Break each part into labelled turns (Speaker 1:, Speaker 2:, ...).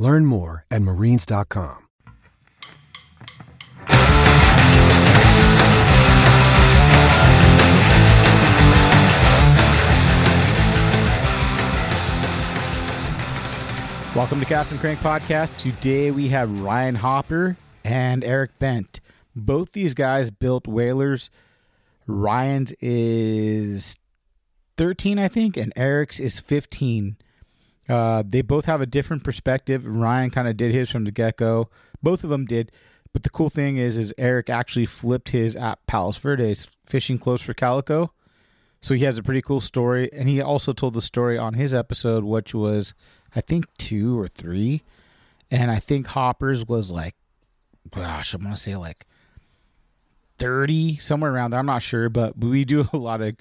Speaker 1: Learn more at marines.com.
Speaker 2: Welcome to Cast and Crank Podcast. Today we have Ryan Hopper and Eric Bent. Both these guys built whalers. Ryan's is 13, I think, and Eric's is 15. Uh, they both have a different perspective. Ryan kind of did his from the get go. Both of them did. But the cool thing is, is Eric actually flipped his at Palos Verdes, fishing close for calico. So he has a pretty cool story, and he also told the story on his episode, which was I think two or three, and I think Hoppers was like, gosh, I'm gonna say like thirty somewhere around there. I'm not sure, but we do a lot of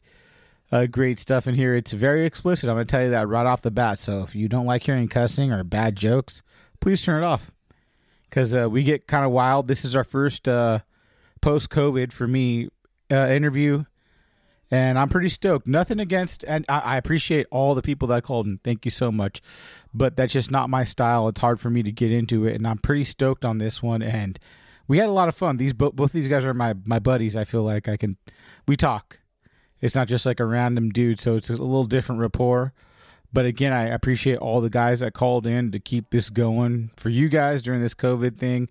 Speaker 2: uh, great stuff in here. It's very explicit. I'm gonna tell you that right off the bat. So if you don't like hearing cussing or bad jokes, please turn it off because uh, we get kind of wild. This is our first uh, post COVID for me uh, interview and I'm pretty stoked. Nothing against, and I, I appreciate all the people that called and thank you so much, but that's just not my style. It's hard for me to get into it, and I'm pretty stoked on this one. And we had a lot of fun. These both both these guys are my my buddies. I feel like I can, we talk. It's not just like a random dude, so it's a little different rapport. But again, I appreciate all the guys that called in to keep this going for you guys during this COVID thing.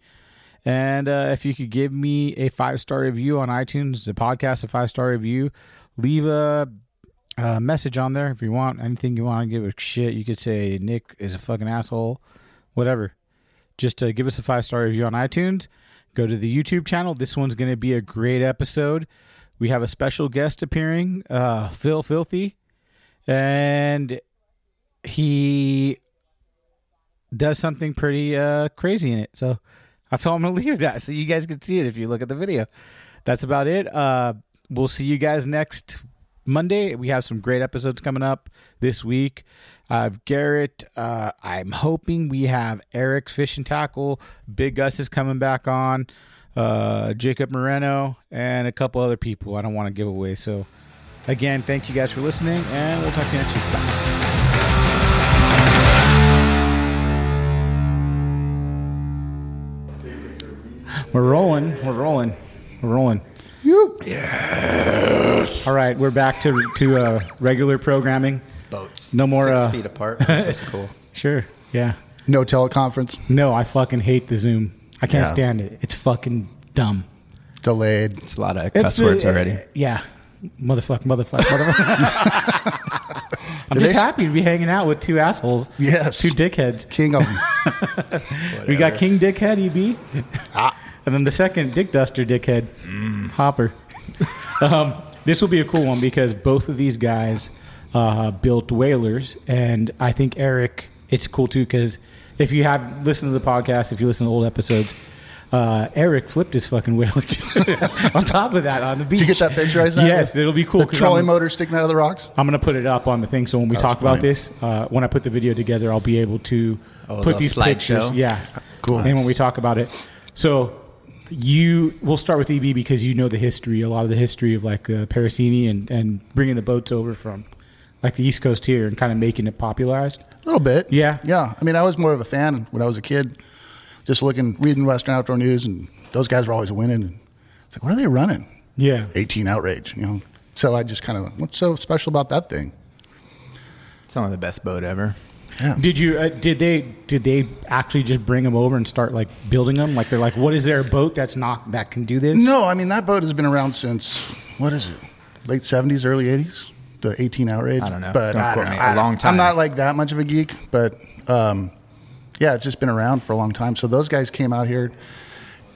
Speaker 2: And uh, if you could give me a five star review on iTunes, the podcast, a five star review, leave a, a message on there if you want. Anything you want, give a shit. You could say Nick is a fucking asshole, whatever. Just uh, give us a five star review on iTunes. Go to the YouTube channel. This one's going to be a great episode. We have a special guest appearing, uh, Phil Filthy, and he does something pretty uh, crazy in it. So that's all I'm gonna leave it at. So you guys can see it if you look at the video. That's about it. Uh, we'll see you guys next Monday. We have some great episodes coming up this week. I have Garrett. Uh, I'm hoping we have Eric's fish and tackle. Big Gus is coming back on. Uh, Jacob Moreno and a couple other people. I don't want to give away. So again, thank you guys for listening, and we'll talk to you next week. Bye. We're rolling. We're rolling. We're rolling. Yes. All right, we're back to to uh, regular programming.
Speaker 3: boats.
Speaker 2: No more,
Speaker 3: six
Speaker 2: uh,
Speaker 3: feet apart. This is cool.
Speaker 2: Sure. Yeah.
Speaker 4: No teleconference.
Speaker 2: No, I fucking hate the Zoom. I can't
Speaker 3: Yeah.
Speaker 2: stand it. It's fucking dumb.
Speaker 4: Delayed.
Speaker 3: It's a lot of
Speaker 2: It's
Speaker 3: cuss
Speaker 2: the-
Speaker 3: words already.
Speaker 2: Yeah. Motherfuck, motherfuck, motherfuck. I'm
Speaker 4: Did
Speaker 2: just
Speaker 4: they s-
Speaker 2: happy to be hanging out with two assholes.
Speaker 4: Yes.
Speaker 2: Two dickheads.
Speaker 4: King of 'em.
Speaker 2: We got King Dickhead EB,
Speaker 4: Ah.
Speaker 2: and then the second Dick Duster Dickhead Hopper. um, this will be a cool one because both of these guys uh, built whalers, and I think Eric. It's cool too because if you have listened to the podcast, if you listen to old episodes, uh, Eric flipped his fucking whaler on top of that on the beach.
Speaker 4: Did you get that picture I sent?
Speaker 2: Yes,
Speaker 4: With
Speaker 2: it'll be cool.
Speaker 4: The
Speaker 2: 'cause
Speaker 4: trolley
Speaker 2: I'm-
Speaker 4: motor sticking out of the rocks.
Speaker 2: I'm gonna put it up on the thing, so when we talk about this, uh, when I put the video together, I'll be able to put
Speaker 3: the
Speaker 2: these pictures.
Speaker 3: slideshow?
Speaker 2: Yeah,
Speaker 4: Cool.
Speaker 2: And when we talk about it, so you we'll start with EB because you know the history, a lot of the history of like uh, Parasini and and bringing the boats over from like the East Coast here and kind of making it popularized.
Speaker 4: A little bit.
Speaker 2: Yeah.
Speaker 4: Yeah. I mean, I was more of a fan when I was a kid, just looking, reading Western Outdoor News, and those guys were always winning. And it's like, what are they running?
Speaker 2: Yeah,
Speaker 4: 18 outrage, you know? So I just kind of, what's so special about that thing?
Speaker 3: It's only the best boat ever.
Speaker 4: Yeah.
Speaker 2: Did you? Uh, did they? Did they actually just bring them over and start like building them? Like they're like, what is there a boat that's not that can do this?
Speaker 4: No, I mean that boat has been around since what is it? Late seventies, early eighties. The eighteen hour age.
Speaker 3: I don't know.
Speaker 4: but
Speaker 3: Don't
Speaker 4: I
Speaker 3: quote
Speaker 4: don't
Speaker 3: me.
Speaker 4: know.
Speaker 3: A
Speaker 4: I-
Speaker 3: long time.
Speaker 4: I'm not like that much of a geek, but um, yeah, it's just been around for a long time. So those guys came out here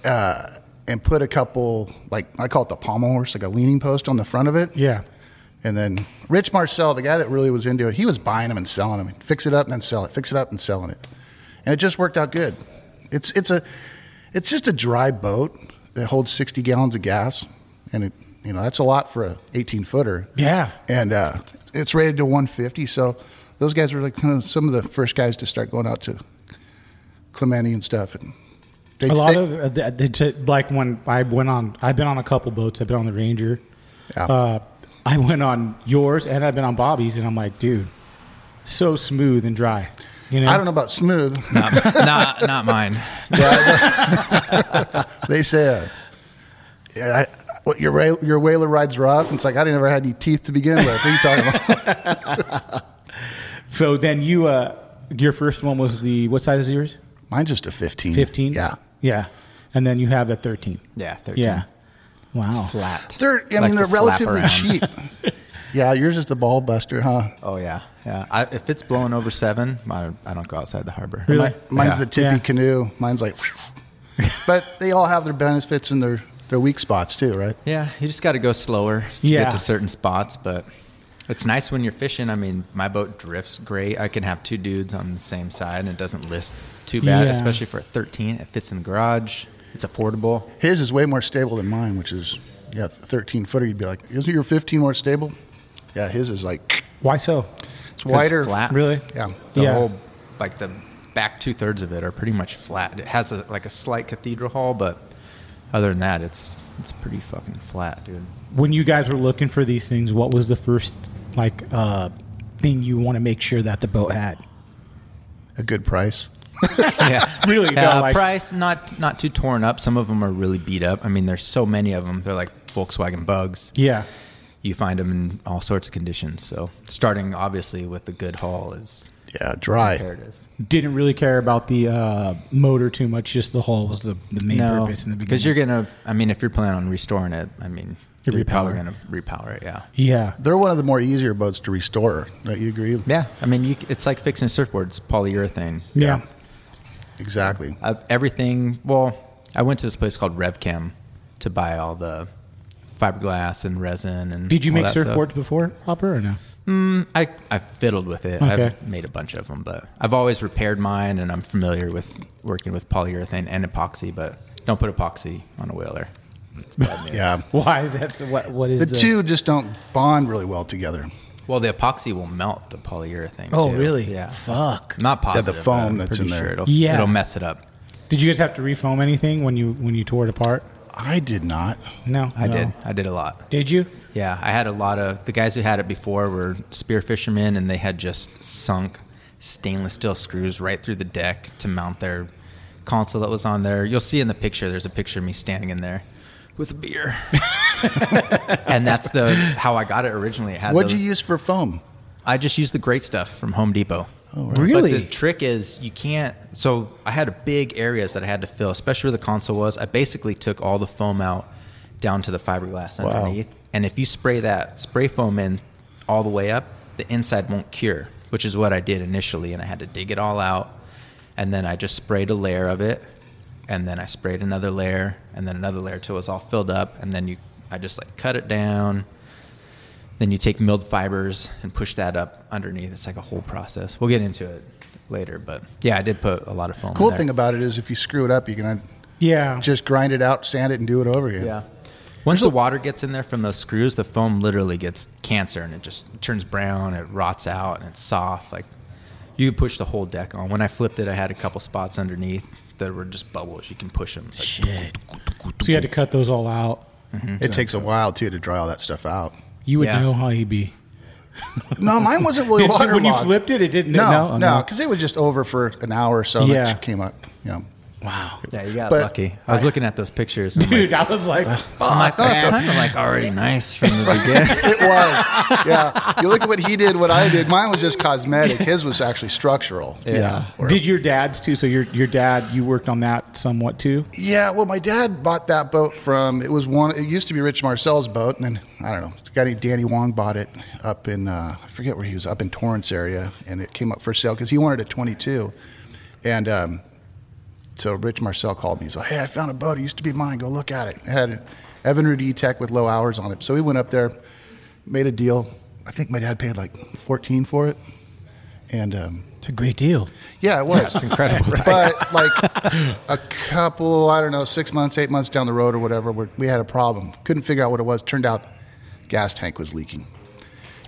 Speaker 4: uh, and put a couple, like I call it the pommel horse, like a leaning post on the front of it.
Speaker 2: Yeah.
Speaker 4: And then Rich Marcel, the guy that really was into it, he was buying them and selling them, and fix it up and then sell it, fix it up and selling it, and it just worked out good. It's it's a it's just a dry boat that holds sixty gallons of gas, and it you know that's a lot for a eighteen footer.
Speaker 2: Yeah.
Speaker 4: and uh, it's rated to one fifty. So those guys were like kind of some of the first guys to start going out to Clementi and stuff, and they,
Speaker 2: A lot
Speaker 4: they-
Speaker 2: of uh, the, the t- like when I went on, I've been on a couple boats. I've been on the Ranger.
Speaker 4: Yeah.
Speaker 2: Uh, I went on yours and I've been on Bobby's, and I'm like, dude, so smooth and dry. You know,
Speaker 4: I don't know about smooth.
Speaker 3: not, not, not mine.
Speaker 4: they say, uh, yeah, I, what your rail, your whaler rides rough. And it's like I didn't ever had any teeth to begin with. What are you talking about?
Speaker 2: So then you, uh, your first one was the what size is yours?
Speaker 4: Mine's just a fifteen.
Speaker 2: Fifteen.
Speaker 4: Yeah.
Speaker 2: yeah, and then you have the thirteen.
Speaker 3: Yeah, 13.
Speaker 2: Yeah, wow.
Speaker 3: It's flat.
Speaker 4: They're I mean
Speaker 3: Likes
Speaker 4: they're
Speaker 3: to slap
Speaker 4: relatively
Speaker 3: around.
Speaker 4: cheap. yeah, yours is the ball buster, huh?
Speaker 3: Oh yeah, yeah. I, if it's blowing over seven, I, I don't go outside the harbor.
Speaker 2: Really?
Speaker 4: Mi- mine's
Speaker 3: Yeah.
Speaker 4: the tippy
Speaker 2: Yeah.
Speaker 4: canoe. Mine's like, but they all have their benefits and their their weak spots too, right?
Speaker 3: Yeah, you just got to go slower to
Speaker 2: Yeah.
Speaker 3: get to certain spots, but it's nice when you're fishing. I mean, my boat drifts great. I can have two dudes on the same side and it doesn't list too bad,
Speaker 2: Yeah.
Speaker 3: especially for a 13. It fits in the garage. It's affordable.
Speaker 4: His is way more stable than mine, which is yeah, thirteen footer. You'd be like, isn't your fifteen more stable? Yeah, his is like
Speaker 2: Why so?
Speaker 4: it's wider.
Speaker 3: It's flat.
Speaker 2: Really?
Speaker 4: Yeah.
Speaker 3: Uh, The
Speaker 2: Yeah.
Speaker 3: whole like the back two thirds of it are pretty much flat. It has a, like a slight cathedral hall, but other than that, it's it's pretty fucking flat, dude.
Speaker 2: When you guys were looking for these things, what was the first like uh, thing you want to make sure that the boat had?
Speaker 4: A good price.
Speaker 3: yeah,
Speaker 2: Really, no,
Speaker 3: Uh,
Speaker 2: like-
Speaker 3: price not not too torn up. Some of them are really beat up. I mean, there's so many of them. They're like Volkswagen bugs.
Speaker 2: Yeah,
Speaker 3: You find them in all sorts of conditions. So starting obviously with a good haul is
Speaker 4: Yeah, dry.
Speaker 3: imperative.
Speaker 2: didn't really care about the uh, motor too much. Just the hull was the, the main purpose in the beginning.
Speaker 3: because you're gonna. I mean, if you're planning on restoring it, I mean,
Speaker 2: You
Speaker 3: you're,
Speaker 2: repower.
Speaker 3: probably gonna repower it. Yeah.
Speaker 2: yeah,
Speaker 4: They're one of the more easier boats to restore. Don't you agree?
Speaker 3: Yeah. I mean, you, c- it's like fixing surfboards, polyurethane.
Speaker 2: yeah.
Speaker 4: Exactly.
Speaker 3: Uh, everything. Well, I went to this place called Revchem to buy all the fiberglass and resin and.
Speaker 2: Did you
Speaker 3: all
Speaker 2: make
Speaker 3: that stuff.
Speaker 2: surfboards before, Hopper, or no?
Speaker 3: I, I fiddled with it.
Speaker 2: Okay.
Speaker 3: I've made a bunch of them, but I've always repaired mine, and I'm familiar with working with polyurethane and epoxy. But don't put epoxy on a whaler. It's bad news.
Speaker 4: Yeah.
Speaker 2: Why is that? So what what is
Speaker 4: The two just don't bond really well together.
Speaker 3: Well, the epoxy will melt the polyurethane.
Speaker 2: Oh,
Speaker 3: too.
Speaker 2: really?
Speaker 3: Yeah.
Speaker 2: Fuck.
Speaker 3: I'm Not
Speaker 4: the
Speaker 3: positive. but
Speaker 4: foam
Speaker 3: I'm
Speaker 4: that's
Speaker 3: pretty
Speaker 4: in there.
Speaker 3: Sure it'll,
Speaker 2: Yeah.
Speaker 3: It'll mess it up.
Speaker 2: Did you guys have to refoam anything when you when you tore it apart?
Speaker 4: I did not.
Speaker 2: No,
Speaker 3: I did. I did a lot.
Speaker 2: Did you?
Speaker 3: Yeah, I had a lot of the guys who had it before were spear fishermen, and they had just sunk stainless steel screws right through the deck to mount their console that was on there. You'll see in the picture. There's a picture of me standing in there with a beer, and that's the how I got it originally. It had
Speaker 4: What'd
Speaker 3: the-
Speaker 4: you use for foam?
Speaker 3: I just used the great stuff from Home Depot. Oh,
Speaker 2: Really?
Speaker 3: But the trick is you can't. So I had big areas that I had to fill, especially where the console was. I basically took all the foam out down to the fiberglass underneath. And if you spray that spray foam in all the way up, the inside won't cure, which is what I did initially. And I had to dig it all out. And then I just sprayed a layer of it. And then I sprayed another layer and then another layer till it was all filled up. And then you, I just like cut it down. Then you take milled fibers and push that up underneath. It's like a whole process. We'll get into it later, but yeah, I did put a lot of foam. in
Speaker 4: Cool
Speaker 3: there.
Speaker 4: thing about it is if you screw it up, you can
Speaker 2: Yeah.
Speaker 4: just grind it out, sand it, and do it over again.
Speaker 3: yeah. Once the water gets in there from those screws, the foam literally gets cancer and it just turns brown. It rots out and it's soft. Like you could push the whole deck on. When I flipped it, I had a couple spots underneath that were just bubbles. You can push them. It's like-
Speaker 2: Shit. So you had to cut those all out.
Speaker 4: It takes a while too to dry all that stuff out.
Speaker 2: You would
Speaker 3: Yeah.
Speaker 2: know how he'd be.
Speaker 4: No, mine wasn't really
Speaker 2: Did-
Speaker 4: waterlogged.
Speaker 2: when you flipped it, it didn't.
Speaker 4: No,
Speaker 2: no,
Speaker 4: no, because it was just over for an hour or so.
Speaker 2: Yeah.
Speaker 4: Yeah. It came up. Yeah.
Speaker 2: Wow.
Speaker 3: Yeah, you got
Speaker 4: But-
Speaker 3: lucky. I was looking at those pictures. and I'm
Speaker 2: Dude, I was like,
Speaker 3: like, I'm like, oh, it's kind of like already nice from the beginning.
Speaker 4: It was. Yeah. You look at what he did, what I did. Mine was just cosmetic. His was actually structural. Yeah.
Speaker 2: did your dad's too? So your your dad, you worked on that somewhat too.
Speaker 4: Yeah, well, my dad bought that boat from it was one. It used to be Rich Marcel's boat, and then I don't know. A guy named Danny Wong bought it up in uh, I forget where he was up in Torrance area, and it came up for sale because he wanted a 22, and um, so Rich Marcel called me. He's like, "Hey, I found a boat. It used to be mine. Go look at it." It had Evinrude E-Tech with low hours on it. So we went up there, made a deal. I think my dad paid like 14 for it, and. Um,
Speaker 2: It's a great deal.
Speaker 4: yeah, it was incredible. But like a couple, I don't know, six months, eight months down the road or whatever, we we had a problem. Couldn't figure out what it was. Turned out, gas tank was leaking,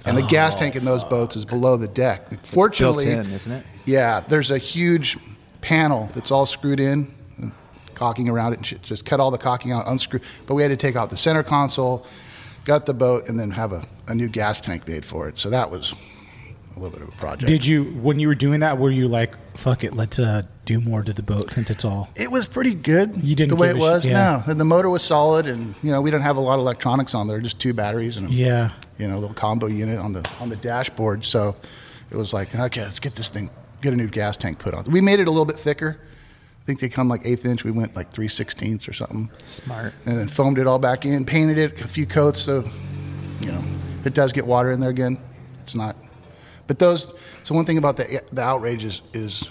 Speaker 4: and the gas tank in those boats is below the deck. Fortunately,
Speaker 3: Oh, built in, isn't it?
Speaker 4: Yeah, there's a huge panel that's all screwed in, and caulking around it and shit. Just cut all the caulking out, unscrew. But we had to take out the center console, gut the boat, and then have a, a new gas tank made for it. So that was a little bit of a project.
Speaker 2: Did you when you were doing that? Were you like, fuck it, let's uh, do more to the boat since it's all
Speaker 4: It was pretty good.
Speaker 2: You didn't
Speaker 4: the way
Speaker 2: give
Speaker 4: it
Speaker 2: a sh-
Speaker 4: was.
Speaker 2: yeah.
Speaker 4: No, and the motor was solid, and you know we don't have a lot of electronics on there. Just two batteries and a,
Speaker 2: yeah.
Speaker 4: you know, little combo unit on the on the dashboard. So it was like, okay, let's get this thing, get a new gas tank put on. We made it a little bit thicker. I think they come like eighth inch. We went like three sixteenths or something,
Speaker 3: Smart.
Speaker 4: and then foamed it all back in, painted it a few coats. So you know, if it does get water in there again, it's not. But those. So one thing about the the outrage is is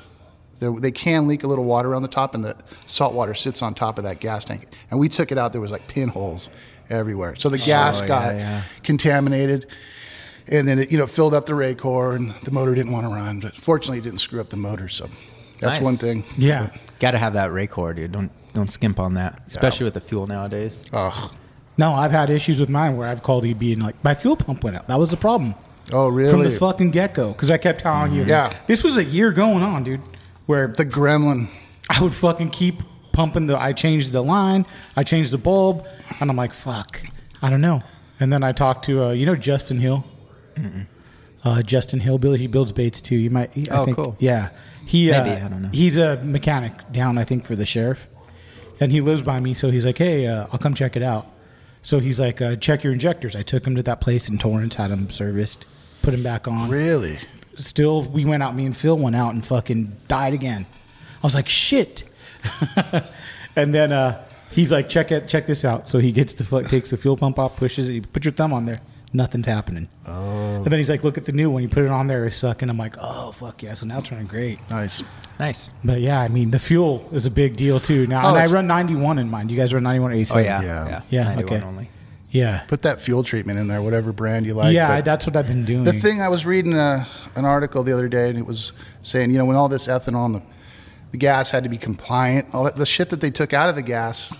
Speaker 4: there, they can leak a little water around the top, and the salt water sits on top of that gas tank. And we took it out. There was like pinholes everywhere, so the gas
Speaker 3: yeah,
Speaker 4: got
Speaker 3: yeah.
Speaker 4: contaminated. And then it, you know, filled up the ray core, and the motor didn't want to run. But fortunately, it didn't screw up the motor, so that's
Speaker 3: Nice.
Speaker 4: one thing.
Speaker 2: Yeah.
Speaker 3: Got to have that Raycor, dude. Don't don't skimp on that, especially with the fuel nowadays.
Speaker 4: Oh,
Speaker 2: No, I've had issues with mine where I've called EB and like my fuel pump went out. That was the problem
Speaker 4: oh, really? Mm-hmm.
Speaker 2: from the fucking get go because I kept telling you.
Speaker 4: Yeah.
Speaker 2: This was a year going on, dude. Where
Speaker 4: the gremlin.
Speaker 2: I would fucking keep pumping the. I changed the line. I changed the bulb, and I'm like, fuck, I don't know. And then I talked to uh, you know Justin Hill, uh, Justin Hill, Billy. He builds baits too. You might. He, I
Speaker 3: Oh,
Speaker 2: think,
Speaker 3: cool.
Speaker 2: Yeah, he.
Speaker 3: Maybe,
Speaker 2: uh,
Speaker 3: I don't know.
Speaker 2: He's a mechanic down, I think, for the sheriff, and he lives by me. So he's like, hey, uh, I'll come check it out. So he's like, uh, check your injectors. I took him to that place in Torrance, had him serviced, put him back on
Speaker 4: Really?
Speaker 2: still we went out me and phil went out and fucking died again i was like shit and then uh he's like check it check this out so he gets the fuck takes the fuel pump off pushes it you put your thumb on there nothing's happening oh and then he's like look at the new one you put it on there it's sucking i'm like oh fuck yeah so now it's running great
Speaker 4: Nice.
Speaker 3: Nice.
Speaker 2: but yeah i mean the fuel is a big deal too now
Speaker 4: Oh,
Speaker 2: and i
Speaker 4: it's-
Speaker 2: run 91 in mine you guys run 91 or 87
Speaker 3: Oh yeah,
Speaker 4: Yeah.
Speaker 2: Yeah,
Speaker 3: 91
Speaker 2: okay.
Speaker 3: only.
Speaker 2: yeah
Speaker 4: Put that fuel treatment in there, whatever brand you like.
Speaker 2: yeah I,
Speaker 4: but-
Speaker 2: that's what i've been doing
Speaker 4: The thing I was reading uh an article the other day, and it was saying, you know, when all this ethanol and the, the gas had to be compliant, all that, the shit that they took out of the gas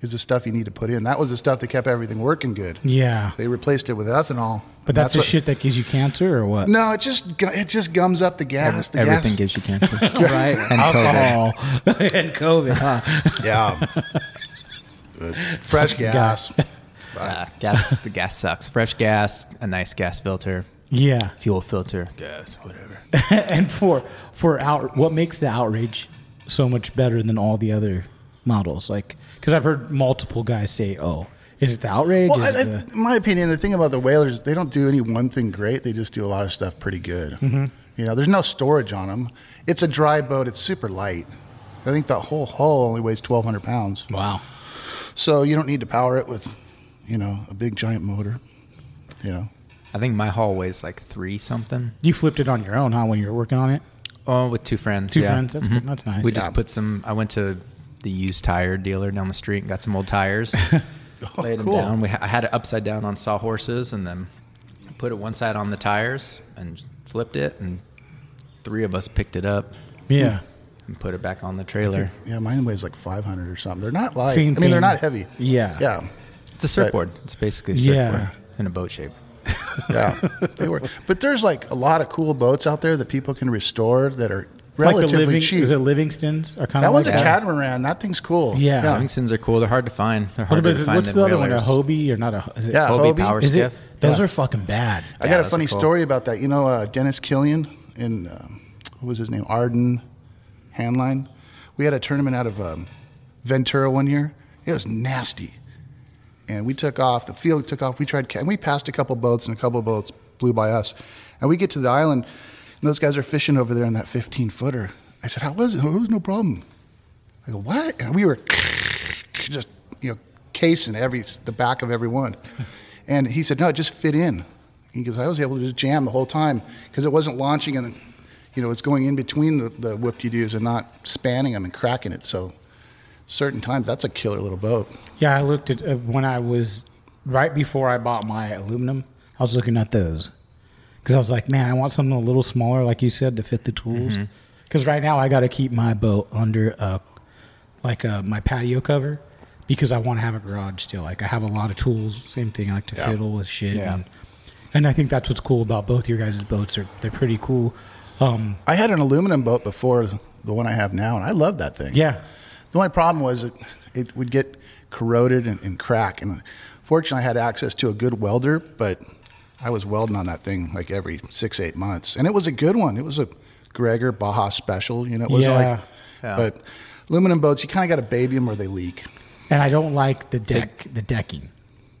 Speaker 4: is the stuff you need to put in. That was the stuff that kept everything working good.
Speaker 2: yeah
Speaker 4: They replaced it with ethanol.
Speaker 2: but that's, the
Speaker 4: what-
Speaker 2: shit that gives you cancer or what
Speaker 4: No, it just gu- it just gums up the gas. The
Speaker 3: Everything
Speaker 4: gas.
Speaker 3: gives you cancer, right? And COVID.
Speaker 2: alcohol and covid huh?
Speaker 4: yeah. But fresh gas.
Speaker 3: Uh, gas. The gas sucks. Fresh gas, a nice gas filter,
Speaker 2: yeah
Speaker 3: fuel filter. Gas, whatever.
Speaker 2: and for for out what makes the outrage so much better than all the other models like because i've heard multiple guys say oh is it the outrage
Speaker 4: Well,
Speaker 2: is
Speaker 4: I,
Speaker 2: it
Speaker 4: I,
Speaker 2: the,
Speaker 4: in my opinion, the thing about the whalers, they don't do any one thing great. They just do a lot of stuff pretty good.
Speaker 2: Mm-hmm.
Speaker 4: You know, there's no storage on them. It's a dry boat. It's super light. I think that whole hull only weighs 1,200 pounds.
Speaker 2: wow
Speaker 4: So you don't need to power it with, you know, a big giant motor. You know,
Speaker 3: I think my haul weighs like three something.
Speaker 2: you flipped it on your own huh when you were working on it
Speaker 3: Oh, with two friends.
Speaker 2: two
Speaker 3: yeah. Mm-hmm.
Speaker 2: friends
Speaker 4: Mm-hmm.
Speaker 2: that's good that's nice
Speaker 3: We just put some. I went to the used tire dealer down the street and got some old tires.
Speaker 2: Oh,
Speaker 3: laid
Speaker 4: cool.
Speaker 3: them down. We, ha- I had it upside down on sawhorses and then put it one side on the tires and flipped it, and three of us picked it up
Speaker 2: yeah
Speaker 4: Mm-hmm.
Speaker 3: and put it back on the trailer.
Speaker 4: yeah, mine weighs like 500 or something. They're not light.
Speaker 2: Same
Speaker 4: I mean,
Speaker 2: thing.
Speaker 4: they're not heavy.
Speaker 2: Yeah.
Speaker 4: Yeah.
Speaker 3: It's a surfboard. It's basically a
Speaker 2: Yeah.
Speaker 3: surfboard in a boat shape.
Speaker 4: Yeah. they were. But there's like a lot of cool boats out there that people can restore that are relatively
Speaker 2: like the living
Speaker 4: cheap.
Speaker 2: is it livingston's are kind
Speaker 4: that
Speaker 2: of
Speaker 4: one's
Speaker 2: like
Speaker 4: a catamaran. That thing's cool.
Speaker 2: Yeah.
Speaker 3: Livingston's are cool. They're hard to find. They're
Speaker 2: What
Speaker 3: harder
Speaker 2: about-
Speaker 3: to find
Speaker 2: what's
Speaker 3: than
Speaker 2: the other one a
Speaker 3: whalers.
Speaker 2: hobie or not a is it
Speaker 4: Yeah,
Speaker 3: Hobie
Speaker 4: Hobie?
Speaker 3: Power
Speaker 2: is it
Speaker 3: Skiff.
Speaker 2: those
Speaker 4: Yeah.
Speaker 2: are fucking bad
Speaker 4: I got a
Speaker 3: those are
Speaker 4: funny
Speaker 3: cool.
Speaker 4: story about that. You know, uh, Dennis Killian and um, what was his name? Arden Handline. We had a tournament out of um, Ventura one year. It was nasty, and we took off. The field took off. We tried, ca- and we passed a couple boats, and a couple boats blew by us. And we get to the island, and those guys are fishing over there on that 15 footer. I said, "How was it? Oh, It was no problem." I go, "What?" And we were just you know casing every the back of every one. And he said, "No, it just fit in." He goes, "I was able to just jam the whole time because it wasn't launching and you know it's going in between the, the whoop de doos and not spanning them and cracking it." So certain times that's a killer little boat.
Speaker 2: Yeah, I looked at uh, when I was right before I bought my aluminum. I was looking at those because I was like, man, I want something a little smaller, like you said, to fit the tools.
Speaker 4: Mm-hmm.
Speaker 2: Because right now I got to keep my boat under a like a, my patio cover because I want to have a garage still. Like I have a lot of tools. Same thing, I like to fiddle with shit.
Speaker 4: Yeah.
Speaker 2: And, and I think that's what's cool about both your guys' boats. They're they're pretty cool. Um,
Speaker 4: I had an aluminum boat before the one I have now, and I love that thing.
Speaker 2: yeah,
Speaker 4: The only problem was it, it would get corroded and, and crack. And fortunately, I had access to a good welder, but I was welding on that thing like every six, eight months. And it was a good one. It was a Gregor Baja special. You know, it was
Speaker 2: Yeah.
Speaker 4: like,
Speaker 3: Yeah.
Speaker 4: but aluminum boats, you kind of got to baby them or they leak.
Speaker 2: And I don't like the deck, the decking.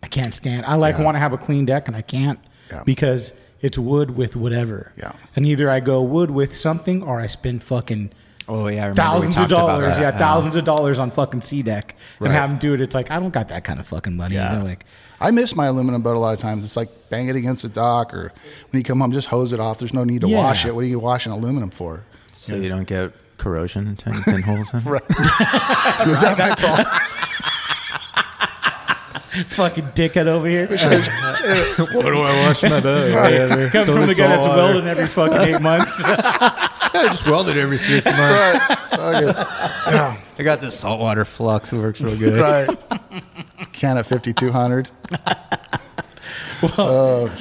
Speaker 2: I can't stand. I like want to have a clean deck, and I can't
Speaker 4: Yeah.
Speaker 2: because it's wood with whatever.
Speaker 4: Yeah.
Speaker 2: And either I go wood with something, or I spend fucking
Speaker 3: Oh yeah, I remember
Speaker 2: thousands
Speaker 3: we
Speaker 2: of
Speaker 3: talked about
Speaker 2: dollars.
Speaker 3: that.
Speaker 2: Yeah, thousands of dollars on fucking C deck,
Speaker 3: Right.
Speaker 2: and have them do it. It's like I don't got that kind of fucking money. you
Speaker 4: Yeah.
Speaker 2: know, like
Speaker 4: I miss my aluminum boat a lot of times. It's like bang it against the dock, or when you come home, just hose it off. There's no need to
Speaker 2: Yeah.
Speaker 4: wash it. What are you washing aluminum for?
Speaker 3: So you don't get corrosion and tiny pinholes. In. right.
Speaker 4: Is that my problem?
Speaker 2: fucking dickhead over here.
Speaker 3: Where do I wash my boat?
Speaker 2: Come from the guy that's welding every fucking eight months.
Speaker 3: I just welded every six months.
Speaker 4: Okay.
Speaker 3: I got this saltwater flux. It works real good.
Speaker 4: Right. Can of 5200.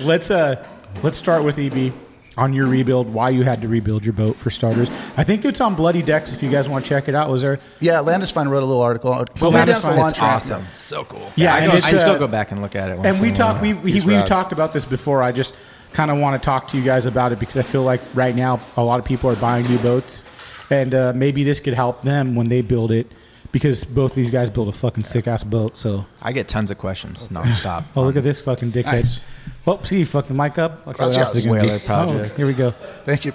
Speaker 2: let's uh let's start with EB on your rebuild. Why you had to rebuild your boat for starters? I think it's on Bloody Decks. If you guys want to check it out, was there?
Speaker 4: Yeah, Landisfine wrote a little article. Well,
Speaker 2: Landis
Speaker 4: Landis
Speaker 2: Fine,
Speaker 4: Fine,
Speaker 3: It's awesome. It's so cool.
Speaker 2: Yeah,
Speaker 3: I,
Speaker 2: and
Speaker 3: go-
Speaker 2: it's,
Speaker 3: I still
Speaker 2: uh,
Speaker 3: go back and look at it. Once
Speaker 2: and we
Speaker 3: in a while.
Speaker 2: talked we we,
Speaker 4: he's
Speaker 2: we
Speaker 4: rad.
Speaker 2: talked about this before. I just kind of want to talk to you guys about it because I feel like right now a lot of people are buying new boats, and uh, maybe this could help them when they build it because both these guys build a fucking sick ass boat. So
Speaker 3: I get tons of questions nonstop.
Speaker 2: oh look at this fucking dickhead.
Speaker 4: Nice.
Speaker 2: Oh, see, you fucked the mic up. Okay, what else is it gonna
Speaker 3: Whaler
Speaker 2: be?
Speaker 3: projects.
Speaker 2: Oh, here we go.
Speaker 4: Thank you.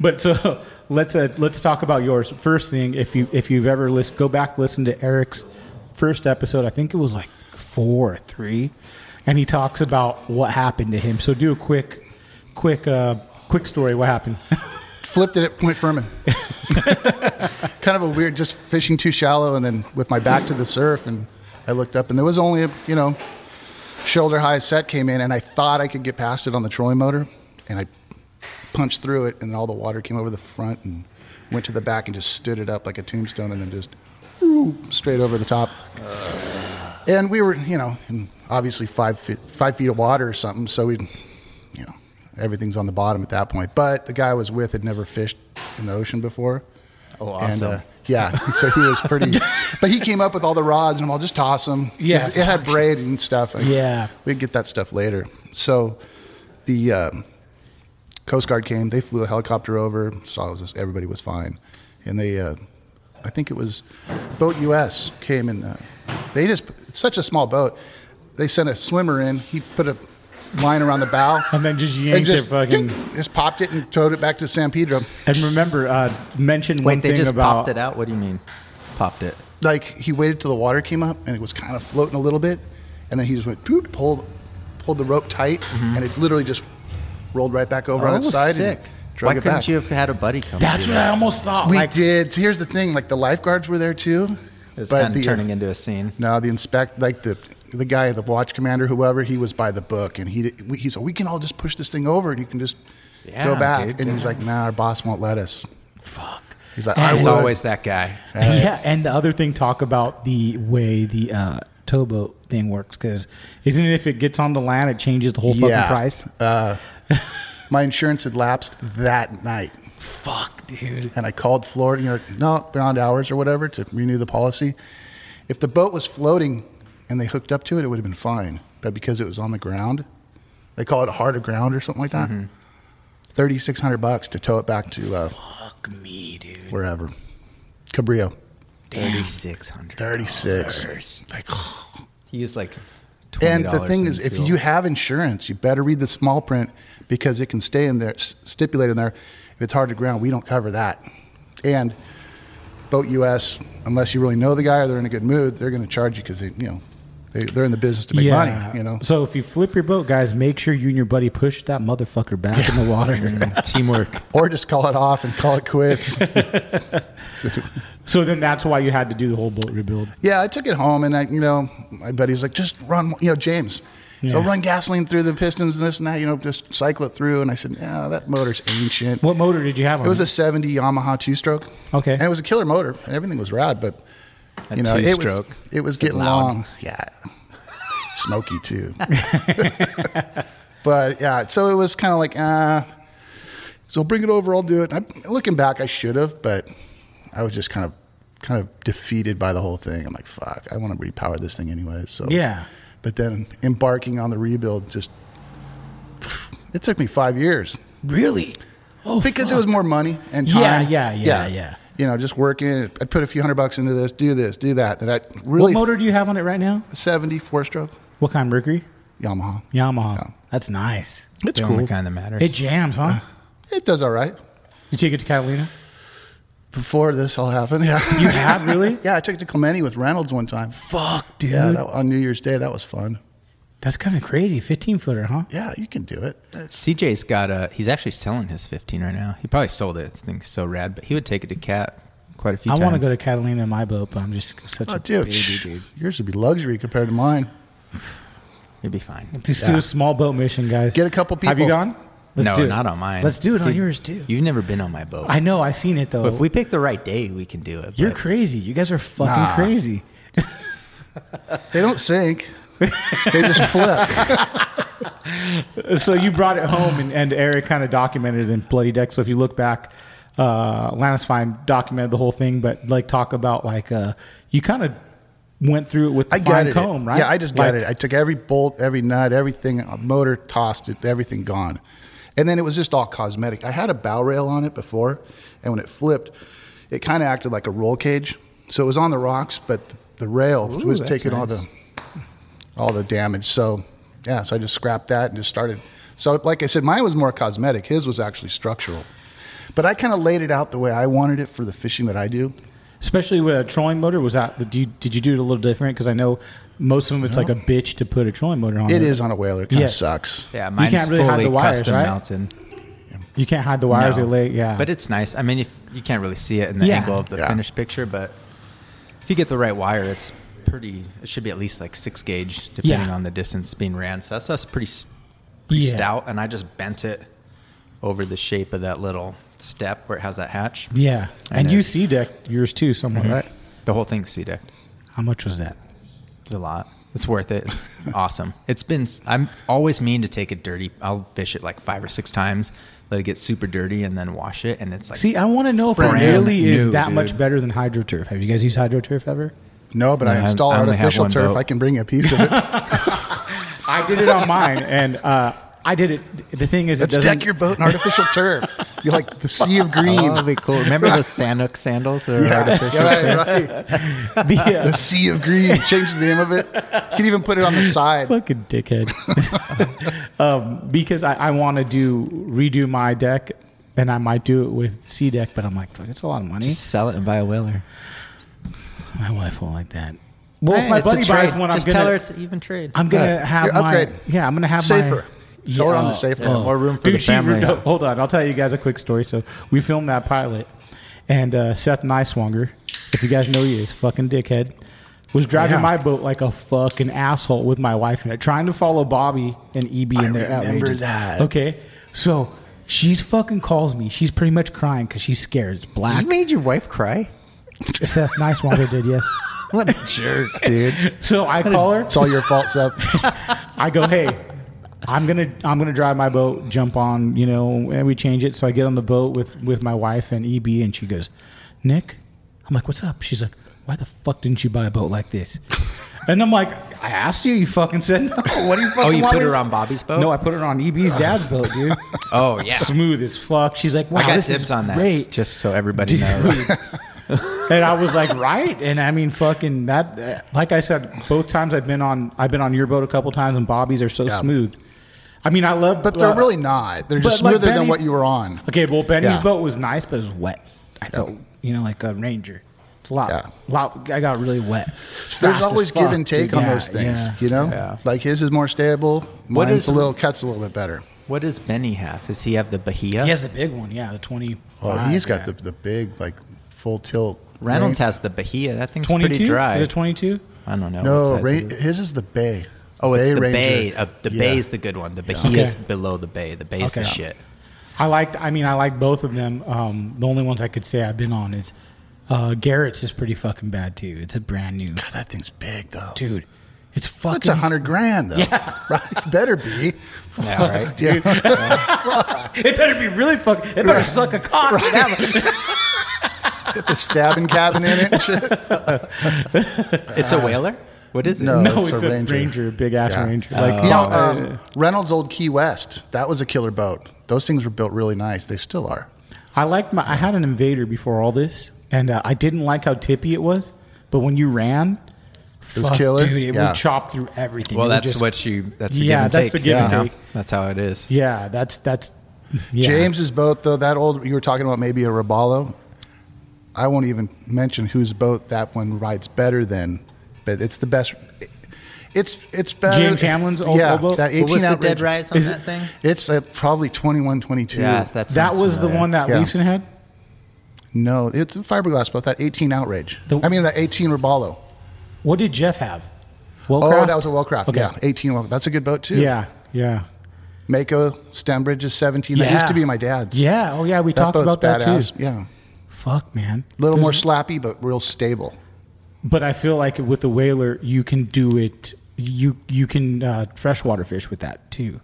Speaker 2: But so let's uh, let's talk about yours. First thing, if you if you've ever list, go back listen to Eric's first episode. I think it was like four or three, and he talks about what happened to him. So do a quick, quick, uh, quick story. What happened?
Speaker 4: Flipped it at Point Furman. kind of a weird, just fishing too shallow, and then with my back to the surf, and I looked up, and there was only a you know shoulder high set came in, and I thought I could get past it on the trolling motor, and I punched through it, and all the water came over the front and went to the back, and just stood it up like a tombstone, and then just whoo, straight over the top. And we were, you know, in obviously five feet, five feet of water or something. So we, you know, everything's on the bottom at that point. But the guy I was with had never fished in the ocean before. uh,
Speaker 3: Oh, awesome.
Speaker 4: yeah, so he was pretty. but he came up with all the rods, and I'm all just toss them.
Speaker 2: Yeah.
Speaker 4: it had braid and stuff. Like,
Speaker 2: Yeah.
Speaker 4: we'd get that stuff later. So the um, Coast Guard came. They flew a helicopter over. Saw it was, everybody was fine, and they, uh, I think it was Boat U.S. came and uh, they just it's such a small boat. They sent a swimmer in. He put a line around the bow
Speaker 2: And then just yanked it fucking-
Speaker 4: dink, just popped it and towed it back to San Pedro.
Speaker 2: And remember, uh, mention one
Speaker 3: Wait, they
Speaker 2: thing
Speaker 3: just
Speaker 2: about
Speaker 3: popped it out. What do you mean? Popped it.
Speaker 4: Like he waited till the water came up and it was kind of floating a little bit, and then he just went boop, pulled pulled the rope tight, and it literally just rolled right back over on its side
Speaker 3: Mm-hmm. Oh, sick.
Speaker 4: and drug
Speaker 3: Why
Speaker 4: it
Speaker 3: couldn't
Speaker 4: back.
Speaker 3: you have had a buddy come?
Speaker 2: That's
Speaker 3: do
Speaker 2: what I almost thought.
Speaker 4: We
Speaker 2: like,
Speaker 4: did. So here's the thing: like the lifeguards were there too.
Speaker 3: It's
Speaker 4: but
Speaker 3: kind of
Speaker 4: the- uh,
Speaker 3: turning into a scene.
Speaker 4: No, the inspect, like the the guy, the watch commander, whoever, he was by the book, and he we- he said we can all just push this thing over, and you can just go
Speaker 3: Yeah,
Speaker 4: back.
Speaker 3: dude,
Speaker 4: and he's
Speaker 3: yeah.
Speaker 4: like, nah, our boss won't let us.
Speaker 2: Fuck.
Speaker 4: He's like,
Speaker 2: And-
Speaker 4: I
Speaker 3: He's
Speaker 4: would.
Speaker 3: always that guy.
Speaker 2: Yeah, and the other thing, talk about the way the uh, towboat thing works, because isn't it if it gets on the land, it changes the whole
Speaker 4: Yeah.
Speaker 2: fucking price?
Speaker 4: Uh, my insurance had lapsed that night,
Speaker 2: Fuck, dude.
Speaker 4: and I called Florida, you know, no beyond hours or whatever to renew the policy. If the boat was floating and they hooked up to it, it would have been fine, but because it was on the ground, they call it hard of ground or something like that.
Speaker 2: Mm-hmm.
Speaker 4: six hundred bucks to tow it back to uh,
Speaker 2: Fuck me, dude.
Speaker 4: wherever. Cabrillo.
Speaker 3: Thirty six hundred.
Speaker 4: 36. Like,
Speaker 3: He used like. $20
Speaker 4: and the thing
Speaker 3: in
Speaker 4: is, if
Speaker 3: fuel.
Speaker 4: you have insurance, you better read the small print because it can stay in there, s- stipulated in there. If it's hard to ground, we don't cover that. And Boat US, unless you really know the guy or they're in a good mood, they're going to charge you because they, you know, they, they're in the business to make money. You know,
Speaker 2: So if you flip your boat, guys, make sure you and your buddy push that motherfucker back in the water.
Speaker 3: teamwork,
Speaker 4: or just call it off and call it quits. So-
Speaker 2: so then that's why you had to do the whole boat rebuild.
Speaker 4: Yeah, I took it home, and I, you know, my buddy's like, just run, you know, James. So
Speaker 2: Yeah.
Speaker 4: run gasoline through the pistons and this and that, you know, just cycle it through. And I said, yeah, that motor's ancient.
Speaker 2: What motor did you have on
Speaker 4: It was a 70 Yamaha two stroke.
Speaker 2: Okay.
Speaker 4: And it was a killer motor, and everything was rad, but,
Speaker 3: a
Speaker 4: you know, it was,
Speaker 3: two-stroke.
Speaker 4: it was getting
Speaker 3: loud.
Speaker 4: long. Yeah. Smoky, too. but yeah, so it was kind of like, ah, so bring it over, I'll do it. And I, looking back, I should have, but I was just kind of kind of defeated by the whole thing. I'm like, fuck, I want to repower this thing anyway. So
Speaker 2: Yeah.
Speaker 4: But then embarking on the rebuild just it took me five years
Speaker 2: Really? Oh,
Speaker 4: because it was more money and time.
Speaker 2: Yeah, yeah, yeah, yeah.
Speaker 4: You know, just working. I'd put a few hundred bucks into this, do this, do that. That I really
Speaker 2: what motor do you have on it right now?
Speaker 4: 70 four stroke
Speaker 2: What kind? Mercury?
Speaker 4: Yamaha.
Speaker 2: Yamaha. That's nice.
Speaker 4: It's
Speaker 3: the only kind that matters.
Speaker 2: It jams,
Speaker 4: Uh.
Speaker 2: huh?
Speaker 4: It does all right.
Speaker 2: You take it to Catalina?
Speaker 4: Before this all happened, yeah.
Speaker 2: You have really?
Speaker 4: yeah, I took it to Clementi with Reynolds one time.
Speaker 2: Fuck, dude.
Speaker 4: Yeah, that, on New Year's Day, that was fun.
Speaker 2: That's kind of crazy. 15 footer, huh?
Speaker 4: Yeah, you can do it. It's-
Speaker 3: CJ's got a. He's actually selling his 15 right now. He probably sold it. This thing's so rad, but he would take it to Cat quite a few
Speaker 2: I
Speaker 3: times.
Speaker 2: want to go to Catalina in my boat, but I'm just such
Speaker 4: Oh,
Speaker 2: a
Speaker 4: dude,
Speaker 2: baby, dude.
Speaker 4: yours would be luxury compared to mine.
Speaker 3: It'd be fine.
Speaker 2: Just do a small boat mission, guys.
Speaker 4: Get a couple
Speaker 2: Have you
Speaker 4: people.
Speaker 2: gone?
Speaker 3: no,
Speaker 2: do it.
Speaker 3: not on mine.
Speaker 2: Let's do it on
Speaker 3: Dude,
Speaker 2: yours too.
Speaker 3: You've never been on my boat.
Speaker 2: I know. I've seen it though.
Speaker 3: But if we pick the right day, we can do it.
Speaker 2: You're
Speaker 3: but
Speaker 2: crazy. You guys are fucking
Speaker 4: Nah.
Speaker 2: crazy.
Speaker 4: They don't sink. they just flip.
Speaker 2: So you brought it home, and, and Eric kind of documented it in Bloody Deck. So if you look back, uh, Lannis Fine documented the whole thing, but like talk about like uh, you kind of went through it with the
Speaker 4: I
Speaker 2: fine
Speaker 4: got it.
Speaker 2: comb, right?
Speaker 4: Yeah, I just got
Speaker 2: Like,
Speaker 4: it. I took every bolt, every nut, everything, motor tossed it, everything gone. And then it was just all cosmetic. I had a bow rail on it before, and when it flipped, it kind of acted like a roll cage. So it was on the rocks, but the, the rail
Speaker 3: Ooh,
Speaker 4: was
Speaker 3: that's
Speaker 4: taking all
Speaker 3: nice.
Speaker 4: the all the damage. So yeah, so I just scrapped that and just started. So like I said, mine was more cosmetic. His was actually structural. But I kind of laid it out the way I wanted it for the fishing that I do.
Speaker 2: especially with a trolling motor. Was that did you did you do it a little different? Because I know most of them, it's like a bitch to put a trolling motor on.
Speaker 4: It is on a whaler. It kind
Speaker 2: Yeah.
Speaker 4: of sucks.
Speaker 3: Yeah, mine's
Speaker 2: can't really
Speaker 3: fully
Speaker 2: hide the wires,
Speaker 3: custom
Speaker 2: right?
Speaker 3: mounted.
Speaker 2: You can't hide the wires.
Speaker 3: No.
Speaker 2: They lay, yeah.
Speaker 3: But it's nice. I mean, if, you can't really see it in the
Speaker 2: Yeah.
Speaker 3: angle of the
Speaker 4: Yeah.
Speaker 3: finished picture, but if you get the right wire, it's pretty. It should be at least like six gauge, depending
Speaker 2: Yeah.
Speaker 3: on the distance being ran. So that stuff's pretty, s- pretty
Speaker 2: Yeah.
Speaker 3: stout. And I just bent it over the shape of that little step where it has that hatch.
Speaker 2: yeah,
Speaker 3: I
Speaker 2: and
Speaker 3: know.
Speaker 2: you sea deck yours too, somewhat, right?
Speaker 3: The whole thing's sea decked.
Speaker 2: How much was that?
Speaker 3: It's a lot. It's worth it. It's awesome. It's been. I'm always mean to take it dirty. I'll fish it like five or six times, let it get super dirty, and then wash it. And it's like
Speaker 2: See, I want to know if it
Speaker 3: Brand
Speaker 2: really is
Speaker 3: new,
Speaker 2: that
Speaker 3: dude.
Speaker 2: much better than hydroturf. Have you guys used hydroturf ever?
Speaker 4: No, but
Speaker 3: No,
Speaker 4: I
Speaker 3: I-
Speaker 4: install
Speaker 3: I only have
Speaker 4: artificial
Speaker 3: one
Speaker 4: turf.
Speaker 3: boat.
Speaker 4: I can bring you a piece of it.
Speaker 2: I did it on mine, and uh, I did it. The thing is, it
Speaker 4: Let's
Speaker 2: doesn't.
Speaker 4: deck your boat in artificial turf. You're like the sea of green.
Speaker 3: Oh, that'd be cool. Remember those Sanuk sandals? They're artificial.
Speaker 4: right, right.
Speaker 2: the, uh,
Speaker 4: The sea of green. Change the name of it. You can even put it on the side.
Speaker 2: fucking dickhead. um, because I, I want to do redo my deck, and I might do it with C deck, but I'm like, fuck, it's a lot of money.
Speaker 3: Just sell it and buy a whaler.
Speaker 2: My wife won't like that. Well, if my
Speaker 3: It's a
Speaker 2: buddy buys
Speaker 3: trade.
Speaker 2: one, I'm
Speaker 3: Just tell her
Speaker 2: gonna,
Speaker 3: it's an even trade.
Speaker 2: I'm gonna
Speaker 4: Yeah,
Speaker 2: have
Speaker 4: your
Speaker 2: my
Speaker 4: upgrade.
Speaker 2: yeah, I'm gonna have
Speaker 4: safer.
Speaker 2: My,
Speaker 4: Sell it on the
Speaker 2: oh,
Speaker 4: safer.
Speaker 2: oh.
Speaker 3: More room for
Speaker 2: Dude,
Speaker 3: the
Speaker 2: she
Speaker 3: family.
Speaker 2: ripped up- hold on, I'll tell you guys a quick story. So we filmed that pilot, and uh, Seth Niswanger, if you guys know who he is, fucking dickhead, was driving
Speaker 4: Yeah.
Speaker 2: my boat like a fucking asshole with my wife in it, trying to follow Bobby and EB in their
Speaker 4: remember
Speaker 2: outrages.
Speaker 4: that.
Speaker 2: Okay, so she's fucking calls me. She's pretty much crying because she's scared. It's black.
Speaker 3: You made your wife cry?
Speaker 2: Seth Niswanger did yes.
Speaker 3: What a jerk, dude.
Speaker 2: So I call her.
Speaker 4: It's all your fault, Seth.
Speaker 2: I go, hey, I'm gonna I'm gonna drive my boat, jump on, you know, and we change it. So I get on the boat with with my wife and EB, and she goes, Nick, I'm like, what's up? She's like, why the fuck didn't you buy a boat like this? And I'm like, I asked you. You fucking said no. What do you fucking?
Speaker 3: Oh, you
Speaker 2: want
Speaker 3: put
Speaker 2: me
Speaker 3: her
Speaker 2: to-"
Speaker 3: on Bobby's boat?
Speaker 2: No, I put her on EB's dad's boat, dude.
Speaker 3: Oh, yeah.
Speaker 2: Smooth as fuck. She's like, wow,
Speaker 3: I got
Speaker 2: this
Speaker 3: dibs
Speaker 2: is
Speaker 3: on that,
Speaker 2: Great.
Speaker 3: just so everybody
Speaker 2: Dude.
Speaker 3: knows.
Speaker 2: and I was like, right. And I mean, fucking that. uh, Like I said, both times I've been on, I've been on your boat a couple times, and Bobby's are so smooth. I mean, I love,
Speaker 4: But they're
Speaker 2: uh,
Speaker 4: really not. They're just
Speaker 2: but, like,
Speaker 4: smoother than
Speaker 2: Benny's-
Speaker 4: what you were on.
Speaker 2: Okay, well, Benny's
Speaker 4: Yeah.
Speaker 2: boat was nice, but it was wet. I felt, you know, like a ranger. It's a lot,
Speaker 4: Yeah.
Speaker 2: lot. I got really wet.
Speaker 4: There's
Speaker 2: Fast as
Speaker 4: always give
Speaker 2: fuck,
Speaker 4: and take
Speaker 2: dude.
Speaker 4: on
Speaker 2: Yeah,
Speaker 4: those things,
Speaker 2: yeah.
Speaker 4: you know.
Speaker 3: Yeah.
Speaker 4: Like his is more stable.
Speaker 3: What
Speaker 4: mine's
Speaker 3: is-
Speaker 4: a little cuts a little bit better.
Speaker 3: What does Benny have? Does he have the Bahia?
Speaker 2: He has the big one, yeah, the twenty.
Speaker 4: Oh, he's got the, the big like full tilt.
Speaker 3: Reynolds
Speaker 4: rain-
Speaker 3: has the Bahia. That thing's pretty
Speaker 2: twenty-two.
Speaker 3: dry.
Speaker 2: Is it twenty-two?
Speaker 3: I don't know. what
Speaker 4: no
Speaker 3: size
Speaker 4: rain,
Speaker 3: it is.
Speaker 4: his is the bay.
Speaker 3: Oh, it's the
Speaker 4: Ranger.
Speaker 3: bay. Uh, the
Speaker 4: Yeah.
Speaker 3: bay is the good one. The Bahia's
Speaker 2: Okay.
Speaker 3: below the bay. The bay's the
Speaker 2: Okay.
Speaker 3: shit.
Speaker 2: I liked. I mean, I like both of them. Um, the only ones I could say I've been on is uh, Garrett's is pretty fucking bad too. It's a brand new
Speaker 4: God, that thing's big though.
Speaker 2: dude. It's fucking.
Speaker 4: That's a hundred grand though. right? Better be.
Speaker 3: Yeah, right.
Speaker 4: Yeah.
Speaker 2: It better be really fucking. It better suck a cock. That one-
Speaker 4: Get the stabbing cabin in it. and shit.
Speaker 3: It's a whaler. What is it?
Speaker 4: No,
Speaker 2: Uh, No,
Speaker 4: it's, a, ranger.
Speaker 2: big ass
Speaker 4: Yeah.
Speaker 2: ranger. Like
Speaker 4: you know,
Speaker 2: uh,
Speaker 4: um, Reynolds Old Key West. That was a killer boat. Those things were built really nice. They still are.
Speaker 2: I liked my. I had an invader before all this, and uh, I didn't like how tippy it was. But when you ran, it
Speaker 4: was killer?
Speaker 2: dude. It
Speaker 4: Yeah.
Speaker 2: would chop through everything.
Speaker 3: Well,
Speaker 2: It would
Speaker 3: that's
Speaker 2: just-
Speaker 3: what you. That's a
Speaker 2: Yeah,
Speaker 3: give and
Speaker 2: that's
Speaker 3: take,
Speaker 2: a give and
Speaker 3: you know?
Speaker 2: take.
Speaker 3: That's how it is.
Speaker 2: Yeah, that's that's. Yeah.
Speaker 4: James's boat, though, that old, you were talking about maybe a Robalo. I won't even mention whose boat that one rides better than, but it's the best. It's it's better.
Speaker 2: James Hamlin's old-
Speaker 4: yeah,
Speaker 2: old boat?
Speaker 4: That 18
Speaker 3: What was the
Speaker 4: out
Speaker 3: dead
Speaker 4: Ranger.
Speaker 3: rise on
Speaker 2: Is
Speaker 3: that
Speaker 2: it-
Speaker 3: thing?
Speaker 4: It's at probably 21, 22.
Speaker 3: Yeah, that
Speaker 2: that
Speaker 3: sounds
Speaker 2: was the
Speaker 3: familiar.
Speaker 2: one that
Speaker 4: Yeah.
Speaker 2: Leeson had.
Speaker 4: No, it's a fiberglass boat, that 18 Outrage.
Speaker 2: The-
Speaker 4: I mean, that 18 Robalo.
Speaker 2: What did Jeff have?
Speaker 4: Oh,
Speaker 2: Wellcraft?
Speaker 4: that was a Wellcraft.
Speaker 2: Okay.
Speaker 4: Yeah, 18. Well, that's a good boat, too.
Speaker 2: Yeah, yeah,
Speaker 4: Mako, Stembridge is 17. That
Speaker 2: Yeah.
Speaker 4: used to be my dad's.
Speaker 2: yeah. Oh yeah, we
Speaker 4: That
Speaker 2: talked
Speaker 4: boat's
Speaker 2: about that
Speaker 4: badass.
Speaker 2: too.
Speaker 4: Yeah.
Speaker 2: Fuck man,
Speaker 4: A little
Speaker 2: There's-
Speaker 4: more slappy, but real stable.
Speaker 2: But I feel like with the whaler, you can do it. You you can uh, freshwater fish with that too.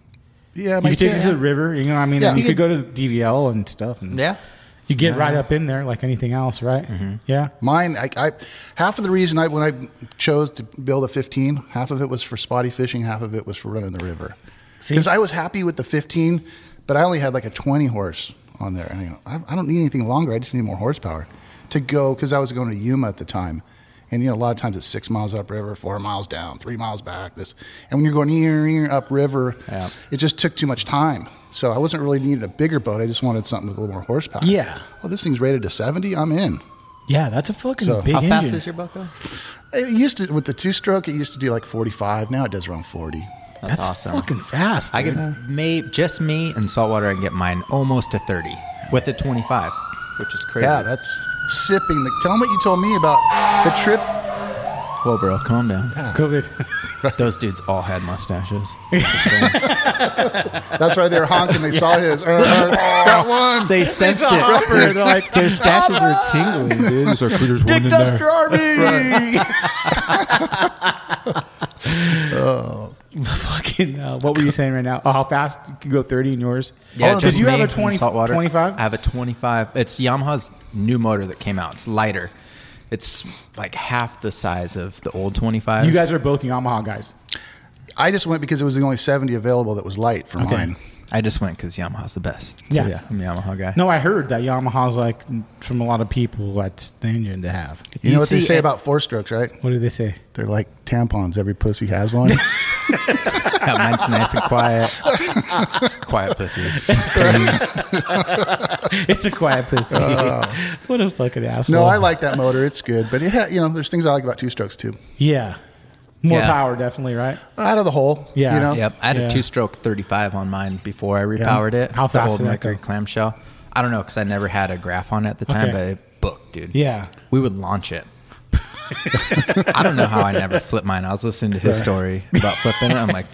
Speaker 4: Yeah,
Speaker 2: You can take it to the river. You know, what I mean,
Speaker 4: Yeah.
Speaker 2: And you
Speaker 4: You
Speaker 2: could go to the DVL and stuff. And
Speaker 3: Yeah. Mm-hmm.
Speaker 2: you get right up in there like anything else, right? Yeah.
Speaker 4: Mine, I, I half of the reason I when I chose to build a 15, half of it was for spotty fishing, half of it was for running the river.
Speaker 2: See?
Speaker 4: Because I was happy with the 15, but I only had like a 20 horse on there. And I, go, I, I don't need anything longer. I just need more horsepower to go because I was going to Yuma at the time. And you know, a lot of times it's six miles upriver, four miles down, three miles back. This, and when you're going ear, ear, upriver,
Speaker 3: Yeah.
Speaker 4: it just took too much time. So I wasn't really needing a bigger boat. I just wanted something with a little more horsepower.
Speaker 2: Yeah.
Speaker 4: Well, this thing's rated to 70. I'm in.
Speaker 2: Yeah, that's a fucking
Speaker 4: So,
Speaker 2: big
Speaker 3: How
Speaker 2: engine.
Speaker 3: fast is your boat go?
Speaker 4: It used to with the two stroke. It used to do like forty five. Now it does around forty.
Speaker 3: That's,
Speaker 2: That's
Speaker 3: awesome.
Speaker 2: fucking fast.
Speaker 3: I
Speaker 2: dude.
Speaker 3: can may just me and saltwater. I can get mine almost to thirty with a twenty-five, which is crazy.
Speaker 4: Yeah, that's sipping. The, tell them what you told me about the trip.
Speaker 3: Whoa, bro, calm down.
Speaker 2: COVID.
Speaker 3: Those dudes all had mustaches.
Speaker 4: That's why they were honking. They saw his. Uh, uh, that one.
Speaker 3: They sensed
Speaker 2: a hopper.
Speaker 3: it.
Speaker 2: They're like,
Speaker 3: Their stashes were tingling, dude.
Speaker 5: There's our critters one
Speaker 2: Dick
Speaker 5: in
Speaker 2: Duster
Speaker 5: there.
Speaker 2: Army. Uh, Fucking, uh, what were you saying right now? Oh, how fast you can go 30 in yours?
Speaker 3: Yeah,
Speaker 2: oh,
Speaker 3: just
Speaker 2: you have a
Speaker 3: me and
Speaker 2: 20,
Speaker 3: saltwater.
Speaker 2: 25?
Speaker 3: I have a 25. It's Yamaha's new motor that came out. It's lighter. It's like half the size of the old 25.
Speaker 2: you guys are both Yamaha guys.
Speaker 4: I just went because it was the only seventy available that was light for mine.
Speaker 3: I just went because Yamaha's the best. So,
Speaker 2: Yeah.
Speaker 3: yeah. I'm a Yamaha guy.
Speaker 2: No, I heard that Yamaha's like from a lot of people that's the engine to have.
Speaker 4: You, know what they
Speaker 3: see
Speaker 4: say
Speaker 3: it-
Speaker 4: about four strokes, right?
Speaker 2: What do they say?
Speaker 4: They're like tampons. Every pussy has one.
Speaker 3: Yeah, mine's nice and quiet. It's quiet pussy. It's clean.
Speaker 2: It's a quiet pussy. what a fucking asshole.
Speaker 4: no, I like that motor. It's good, but it ha- you know, there's things I like about two strokes too.
Speaker 2: Yeah. More
Speaker 3: Yeah.
Speaker 2: power, definitely, right?
Speaker 4: Out of the hole.
Speaker 2: Yeah.
Speaker 4: You know?
Speaker 3: Yep. I had
Speaker 2: Oh, Yeah.
Speaker 3: a two stroke 35 on mine before I repowered it.
Speaker 2: How fast
Speaker 3: The old
Speaker 2: did that
Speaker 3: Mercury
Speaker 2: go?
Speaker 3: clamshell. I don't know because I never had a graph on it at the time,
Speaker 2: Okay.
Speaker 3: but it booked, dude.
Speaker 2: Yeah.
Speaker 3: We would launch it. I don't know how I never flipped mine. I was listening to his story about flipping it. I'm like,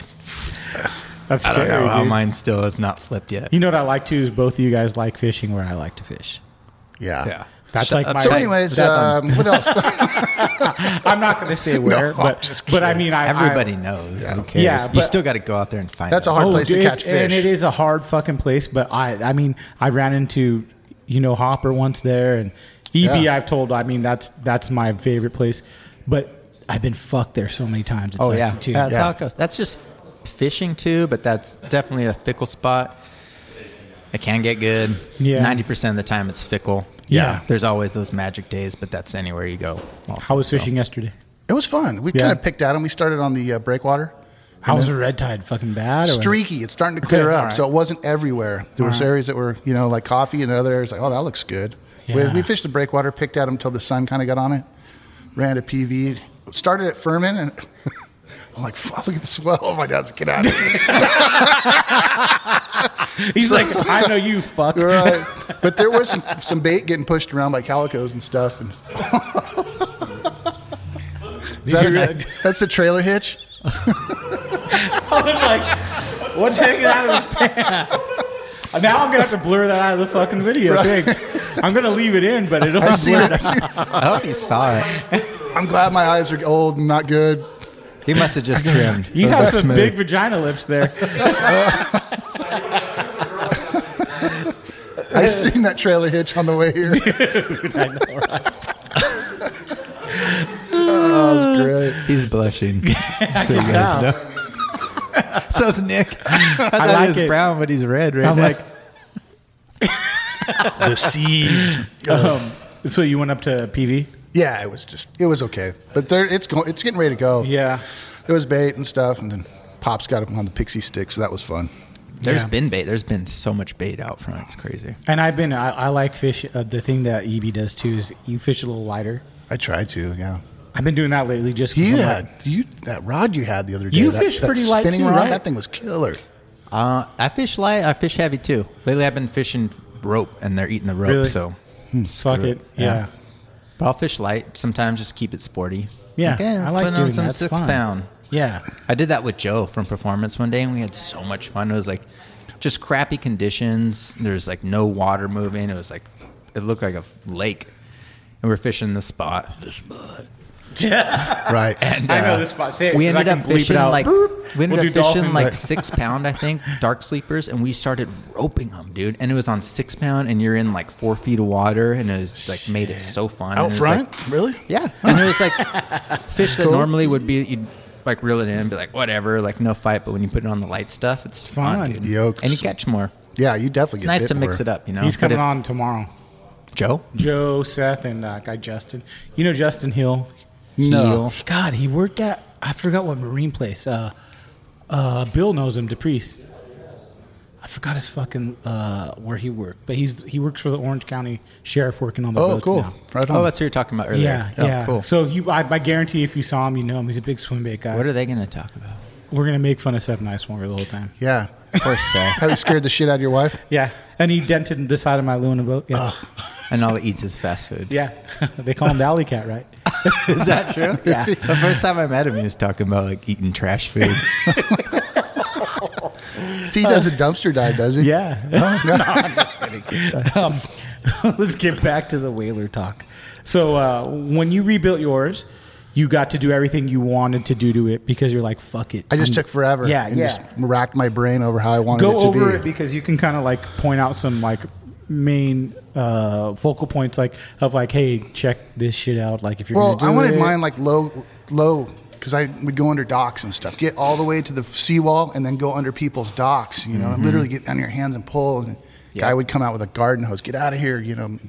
Speaker 2: That's
Speaker 3: I
Speaker 2: scary.
Speaker 3: don't know how
Speaker 2: dude.
Speaker 3: mine still is not flipped yet.
Speaker 2: You know what I like too is both of you guys like fishing where I like to fish.
Speaker 4: Yeah.
Speaker 2: That's like my.
Speaker 4: So, anyways,
Speaker 2: that's-
Speaker 4: um, what else?
Speaker 2: I'm not going to say where,
Speaker 4: No,
Speaker 2: but
Speaker 4: I'm just
Speaker 2: but I
Speaker 4: kidding.
Speaker 2: mean, I
Speaker 3: Everybody
Speaker 2: I,
Speaker 3: knows. Who cares?
Speaker 2: Yeah,
Speaker 3: you
Speaker 2: but-
Speaker 3: still got to go out there and find
Speaker 4: That's a
Speaker 3: out.
Speaker 4: hard place to
Speaker 2: dude,
Speaker 4: catch
Speaker 2: it's- and it
Speaker 4: fish.
Speaker 2: is a hard fucking place. But I, I mean, I ran into you know Hopper once there, and EB.
Speaker 4: Yeah.
Speaker 2: I've told. I mean, that's that's my favorite place. But I've been fucked there so many times. It's
Speaker 3: Oh
Speaker 2: like,
Speaker 3: yeah,
Speaker 2: dude,
Speaker 3: that's
Speaker 2: yeah.
Speaker 3: how it goes. That's just fishing too, but that's definitely a fickle spot. It can get good.
Speaker 2: Yeah.
Speaker 3: Ninety percent of the time, it's fickle.
Speaker 2: Yeah.
Speaker 3: There's always those magic days, but that's anywhere you go. also,
Speaker 2: How was
Speaker 3: so.
Speaker 2: fishing yesterday?
Speaker 4: It was fun. We
Speaker 2: Yeah.
Speaker 4: kind of picked out and we started on the uh, breakwater.
Speaker 2: How was the red tide? Fucking bad. or-
Speaker 4: Streaky. It's starting to clear
Speaker 2: Okay, all
Speaker 4: up.
Speaker 2: right.
Speaker 4: So it wasn't everywhere. There were areas that were, you know, like coffee and the other areas like, oh, that looks good.
Speaker 2: Yeah.
Speaker 4: We, we fished the breakwater, picked at them until the sun kind of got on it, ran a PV, started at Furman and I'm like, fuck, look at the swell. Oh my God, get out of here.
Speaker 2: He's like, I know you, fuck.
Speaker 4: right. But there was some, some bait getting pushed around by calicos and stuff. And Is that a- that's the trailer hitch.
Speaker 2: I was like, what's hanging out of his pants? Now I'm gonna have to blur that out of the fucking video.
Speaker 4: Right.
Speaker 2: Thanks. I'm gonna leave it in, but it'll
Speaker 4: I
Speaker 2: be
Speaker 4: see it.
Speaker 2: blurred.
Speaker 4: I see it.
Speaker 3: I hope he saw it.
Speaker 4: I'm glad my eyes are old and not good.
Speaker 3: He must have just trimmed.
Speaker 2: You
Speaker 3: Those
Speaker 2: have
Speaker 3: are
Speaker 2: some
Speaker 3: smooth.
Speaker 2: big vagina lips there.
Speaker 4: I seen that trailer hitch on the way here. oh, that was great.
Speaker 3: He's blushing. so you
Speaker 2: tell.
Speaker 3: guys know. So's Nick. I thought
Speaker 2: like
Speaker 3: he was
Speaker 2: it.
Speaker 3: brown, but he's red right
Speaker 2: I'm
Speaker 3: now.
Speaker 2: like,
Speaker 4: The seeds.
Speaker 2: um, so you went up to PV?
Speaker 4: Yeah, it was just it was okay, but there it's going it's getting ready to go.
Speaker 2: Yeah.
Speaker 4: There was bait and stuff, and then pops got him on the pixie stick, so that was fun.
Speaker 3: There's
Speaker 2: Yeah.
Speaker 3: been bait. There's been so much bait out front. It's crazy.
Speaker 2: And I've been, I, I like fish. Uh, the thing that EB does too is you fish a little lighter.
Speaker 4: I tried to, yeah.
Speaker 2: I've been doing that lately just 'cause
Speaker 4: You
Speaker 2: I'm like,
Speaker 4: had you that rod you had the other day.
Speaker 2: You
Speaker 4: that,
Speaker 2: fished
Speaker 4: that
Speaker 2: pretty light
Speaker 4: spinning
Speaker 2: too,
Speaker 4: rod,
Speaker 2: right?
Speaker 4: That thing was killer.
Speaker 3: Uh, I fish light. I fish heavy too. Lately, I've been fishing rope, and they're eating the rope.
Speaker 2: Really?
Speaker 3: So,
Speaker 2: fuck it. Yeah.
Speaker 3: but I'll fish light. Sometimes just keep it sporty.
Speaker 2: Yeah,
Speaker 3: okay,
Speaker 2: I
Speaker 3: let's
Speaker 2: like
Speaker 3: put
Speaker 2: doing
Speaker 3: on some
Speaker 2: that. It's
Speaker 3: six
Speaker 2: fun.
Speaker 3: pound.
Speaker 2: Yeah.
Speaker 3: I did that with Joe from performance one day, and we had so much fun. It was like just crappy conditions. There's like no water moving. It was like it looked like a lake, and we're fishing the spot.
Speaker 4: Right.
Speaker 3: And,
Speaker 2: I know
Speaker 3: uh,
Speaker 2: this spot. Say it,
Speaker 3: We
Speaker 2: 'cause I
Speaker 3: ended
Speaker 2: can
Speaker 3: up
Speaker 2: bleep it
Speaker 3: fishing
Speaker 2: out.
Speaker 3: like
Speaker 2: Boop.
Speaker 3: we ended
Speaker 2: We'll
Speaker 3: up
Speaker 2: do
Speaker 3: fishing
Speaker 2: dolphins.
Speaker 3: like six pound, I think, dark sleepers, and we started roping them, dude. And it was on six pound, and you're in like four feet of water, and it was like made it so fun. And
Speaker 4: Out
Speaker 3: it was,
Speaker 4: front,
Speaker 3: like-
Speaker 4: really?
Speaker 3: yeah. And it was like fish that normally would be you'd like reel it in and be like whatever, like no fight. But when you put it on the light stuff, it's
Speaker 2: Fun.
Speaker 3: fun, dude.
Speaker 4: Yokes.
Speaker 3: And you catch more.
Speaker 4: Yeah, you definitely
Speaker 3: It's
Speaker 4: get
Speaker 3: nice
Speaker 4: bit
Speaker 3: to mix
Speaker 4: more.
Speaker 3: it up, you know.
Speaker 2: He's
Speaker 3: But
Speaker 2: coming
Speaker 3: if-
Speaker 2: on tomorrow.
Speaker 3: Joe.
Speaker 2: Joe, Seth, and that guy Justin. You know Justin Hill?
Speaker 4: No.
Speaker 3: Heel.
Speaker 2: Oh, God, he worked at, I forgot what marine place. Uh, uh, Bill knows him, DePriest. I forgot his fucking uh, where he worked, but he's he works for the Orange County Sheriff, working on the
Speaker 4: Oh,
Speaker 2: boats
Speaker 4: cool.
Speaker 2: now.
Speaker 4: Right on.
Speaker 3: Oh, that's who you're talking about earlier.
Speaker 2: Yeah,
Speaker 3: Oh,
Speaker 2: yeah.
Speaker 3: Cool.
Speaker 2: So you, I, I guarantee if you saw him, you know him. He's a big swim bait guy.
Speaker 3: what are they going to talk about?
Speaker 2: We're gonna make fun of Seth Nicewanger the whole time.
Speaker 4: yeah.
Speaker 3: Of course, Seth.
Speaker 4: How you scared the shit out of your wife?
Speaker 2: Yeah, and he dented the side of my aluminum boat. Yeah,
Speaker 3: and all it eats is fast food.
Speaker 2: yeah. they call him the alley cat, right?
Speaker 3: Is that true?
Speaker 4: Yeah.
Speaker 3: The first time I met him, he was talking about like eating trash food.
Speaker 4: See, he does a dumpster dive, does he?
Speaker 2: Yeah.
Speaker 4: Oh, no.
Speaker 2: um, let's get back to the whaler talk. So uh, when you rebuilt yours, you got to do everything you wanted to do to it because you're like, fuck it.
Speaker 4: I just
Speaker 2: I'm-
Speaker 4: took forever.
Speaker 2: Yeah,
Speaker 4: and
Speaker 2: yeah.
Speaker 4: Just racked my brain over how I wanted
Speaker 2: Go
Speaker 4: it to
Speaker 2: over
Speaker 4: be.
Speaker 2: it because you can kind of like point out some like main uh, focal points like of like, hey, check this shit out. Like if you're
Speaker 4: well, I
Speaker 2: gonna do
Speaker 4: wanted
Speaker 2: it.
Speaker 4: mine like low, low, because I would go under docks and stuff. Get all the way to the seawall and then go under people's docks. You know,
Speaker 2: Mm-hmm.
Speaker 4: and literally get on your hands and pull. And guy would come out with a garden hose. Get out of here. You know.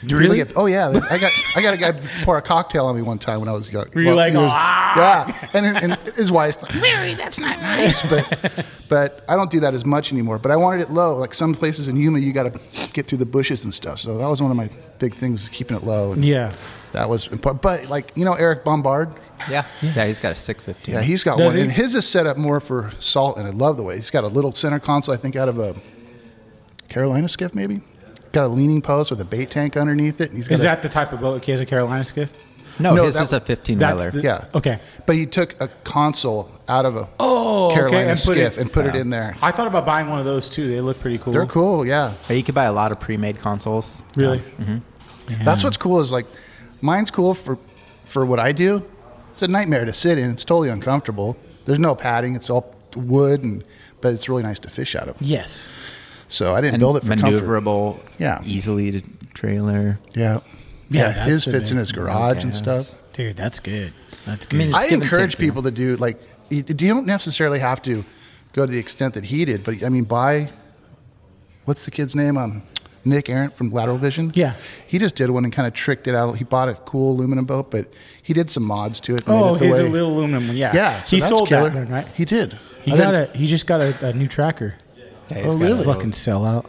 Speaker 4: People
Speaker 2: Really?
Speaker 4: Get, oh yeah, I got I got a guy pour a cocktail on me one time when I was young.
Speaker 2: Were you like,
Speaker 4: he was-
Speaker 2: "Ah!"
Speaker 4: yeah, and, then- and his wife's like, Mary, that's not nice. But but I don't do that as much anymore. But I wanted it low. Like some places in Yuma, you got to get through the bushes and stuff. So that was one of my big things, keeping it low. And
Speaker 2: Yeah.
Speaker 4: that was important. But like you know, Eric Bombard.
Speaker 3: yeah. Yeah, he's got a sick 15.
Speaker 4: Yeah, he's got
Speaker 2: Does
Speaker 4: one,
Speaker 2: he?
Speaker 4: and his is set up more for salt. And I love the way he's got a little center console. I think out of a Carolina skiff, maybe. Got a leaning post with a bait tank underneath it. And he's got
Speaker 2: Is
Speaker 4: a-
Speaker 2: that the type of boat he has a Carolina skiff?
Speaker 3: no,
Speaker 4: No,
Speaker 3: his
Speaker 4: that-
Speaker 3: is a 15
Speaker 2: that's
Speaker 3: wheeler.
Speaker 2: the-
Speaker 4: yeah
Speaker 2: Okay.
Speaker 4: But he took a console out of a
Speaker 2: Oh, okay,
Speaker 4: Carolina
Speaker 2: and put it-
Speaker 4: skiff and put it in there.
Speaker 2: I thought about buying one of those too. They look pretty cool.
Speaker 4: They're cool, yeah.
Speaker 3: Hey, you could buy a lot of pre made consoles.
Speaker 2: Really?
Speaker 3: Mm-hmm.
Speaker 2: Mm-hmm.
Speaker 4: That's what's cool is like mine's cool for for what I do. It's a nightmare to sit in. It's totally uncomfortable. There's no padding. It's all wood and but it's really nice to fish out of.
Speaker 2: Yes.
Speaker 4: So I didn't
Speaker 3: And
Speaker 4: build it for comfort.
Speaker 3: maneuverable,
Speaker 4: Yeah.
Speaker 3: easily to trailer.
Speaker 4: Yeah.
Speaker 2: Yeah,
Speaker 4: Yeah,
Speaker 2: that's
Speaker 4: his
Speaker 2: the
Speaker 4: fits in
Speaker 2: big
Speaker 4: his garage and
Speaker 3: podcast.
Speaker 4: stuff.
Speaker 2: Dude, that's good. That's good.
Speaker 3: I mean, Just
Speaker 4: I
Speaker 3: give and
Speaker 4: encourage
Speaker 3: take, you know.
Speaker 4: people to do like you you don't necessarily have to go to the extent that he did, but I mean buy what's the kid's name? Um, Nick Arent from Lateral Vision.
Speaker 2: Yeah.
Speaker 4: he just did one and kind of tricked it out. He bought a cool aluminum boat, but he did some mods to it. and made
Speaker 2: Oh,
Speaker 4: it the
Speaker 2: his
Speaker 4: way-
Speaker 2: little aluminum one. Yeah,
Speaker 4: Yeah, so
Speaker 2: he
Speaker 4: that's
Speaker 2: sold
Speaker 4: killer.
Speaker 2: that one, right?
Speaker 4: He did.
Speaker 2: He
Speaker 4: I
Speaker 2: got
Speaker 4: didn't-
Speaker 2: a, He just got a, a new tracker.
Speaker 4: Oh, really?
Speaker 2: Fucking sellout.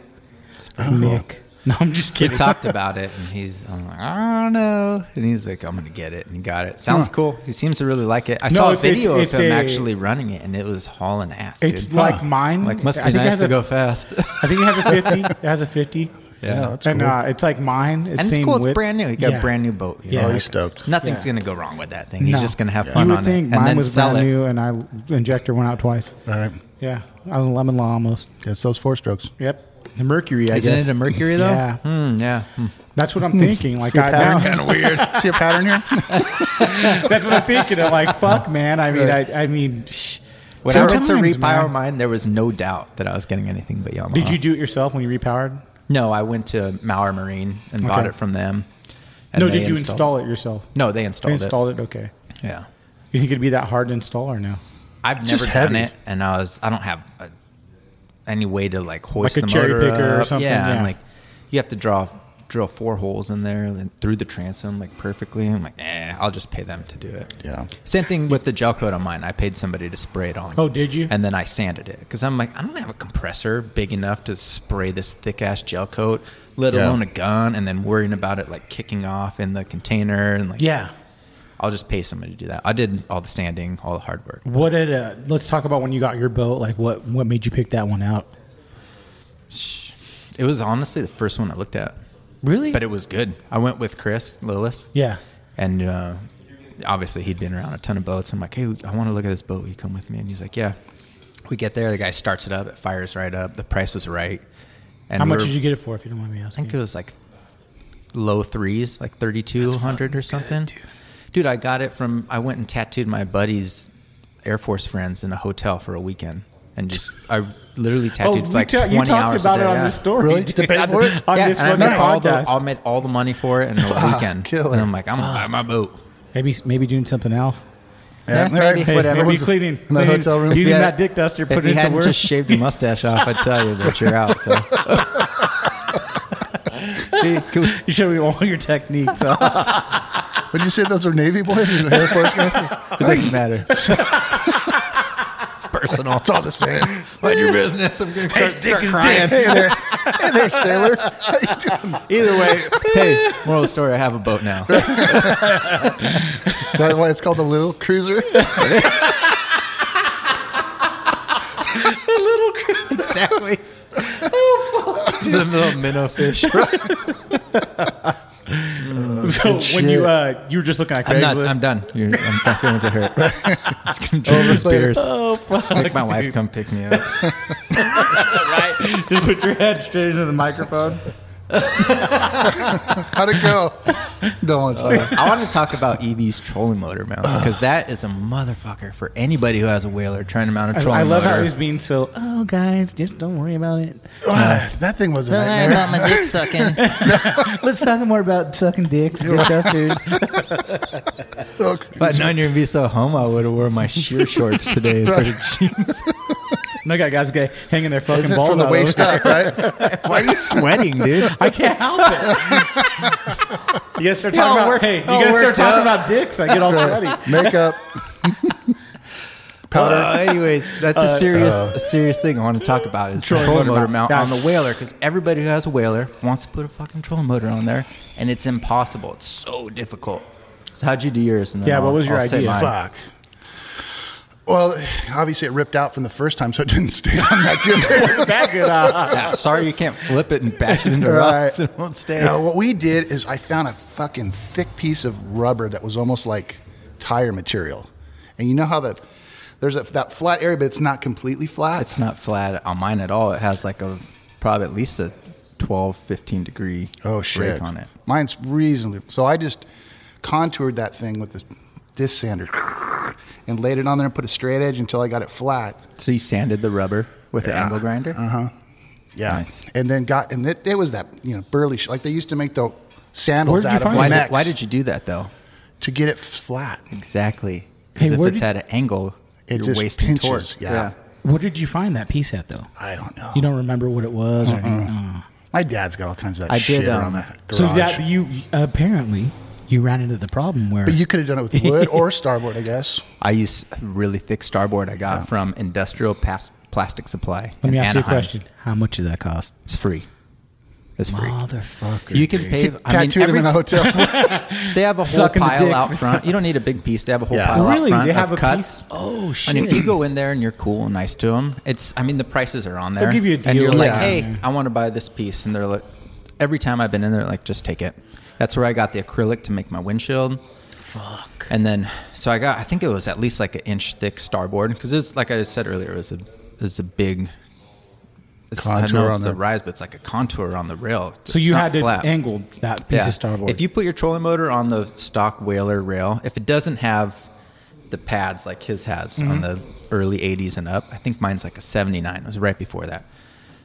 Speaker 2: Nick. No, I'm just
Speaker 3: We
Speaker 2: kidding.
Speaker 3: talked about it, and he's I'm like, I don't know, and he's like, I'm gonna get it, and he got it. Sounds cool. He seems to really like it. I saw a
Speaker 2: it's- it's-
Speaker 3: video
Speaker 2: it's
Speaker 3: of him
Speaker 2: a-
Speaker 3: actually running it, and it was hauling ass.
Speaker 2: It's
Speaker 3: dude.
Speaker 2: like
Speaker 4: Huh.
Speaker 2: mine.
Speaker 3: like must
Speaker 2: I
Speaker 3: be
Speaker 2: think it
Speaker 3: nice
Speaker 2: has
Speaker 3: to
Speaker 2: a-
Speaker 3: go fast.
Speaker 2: I think it has a 50. It has a 50.
Speaker 4: Yeah, that's
Speaker 2: and
Speaker 4: cool.
Speaker 2: uh, it's like mine. It's
Speaker 3: and it's
Speaker 2: same
Speaker 3: cool. It's
Speaker 2: width.
Speaker 3: brand new. He got
Speaker 2: Yeah.
Speaker 3: a brand new boat. you
Speaker 2: Yeah.
Speaker 3: know,
Speaker 4: Oh, he's
Speaker 3: like,
Speaker 4: stoked.
Speaker 3: Nothing's
Speaker 2: Yeah.
Speaker 3: gonna go wrong with that thing. He's
Speaker 2: No.
Speaker 3: just gonna have
Speaker 2: You
Speaker 3: fun
Speaker 2: would
Speaker 3: on it,
Speaker 2: think
Speaker 3: and
Speaker 2: mine
Speaker 3: then
Speaker 2: was
Speaker 3: sell
Speaker 2: brand
Speaker 3: it.
Speaker 2: new, and I injector went out twice.
Speaker 4: All right.
Speaker 2: Yeah, I was a lemon law almost.
Speaker 4: That's those four strokes.
Speaker 2: Yep, the mercury. I
Speaker 3: Isn't
Speaker 2: guess
Speaker 3: it a Mercury though?
Speaker 2: Yeah.
Speaker 3: Hmm, yeah. Hmm.
Speaker 2: that's what I'm thinking. Like
Speaker 4: See a
Speaker 2: I
Speaker 4: pattern?
Speaker 2: now,
Speaker 4: Kind of weird. See a pattern here?
Speaker 2: that's what I'm thinking. I'm like, fuck, man. I mean, I, I mean, shh.
Speaker 3: When I went to
Speaker 2: Sometimes,
Speaker 3: repower
Speaker 2: man.
Speaker 3: mine, there was no doubt that I was getting anything but Yamaha.
Speaker 2: Did you do it yourself when you repowered?
Speaker 3: No, I went to Mauer Marine and bought
Speaker 2: Okay.
Speaker 3: it from them. and
Speaker 2: No,
Speaker 3: they
Speaker 2: did you
Speaker 3: installed-
Speaker 2: install it yourself?
Speaker 3: No, they
Speaker 2: You
Speaker 3: installed,
Speaker 2: installed it. Okay.
Speaker 3: it. Yeah.
Speaker 2: You think it'd be that hard to install or no?
Speaker 3: I've never
Speaker 4: just
Speaker 3: done
Speaker 4: heavy.
Speaker 3: it, and I was I don't have a, any way to like hoist
Speaker 2: Like a
Speaker 3: the
Speaker 2: cherry
Speaker 3: motor
Speaker 2: picker or
Speaker 3: up.
Speaker 2: something,
Speaker 3: Yeah,
Speaker 2: yeah.
Speaker 3: and like you have to draw drill four holes in there and then through the transom like perfectly. I'm like, eh, I'll just pay them to do it.
Speaker 4: Yeah.
Speaker 3: Same thing with the gel coat on mine. I paid somebody to spray it on.
Speaker 2: Oh, did you?
Speaker 3: And then I sanded it because I'm like, I don't have a compressor big enough to spray this thick ass gel coat, let
Speaker 4: Yeah.
Speaker 3: alone a gun, and then worrying about it like kicking off in the container and like,
Speaker 2: Yeah.
Speaker 3: I'll just pay somebody to do that. I did all the sanding, all the hard work.
Speaker 2: What did? Uh, let's talk about when you got your boat. Like, what what made you pick that one out?
Speaker 3: It was honestly the first one I looked at,
Speaker 2: Really?
Speaker 3: but it was good. I went with Chris Lillis.
Speaker 2: yeah.
Speaker 3: And uh, obviously, he'd been around a ton of boats. I'm like, hey, I want to look at this boat. Will you come with me? And he's like, yeah. We get there. The guy starts it up. It fires right up. The price was right. And
Speaker 2: How much
Speaker 3: we're-
Speaker 2: did you get it for? If you don't mind me
Speaker 3: I
Speaker 2: asking.
Speaker 3: think it was like low threes, like 3,200 or something. dude. I got it from, I went and tattooed my buddy's Air Force friends in a hotel for a weekend. And just, I literally tattooed for
Speaker 2: Oh, we
Speaker 3: like
Speaker 2: ta-
Speaker 3: 20
Speaker 2: you talked
Speaker 3: hours a
Speaker 2: about
Speaker 3: day,
Speaker 2: it on
Speaker 3: yeah.
Speaker 2: this story.
Speaker 4: Really?
Speaker 2: dude.
Speaker 4: To pay
Speaker 2: On-
Speaker 4: for it?
Speaker 2: on
Speaker 3: yeah,
Speaker 2: this
Speaker 3: and I
Speaker 2: fucking
Speaker 3: made, all the,
Speaker 2: podcast.
Speaker 3: I made all the money for it in a weekend.
Speaker 4: killer.
Speaker 3: And I'm like, I'm, I'm my boat.
Speaker 2: Maybe maybe doing something else.
Speaker 4: Yeah,
Speaker 3: maybe.
Speaker 4: all right.
Speaker 3: Hey, Whatever.
Speaker 2: Maybe
Speaker 3: Everyone's-
Speaker 2: cleaning
Speaker 4: in the
Speaker 2: cleaning-
Speaker 4: hotel room.
Speaker 2: Using
Speaker 4: Yeah.
Speaker 2: that dick duster,
Speaker 3: If
Speaker 2: put
Speaker 3: you
Speaker 2: it to
Speaker 3: hadn't
Speaker 2: work.
Speaker 3: just shaved your mustache off, I'd tell you that you're out. So. Hey, can we-
Speaker 2: you showed me all your techniques. huh?
Speaker 4: Would you say those were Navy boys or Air Force guys?
Speaker 3: it doesn't matter. it's personal.
Speaker 4: It's all the same.
Speaker 3: Mind your business. I'm gonna start, start crying.
Speaker 4: Hey there, hey there, sailor. How you doing?
Speaker 3: Either way, hey, moral of the story: I have a boat now.
Speaker 4: Is that why it's called the little cruiser?
Speaker 3: exactly. Oh fuck! The little minnow fish.
Speaker 2: so when you
Speaker 4: shit.
Speaker 2: uh, you were just looking at
Speaker 3: I'm not. I'm
Speaker 2: Craigslist.
Speaker 3: done. You're, I'm, my feelings are hurt. Just gonna drink these
Speaker 4: later.
Speaker 3: beers.
Speaker 2: Oh fuck!
Speaker 3: Make my wife
Speaker 2: dude.
Speaker 3: come pick me up.
Speaker 2: right. Just put your head straight into the microphone.
Speaker 4: How'd it go? Don't want to tell you.
Speaker 3: I want to talk about EV's trolling motor mount because that is a motherfucker for anybody who has a whaler trying to mount a
Speaker 2: I,
Speaker 3: trolling
Speaker 2: I love
Speaker 3: motor.
Speaker 2: how he's being so. Oh guys, just don't worry about it.
Speaker 4: Ah, that thing was a nightmare.
Speaker 3: my dick sucking.
Speaker 2: Let's talk more about sucking dicks, dick dusters.
Speaker 4: Little
Speaker 3: If I'd known you're gonna be so homo, I would have worn my sheer shorts today instead of jeans.
Speaker 2: Look at guys get hanging their fucking
Speaker 4: Is it
Speaker 2: balls
Speaker 4: from the
Speaker 2: out
Speaker 4: waist
Speaker 2: over-
Speaker 4: up, right?
Speaker 3: Why are you sweating, dude?
Speaker 2: I can't help it. you guys start
Speaker 3: Y'all
Speaker 2: talking about
Speaker 3: work-
Speaker 2: hey, you
Speaker 3: y'all
Speaker 2: guys start
Speaker 3: worked
Speaker 2: talking
Speaker 3: up.
Speaker 2: about dicks. I get all sweaty.
Speaker 4: Makeup. Powder.
Speaker 3: Uh, anyways, that's a serious, a serious thing I want to talk about is trolling,
Speaker 2: motor
Speaker 3: motor
Speaker 2: mount.
Speaker 3: mount on the
Speaker 2: That's-
Speaker 3: whaler because everybody who has a whaler wants to put a fucking trolling motor on there, and it's impossible. It's so difficult. So how'd you do yours? And then
Speaker 2: Yeah, what was your
Speaker 3: say
Speaker 2: idea?
Speaker 3: mine.
Speaker 4: Fuck. Well, obviously it ripped out from the first time, so it didn't stay on that good.
Speaker 2: That good. Uh,
Speaker 3: Yeah, sorry, you can't flip it and bash it into
Speaker 4: Right.
Speaker 3: rocks. It won't stay.
Speaker 4: Now, what we did is I found a fucking thick piece of rubber that was almost like tire material, and you know how that there's a, that flat area, but it's not completely flat.
Speaker 3: It's not flat on mine at all. It has like a probably at least a 12, 15 degree
Speaker 4: oh shit
Speaker 3: break on it.
Speaker 4: Mine's reasonably so. I just contoured that thing with this disc sander and laid it on there and put a straight edge until I got it flat.
Speaker 3: So you sanded the rubber with an angle grinder.
Speaker 4: Uh-huh. Yeah,
Speaker 3: Nice.
Speaker 4: and then got and it, it was that you know burly sh- like they used to make the
Speaker 2: Where'd
Speaker 4: sandals
Speaker 2: you
Speaker 4: out of
Speaker 2: find
Speaker 3: Why,
Speaker 2: it?
Speaker 3: did,
Speaker 4: necks
Speaker 3: why did you do that though?
Speaker 4: to get it flat?
Speaker 3: Exactly.
Speaker 2: Hey,
Speaker 3: Because
Speaker 2: where
Speaker 3: if it's
Speaker 2: did-
Speaker 3: at an angle,
Speaker 4: It
Speaker 3: you're
Speaker 4: just
Speaker 3: wasting
Speaker 4: pinches,
Speaker 3: torque.
Speaker 4: yeah.
Speaker 2: What did you find that piece at though?
Speaker 4: I don't know.
Speaker 2: You don't remember what it was?
Speaker 3: Uh-uh.
Speaker 2: Or, Uh,
Speaker 4: My dad's got all kinds of that
Speaker 3: I
Speaker 4: shit
Speaker 3: did, um,
Speaker 4: around the garage.
Speaker 2: so that you apparently you ran into the problem where
Speaker 4: but you could have done it with wood or starboard, I guess.
Speaker 3: I used really thick starboard I got from Industrial Pas- Plastic Supply.
Speaker 2: let me
Speaker 3: in
Speaker 2: ask you a
Speaker 3: Anaheim.
Speaker 2: question. How much did that cost?
Speaker 3: It's free. It's free.
Speaker 2: Motherfucker.
Speaker 3: You can pave. I mean,
Speaker 4: Tattooed him
Speaker 3: every,
Speaker 4: in a hotel.
Speaker 3: they have a whole
Speaker 2: Sucking the
Speaker 3: pile out
Speaker 2: dicks.
Speaker 3: front. You don't need a big piece. They have a whole
Speaker 4: Yeah.
Speaker 3: pile
Speaker 2: Really?
Speaker 3: out front
Speaker 2: They have
Speaker 3: of
Speaker 2: a
Speaker 3: cuts.
Speaker 2: piece? Oh,
Speaker 3: And
Speaker 2: shit.
Speaker 3: if you go in there and you're cool and nice to them, it's. I mean, the prices are on there.
Speaker 2: give you a
Speaker 3: And you're
Speaker 2: deal.
Speaker 3: like,
Speaker 4: Yeah.
Speaker 3: hey, I want to buy this piece, and they're like, every time I've been in there, like, just take it. That's where I got the acrylic to make my windshield. Fuck. And then, so I got. I think it was at least like an inch thick starboard because it's like I said earlier, it was a, it was a big. It's, I don't know
Speaker 4: Contour
Speaker 3: if
Speaker 4: on
Speaker 3: it's
Speaker 4: the-
Speaker 3: a rise, but it's like a contour on the rail.
Speaker 2: so
Speaker 3: It's
Speaker 2: you
Speaker 3: not
Speaker 2: had to
Speaker 3: flat.
Speaker 2: angle that piece
Speaker 3: Yeah.
Speaker 2: of starboard.
Speaker 3: If you put your trolling motor on the stock whaler rail, if it doesn't have the pads like his has
Speaker 2: Mm-hmm.
Speaker 3: on the early 80s and up, I think mine's like a 79. It was right before that.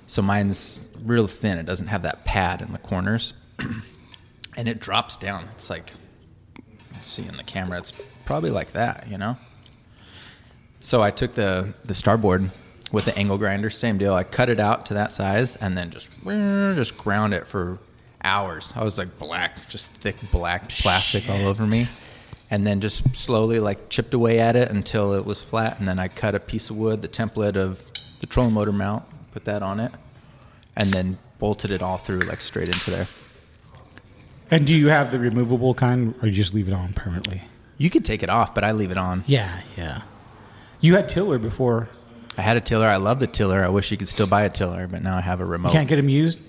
Speaker 3: So mine's real thin. It doesn't have that pad in the corners. and it drops down. It's like, let's see in the camera, it's probably like that, you know? So I took the, the starboard with the angle grinder, same deal. I cut it out to that size and then just just ground it for hours. I was like black, just thick black plastic all over me. And then just slowly like chipped away at it until it was flat. And then I cut a piece of wood, the template of the trolling motor mount, put that on it, and then bolted it all through like straight into there.
Speaker 2: and do you have the removable kind, or you just leave it on permanently?
Speaker 3: You could take it off, but I leave it on.
Speaker 2: Yeah, yeah. You had tiller before.
Speaker 3: I had a tiller. I love the tiller. I wish you could still buy a tiller, but now I have a remote.
Speaker 4: Oh.
Speaker 2: You can't get them used.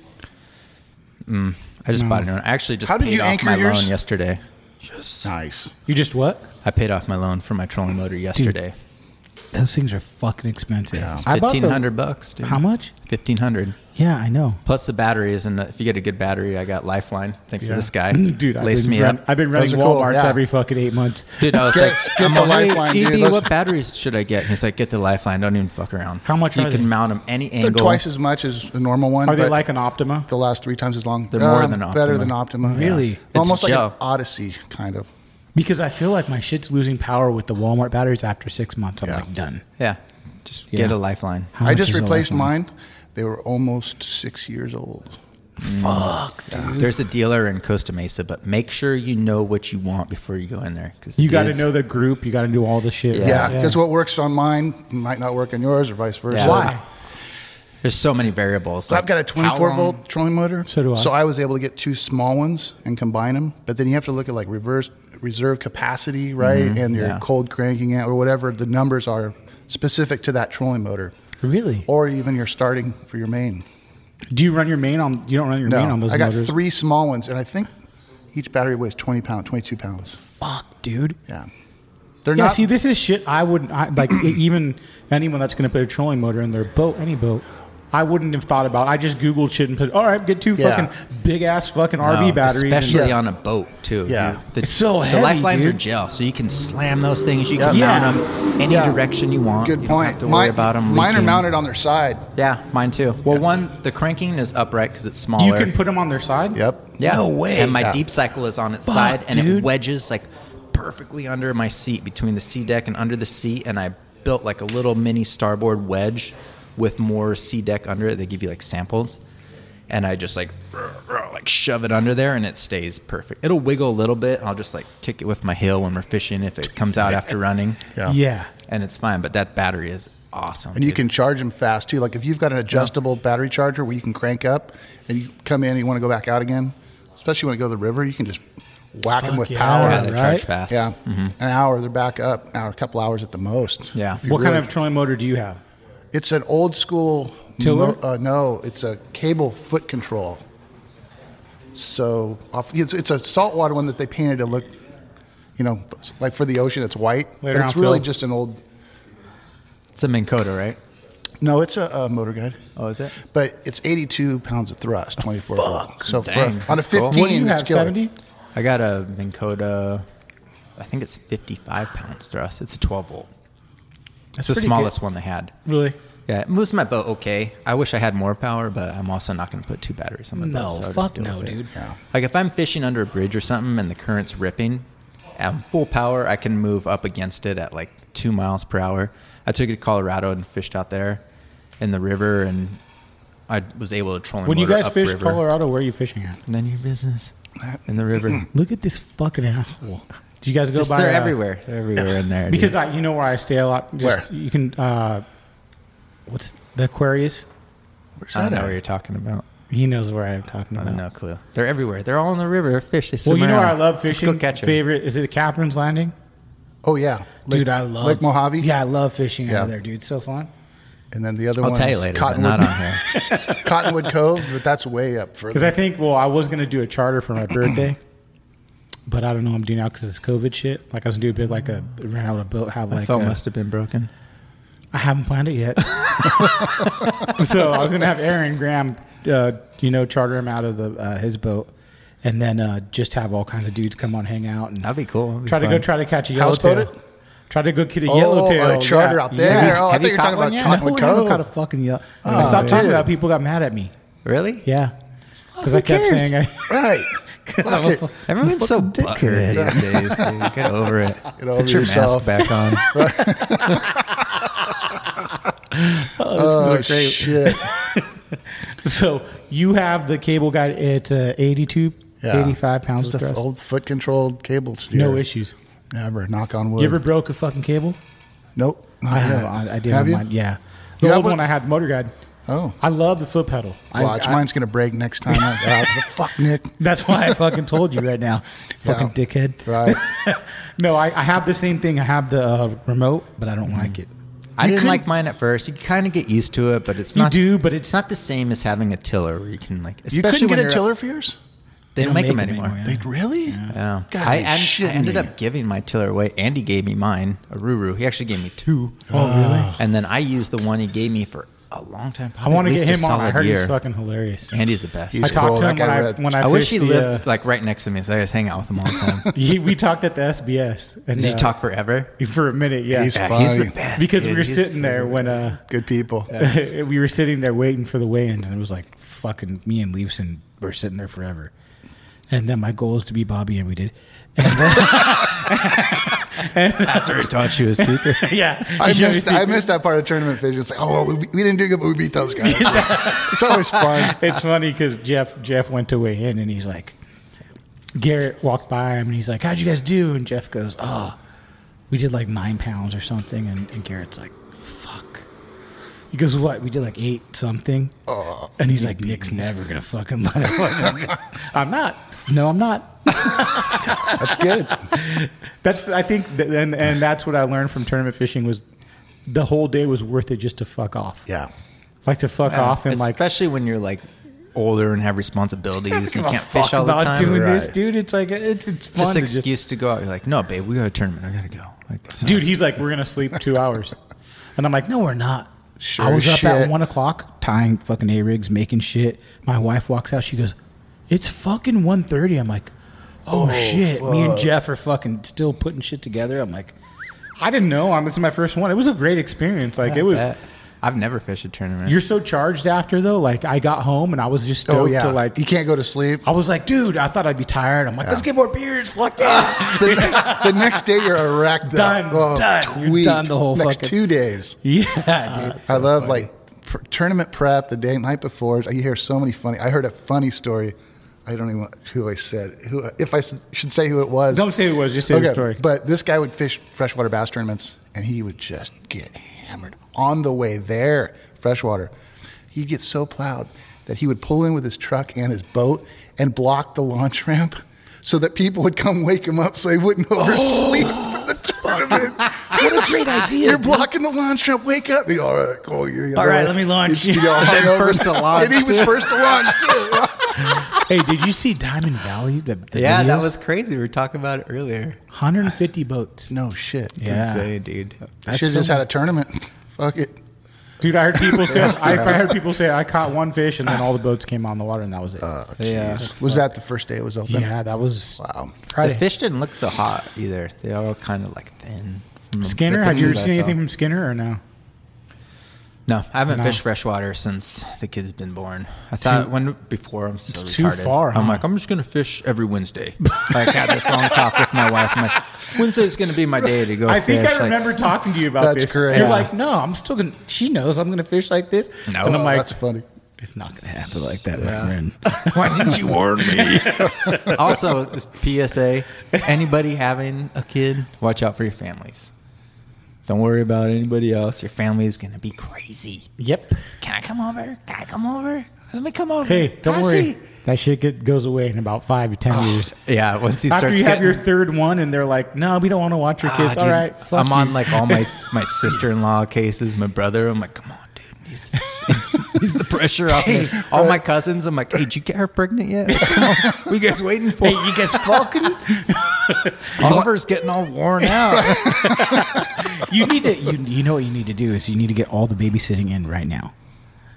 Speaker 3: I just
Speaker 2: Mm.
Speaker 3: bought a new one. I actually just
Speaker 4: How did
Speaker 3: paid
Speaker 4: you
Speaker 3: off
Speaker 4: anchor
Speaker 3: my
Speaker 4: yours?
Speaker 3: loan yesterday.
Speaker 4: nice.
Speaker 2: You just what?
Speaker 3: I paid off my loan for my trolling motor yesterday.
Speaker 2: Those things are fucking expensive. I bought the-
Speaker 3: Fifteen hundred bucks. Dude.
Speaker 2: How much?
Speaker 3: Fifteen hundred.
Speaker 2: Yeah, I know.
Speaker 3: Plus the batteries, and if you get a good battery, I got Lifeline. Thanks to
Speaker 4: Yeah.
Speaker 3: this guy,
Speaker 2: Dude, I've
Speaker 3: laced
Speaker 2: been,
Speaker 3: me
Speaker 2: run-
Speaker 3: up.
Speaker 2: I've been
Speaker 4: Those
Speaker 2: running
Speaker 4: are cool,
Speaker 2: Walmart's
Speaker 4: yeah.
Speaker 2: every fucking eight months.
Speaker 3: Dude, I was
Speaker 4: Get-
Speaker 3: like,
Speaker 4: get
Speaker 3: I'm
Speaker 4: the
Speaker 3: like, hey,
Speaker 4: Lifeline,
Speaker 3: EB,
Speaker 4: dude. Those-
Speaker 3: what batteries should I get? And he's like, get the Lifeline. Don't even fuck around.
Speaker 2: How much
Speaker 3: You
Speaker 2: are
Speaker 3: can
Speaker 2: they?
Speaker 3: mount them any
Speaker 4: They're
Speaker 3: angle.
Speaker 4: twice as much as the normal one.
Speaker 2: Are they
Speaker 4: but
Speaker 2: like an Optima?
Speaker 4: the last three times as long? Uh,
Speaker 3: They're more than Optima.
Speaker 4: Better than Optima.
Speaker 2: Really?
Speaker 4: Yeah.
Speaker 2: It's
Speaker 4: Almost like an
Speaker 3: gel.
Speaker 4: Odyssey, kind of.
Speaker 2: Because I feel like my shit's losing power with the Walmart batteries after six months. I'm
Speaker 4: Yeah.
Speaker 2: like done.
Speaker 3: Yeah, just
Speaker 2: Yeah.
Speaker 3: get a Lifeline.
Speaker 2: How
Speaker 4: I
Speaker 2: much
Speaker 4: just
Speaker 2: is the
Speaker 4: replaced
Speaker 2: last one?
Speaker 4: mine. They were almost six years old.
Speaker 3: There's a dealer in Costa Mesa, but make sure you know what you want before you go in there. Because
Speaker 2: You got to know the group. You got to do all the shit. right?
Speaker 4: Yeah, because what works on mine might not work on yours, or vice versa.
Speaker 3: Yeah.
Speaker 2: Why?
Speaker 3: There's so many variables.
Speaker 4: So I've got a 24 volt trolling motor.
Speaker 2: So do I.
Speaker 4: So I was able to get two small ones and combine them. But then you have to look at like reverse reserve capacity, right? And your
Speaker 3: Mm-hmm. yeah.
Speaker 4: cold cranking out or whatever the numbers are specific to that trolling motor,
Speaker 2: Really?
Speaker 4: or even your starting for your main.
Speaker 2: Do you run your main on? You don't run your
Speaker 4: No,
Speaker 2: main on those
Speaker 4: I got
Speaker 2: motors.
Speaker 4: three small ones, and I think each battery weighs 20 pounds, 22 pounds.
Speaker 2: Fuck, dude.
Speaker 4: Yeah, they're
Speaker 2: Yeah,
Speaker 4: not.
Speaker 2: see, this is shit. I wouldn't I, like e- even anyone that's going to put a trolling motor in their boat, any boat. I wouldn't have thought about. I just googled shit and put. All right, get two
Speaker 4: Yeah.
Speaker 2: fucking big ass fucking RV
Speaker 3: No,
Speaker 2: batteries. and-
Speaker 3: Um, especially
Speaker 4: Yeah.
Speaker 3: on a boat too.
Speaker 4: Yeah.
Speaker 3: the,
Speaker 2: It's so
Speaker 3: the
Speaker 2: heavy,
Speaker 3: lifelines
Speaker 2: dude.
Speaker 3: are gel, so you can slam those things. You can
Speaker 4: Yeah.
Speaker 3: mount them any
Speaker 4: Yeah.
Speaker 3: direction you want.
Speaker 4: Good
Speaker 3: you Don't
Speaker 4: point.
Speaker 3: have to worry
Speaker 4: mine,
Speaker 3: about 'em
Speaker 4: mine are
Speaker 3: leaking.
Speaker 4: mounted on their side.
Speaker 3: Yeah, mine too. Well, one the cranking is upright because it's smaller.
Speaker 2: you can put them on their side.
Speaker 4: Yep.
Speaker 3: yeah.
Speaker 2: No way.
Speaker 3: And my
Speaker 4: Yeah.
Speaker 3: deep cycle is on its side, and
Speaker 2: dude.
Speaker 3: it wedges like perfectly under my seat between the sea deck and under the seat, and I built like a little mini starboard wedge with more sea deck under it. They give you like samples. And I just like like shove it under there, and it stays perfect. It'll wiggle a little bit. I'll just like kick it with my heel when we're fishing if it comes out after running,
Speaker 4: Yeah.
Speaker 2: Yeah.
Speaker 3: and it's fine. But that battery is awesome.
Speaker 4: And you
Speaker 3: dude.
Speaker 4: can charge them fast too. Like if you've got an adjustable battery charger where you can crank up and you come in and you want to go back out again, especially when you go to the river, you can just whack them
Speaker 2: Fuck
Speaker 4: with
Speaker 2: yeah.
Speaker 4: power.
Speaker 3: yeah, they
Speaker 2: right?
Speaker 3: charge fast.
Speaker 4: Yeah. An hour, they're back up, hour, a couple hours at the most.
Speaker 3: Yeah.
Speaker 4: If you
Speaker 2: What
Speaker 4: really-
Speaker 2: kind of trolling motor do you have?
Speaker 4: It's an old school.
Speaker 2: Tiller?
Speaker 4: uh, no, it's a cable foot control. So off, it's, it's a saltwater one that they painted to look, you know, like for the ocean, it's white.
Speaker 2: Later
Speaker 4: but it's
Speaker 2: on,
Speaker 4: really
Speaker 2: Phil.
Speaker 4: just an old.
Speaker 3: It's a Minn Kota, right?
Speaker 4: No, it's a, a motor guide.
Speaker 3: Oh, is it?
Speaker 4: But it's 82 pounds of thrust, 24 volt. So
Speaker 3: Dang,
Speaker 4: for, on a
Speaker 3: that's cool.
Speaker 4: 15,
Speaker 2: What do you
Speaker 4: it's
Speaker 2: have?
Speaker 4: killer.
Speaker 2: Seventy.
Speaker 3: I got a Minn Kota. I think it's 55 pounds thrust. It's a 12 volt.
Speaker 2: That's
Speaker 3: it's the
Speaker 2: pretty
Speaker 3: smallest one they had.
Speaker 2: good. Really?
Speaker 3: Yeah, it moves my boat okay. I wish I had more power, but I'm also not going to put two batteries on my
Speaker 2: No,
Speaker 3: boat. so I'll just
Speaker 2: fuck
Speaker 3: deal
Speaker 2: no,
Speaker 3: with it.
Speaker 2: dude.
Speaker 4: Yeah.
Speaker 3: Like if I'm fishing under a bridge or something and the current's ripping, I'm full power. I can move up against it at like two miles per hour. I took it to Colorado and fished out there in the river, and I was able to troll.
Speaker 2: When you
Speaker 3: motor
Speaker 2: guys
Speaker 3: up
Speaker 2: fish
Speaker 3: river.
Speaker 2: Colorado, where are you fishing at?
Speaker 3: none of your business in the river.
Speaker 2: Look at this fucking asshole. Do you guys go
Speaker 3: Just
Speaker 2: by?
Speaker 3: they're
Speaker 2: uh,
Speaker 3: everywhere. They're everywhere in there.
Speaker 2: Because
Speaker 3: dude.
Speaker 2: I, you know where I stay a lot. Just,
Speaker 4: Where?
Speaker 2: you can? uh What's the Aquarius?
Speaker 4: Where's
Speaker 3: I don't
Speaker 4: that
Speaker 3: know what
Speaker 4: at?
Speaker 3: you're talking about.
Speaker 2: He knows where I'm talking
Speaker 3: I
Speaker 2: about.
Speaker 3: have no clue. They're everywhere. They're all in the river. Fish. They
Speaker 2: Well,
Speaker 3: swim
Speaker 2: you know where I
Speaker 3: around.
Speaker 2: love
Speaker 3: Just
Speaker 2: fishing.
Speaker 3: go catch 'em.
Speaker 2: Favorite is it Catherine's Landing?
Speaker 4: Oh yeah,
Speaker 2: dude, I love
Speaker 4: Lake Mojave.
Speaker 2: Yeah, I love fishing
Speaker 4: Yeah.
Speaker 2: over there, dude. It's so fun.
Speaker 4: and then the other
Speaker 3: I'll
Speaker 4: one
Speaker 3: tell you
Speaker 4: is
Speaker 3: later. But
Speaker 4: Cottonwood,
Speaker 3: not on here.
Speaker 4: Cottonwood Cove, but that's way up
Speaker 2: Because
Speaker 4: further.
Speaker 2: I think, well, I was gonna do a charter for my birthday, but I don't know what I'm doing now because it's COVID shit. Like I was gonna do a bit like a ran out of boat, have
Speaker 3: My
Speaker 2: like
Speaker 3: phone
Speaker 2: a-
Speaker 3: must have been broken.
Speaker 2: I haven't planned it yet. so I was gonna have Aaron Graham, uh, you know, charter him out of the uh, his boat, and then uh, just have all kinds of dudes come on, hang out, and
Speaker 3: That'd be cool. That'd be
Speaker 2: try to go
Speaker 3: fun.
Speaker 2: try to catch a
Speaker 4: Houseboat
Speaker 2: yellowtail.
Speaker 4: it?
Speaker 2: Try to go get a
Speaker 4: Oh,
Speaker 2: yellowtail.
Speaker 4: a charter out there. Oh, I thought
Speaker 3: Have you
Speaker 4: you were talking
Speaker 3: caught one
Speaker 4: about
Speaker 3: yet?
Speaker 4: Cottonwood
Speaker 2: no, I haven't
Speaker 4: Cove. Oh,
Speaker 2: caught a fucking yellow. I stopped talking
Speaker 4: dude.
Speaker 2: about. it, People got mad at me. Oh,
Speaker 3: Really?
Speaker 2: Yeah, because I
Speaker 3: who
Speaker 2: kept
Speaker 3: cares?
Speaker 2: saying I.
Speaker 4: right. Fuck it.
Speaker 3: Everyone's so dickhead these days. Dude. Get over it.
Speaker 4: Get over
Speaker 3: Put your
Speaker 4: yourself.
Speaker 3: mask back on.
Speaker 4: Oh, shit.
Speaker 2: So you have the cable guy. It's a 82,
Speaker 4: Yeah.
Speaker 2: 85 pounds
Speaker 4: Just
Speaker 2: of
Speaker 4: a
Speaker 2: thrust.
Speaker 4: old foot controlled cable steer.
Speaker 2: no issues.
Speaker 4: Never. Knock on wood.
Speaker 2: You ever broke a fucking cable?
Speaker 4: Nope. Not
Speaker 2: I have.
Speaker 4: yet.
Speaker 2: I, I did.
Speaker 4: Have
Speaker 2: on
Speaker 4: you?
Speaker 2: Mine. Yeah. The
Speaker 4: You
Speaker 2: old
Speaker 4: have
Speaker 2: one
Speaker 4: one?
Speaker 2: I had, motor guide.
Speaker 4: Oh.
Speaker 2: I love the foot pedal. I-
Speaker 4: Watch,
Speaker 2: I-
Speaker 4: mine's gonna break next time. I, Ah, fuck Nick.
Speaker 2: that's why I fucking told you right now, fucking
Speaker 4: Yeah.
Speaker 2: dickhead.
Speaker 4: Right.
Speaker 2: No, I, I have the same thing. I have the uh, remote, but I don't like it.
Speaker 3: I
Speaker 4: You
Speaker 3: didn't
Speaker 4: couldn't-
Speaker 3: like mine at first. You kind of get used to it, but it's
Speaker 2: You
Speaker 3: not.
Speaker 2: do, but it's-
Speaker 3: it's not the same as having a tiller where you can like.
Speaker 4: You
Speaker 3: Especially
Speaker 4: couldn't
Speaker 3: when
Speaker 4: get a
Speaker 3: you're-
Speaker 4: tiller for yours?
Speaker 3: They don't
Speaker 2: Don't
Speaker 3: make them anymore.
Speaker 2: yeah.
Speaker 4: They really?
Speaker 3: Yeah.
Speaker 4: God,
Speaker 3: I,
Speaker 4: they
Speaker 3: I- I
Speaker 4: shitting
Speaker 3: ended
Speaker 4: me.
Speaker 3: up giving my tiller away. Andy gave me mine, a Ruru. He actually gave me two. Ah.
Speaker 2: Oh, really?
Speaker 3: And then I used the one he gave me for a long time.
Speaker 2: I
Speaker 3: probably
Speaker 2: want
Speaker 3: at
Speaker 2: to get
Speaker 3: least
Speaker 2: him
Speaker 3: a
Speaker 2: on. I
Speaker 3: solid
Speaker 2: heard
Speaker 3: year.
Speaker 2: he's fucking hilarious.
Speaker 3: Andy's the best.
Speaker 4: He's
Speaker 2: I talked
Speaker 4: cool.
Speaker 2: to
Speaker 4: That
Speaker 2: him
Speaker 4: guy
Speaker 2: when I,
Speaker 4: ripped.
Speaker 2: when I,
Speaker 3: I wish he
Speaker 2: fished the,
Speaker 3: lived
Speaker 2: uh,
Speaker 3: like right next to me, so I just hang out with him all the time.
Speaker 2: he, we talked at the SBS and
Speaker 3: Did
Speaker 2: uh,
Speaker 3: you talk forever?
Speaker 2: for a minute. Yeah,
Speaker 4: He's
Speaker 3: Yeah, he's
Speaker 4: funny.
Speaker 3: the best.
Speaker 2: because
Speaker 3: dude.
Speaker 2: we were
Speaker 3: He's-
Speaker 2: sitting there when uh
Speaker 4: Good people.
Speaker 2: we were sitting there waiting for the weigh-in, and it was like fucking me and Leafson were sitting there forever. And then my goal is to be Bobby, and we did.
Speaker 3: After he taught you a secret.
Speaker 2: yeah,
Speaker 4: I
Speaker 2: You showed me
Speaker 4: missed I
Speaker 2: secret-
Speaker 4: missed that part of tournament vision. It's like, oh, we, we didn't do good, but we beat those guys. it's always fun.
Speaker 2: It's funny because Jeff Jeff went to weigh in, and he's like, Garrett walked by him, and he's like, "How'd you guys do?" And Jeff goes, "Oh, we did like nine pounds or something." And, and Garrett's like, "Fuck." He goes, "What? We did like eight something." Oh, and he's like, "Nick's never gonna fucking let us." I'm not. No, I'm not.
Speaker 4: That's good.
Speaker 2: That's I think, th- and and that's what I learned from tournament fishing was the whole day was worth it just to fuck off.
Speaker 4: Yeah.
Speaker 2: Like to fuck off and like
Speaker 3: especially when you're like older and have responsibilities, you
Speaker 2: give a
Speaker 3: can't fish
Speaker 2: fuck
Speaker 3: all the
Speaker 2: about
Speaker 3: time.
Speaker 2: doing this,
Speaker 4: Right.
Speaker 2: dude. It's like it's it's fun
Speaker 3: just
Speaker 2: to
Speaker 3: an excuse to go out. You're like, no, babe, we got a tournament. I gotta go. Like, sorry.
Speaker 2: dude. He's like, we're gonna sleep two hours, and I'm like, no, we're not.
Speaker 4: Sure
Speaker 2: I was
Speaker 4: as
Speaker 2: up at
Speaker 4: shit.
Speaker 2: one o'clock tying fucking a rigs, making shit. My wife walks out. She goes, it's fucking 1.30. I'm like, oh, shit. Me and Jeff are fucking still putting shit together. I'm like, I didn't know. I'm. This is my first one. It was a great experience. Like it was.
Speaker 3: That- I've never fished a tournament.
Speaker 2: You're so charged after though. Like I got home and I was just stoked
Speaker 4: Oh yeah.
Speaker 2: to like.
Speaker 4: you can't go to sleep.
Speaker 2: I was like, dude, I thought I'd be tired. I'm like, let's get more beers. Fuck yeah.
Speaker 4: The, ne- the next day you're a wreck. though. Oh,
Speaker 2: Done, done. You're
Speaker 4: tweet.
Speaker 2: done the whole
Speaker 4: next
Speaker 2: fucking-
Speaker 4: two days.
Speaker 2: yeah, dude.
Speaker 4: I love like pr- tournament prep the day night before. You hear so many funny. I heard a funny story. I don't even know who I said who if I s- should say who it was.
Speaker 2: Don't say who it was, just say the story.
Speaker 4: But this guy would fish freshwater bass tournaments, and he would just get hammered on the way there. Freshwater, he'd get so plowed that he would pull in with his truck and his boat and block the launch ramp. So that people would come wake him up, so he wouldn't oversleep for the tournament. what a great idea! You're blocking the launch ramp. Wake up! You go, all right, cool. You, you
Speaker 2: All right,
Speaker 4: know,
Speaker 2: let me launch.
Speaker 4: you know,
Speaker 2: And then
Speaker 4: hungover.
Speaker 3: first to launch,
Speaker 4: and he was first to launch too.
Speaker 2: hey, did you see Diamond Valley? The, the
Speaker 3: yeah, that
Speaker 2: videos?
Speaker 3: was crazy. We were talking about it earlier.
Speaker 2: 150 boats.
Speaker 4: no shit.
Speaker 3: It's
Speaker 2: Yeah.
Speaker 3: insane, dude.
Speaker 2: Oh,
Speaker 4: I should have just had a tournament. Fuck it.
Speaker 2: Dude, I heard people say I, I heard people say I caught one fish and then all the boats came on the water and that was it.
Speaker 3: Uh, Yeah.
Speaker 4: Was that the first day it was open?
Speaker 2: yeah, that was
Speaker 4: Wow.
Speaker 2: Friday.
Speaker 3: The fish didn't look so hot either. They all kind of like thin.
Speaker 2: Skinner,
Speaker 3: Like the
Speaker 2: had you ever
Speaker 3: pictures
Speaker 2: seen
Speaker 3: I saw.
Speaker 2: anything from Skinner or no?
Speaker 3: No, I haven't fished freshwater since the kid's been born. I thought when before I'm so
Speaker 2: It's too
Speaker 3: retarded.
Speaker 2: far,
Speaker 3: I'm
Speaker 2: huh?
Speaker 3: like, I'm just gonna fish every Wednesday. like I had this long talk with my wife. I'm like, Wednesday's gonna be my day to go.
Speaker 2: I think
Speaker 3: fish.
Speaker 2: I
Speaker 3: Like,
Speaker 2: remember talking to you about
Speaker 4: That's
Speaker 2: this.
Speaker 4: correct.
Speaker 2: You're
Speaker 4: Yeah.
Speaker 2: like, no, I'm still gonna. She knows I'm gonna fish like this.
Speaker 3: No.
Speaker 2: and I'm
Speaker 3: Oh,
Speaker 2: like,
Speaker 4: that's funny.
Speaker 2: it's not gonna happen like that, my friend.
Speaker 3: Why didn't you warn me? also, this PSA: anybody having a kid, watch out for your families. Don't worry about anybody else. Your family is gonna be crazy.
Speaker 2: yep.
Speaker 3: Can I come over? Can I come over? Let me come over.
Speaker 2: Hey, don't
Speaker 3: Can I
Speaker 2: worry.
Speaker 3: see?
Speaker 2: That shit get, goes away in about five to ten
Speaker 3: Oh,
Speaker 2: years.
Speaker 3: Yeah, once he
Speaker 2: After
Speaker 3: starts
Speaker 2: you have
Speaker 3: getting-
Speaker 2: your third one, and they're like, "No, we don't want to watch your
Speaker 3: Ah,
Speaker 2: kids." All
Speaker 3: dude,
Speaker 2: right, fuck
Speaker 3: I'm on
Speaker 2: you.
Speaker 3: like all my my sister in law cases, my brother. I'm like, come on, dude. He's, he's, he's the pressure off me. All my cousins. I'm like, hey, did you get her pregnant yet? Come on, what you guys waiting for?
Speaker 2: Hey, you guys fucking.
Speaker 3: Oliver's getting all worn out.
Speaker 2: you need to. You, you know what you need to do is you need to get all the babysitting in right now.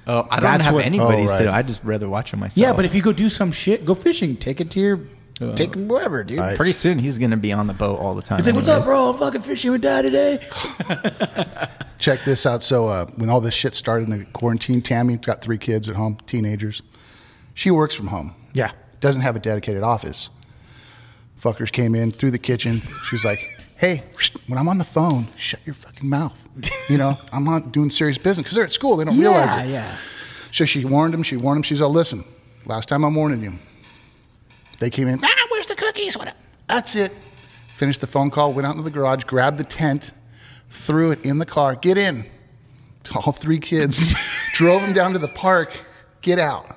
Speaker 3: oh, I don't
Speaker 2: That's
Speaker 3: have
Speaker 2: what-
Speaker 3: anybody.
Speaker 4: Oh, right.
Speaker 3: So I just rather watch him myself.
Speaker 2: Yeah, but if you go do some shit, go fishing. Take it to your, take
Speaker 3: Uh,
Speaker 2: him wherever, dude.
Speaker 4: Right.
Speaker 3: pretty soon he's gonna be on the boat all the time.
Speaker 2: He's like, "What's up,
Speaker 3: anyways."
Speaker 2: bro? I'm fucking fishing with dad today."
Speaker 4: Check this out. So uh, when all this shit started in the quarantine, Tammy's got three kids at home, teenagers. She works from home.
Speaker 2: Yeah.
Speaker 4: Doesn't have a dedicated office. Fuckers came in through the kitchen. She's like, "Hey, when I'm on the phone, shut your fucking mouth. You know, I'm not doing serious business because they're at school. They don't realize it.
Speaker 2: yeah.
Speaker 4: So she warned him. She warned him. She's all, listen, last time I'm warning you. They came in. Ah, where's the cookies? What? That's it. Finished the phone call. Went out into the garage. Grabbed the tent. Threw it in the car. Get in. All three kids drove them down to the park. Get out.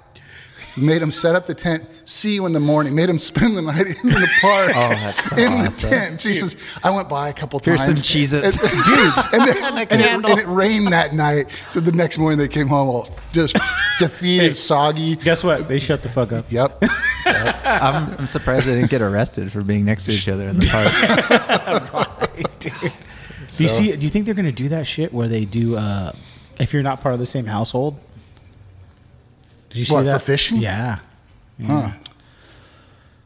Speaker 4: So made them set up the tent. See you in the morning. Made them spend the night in the park.
Speaker 3: Oh, that's so
Speaker 4: in
Speaker 3: awesome.
Speaker 4: the tent. Jesus, I went by a couple
Speaker 3: Here's some
Speaker 4: times.
Speaker 3: Cheez-Its.
Speaker 4: And- dude. And, then-
Speaker 3: And a
Speaker 4: and it,
Speaker 3: candle.
Speaker 4: and it rained that night. So the next morning they came home all just defeated, soggy.
Speaker 2: Guess what? They shut the fuck up.
Speaker 4: Yep.
Speaker 3: I'm, I'm surprised they didn't get arrested for being next to each other in the park.
Speaker 2: Do you see? Do you think they're gonna do that shit where they do? Uh, if you're not part of the same household, do you see
Speaker 4: What, for
Speaker 2: that
Speaker 4: fishing?
Speaker 2: Yeah.
Speaker 4: Huh. Hmm.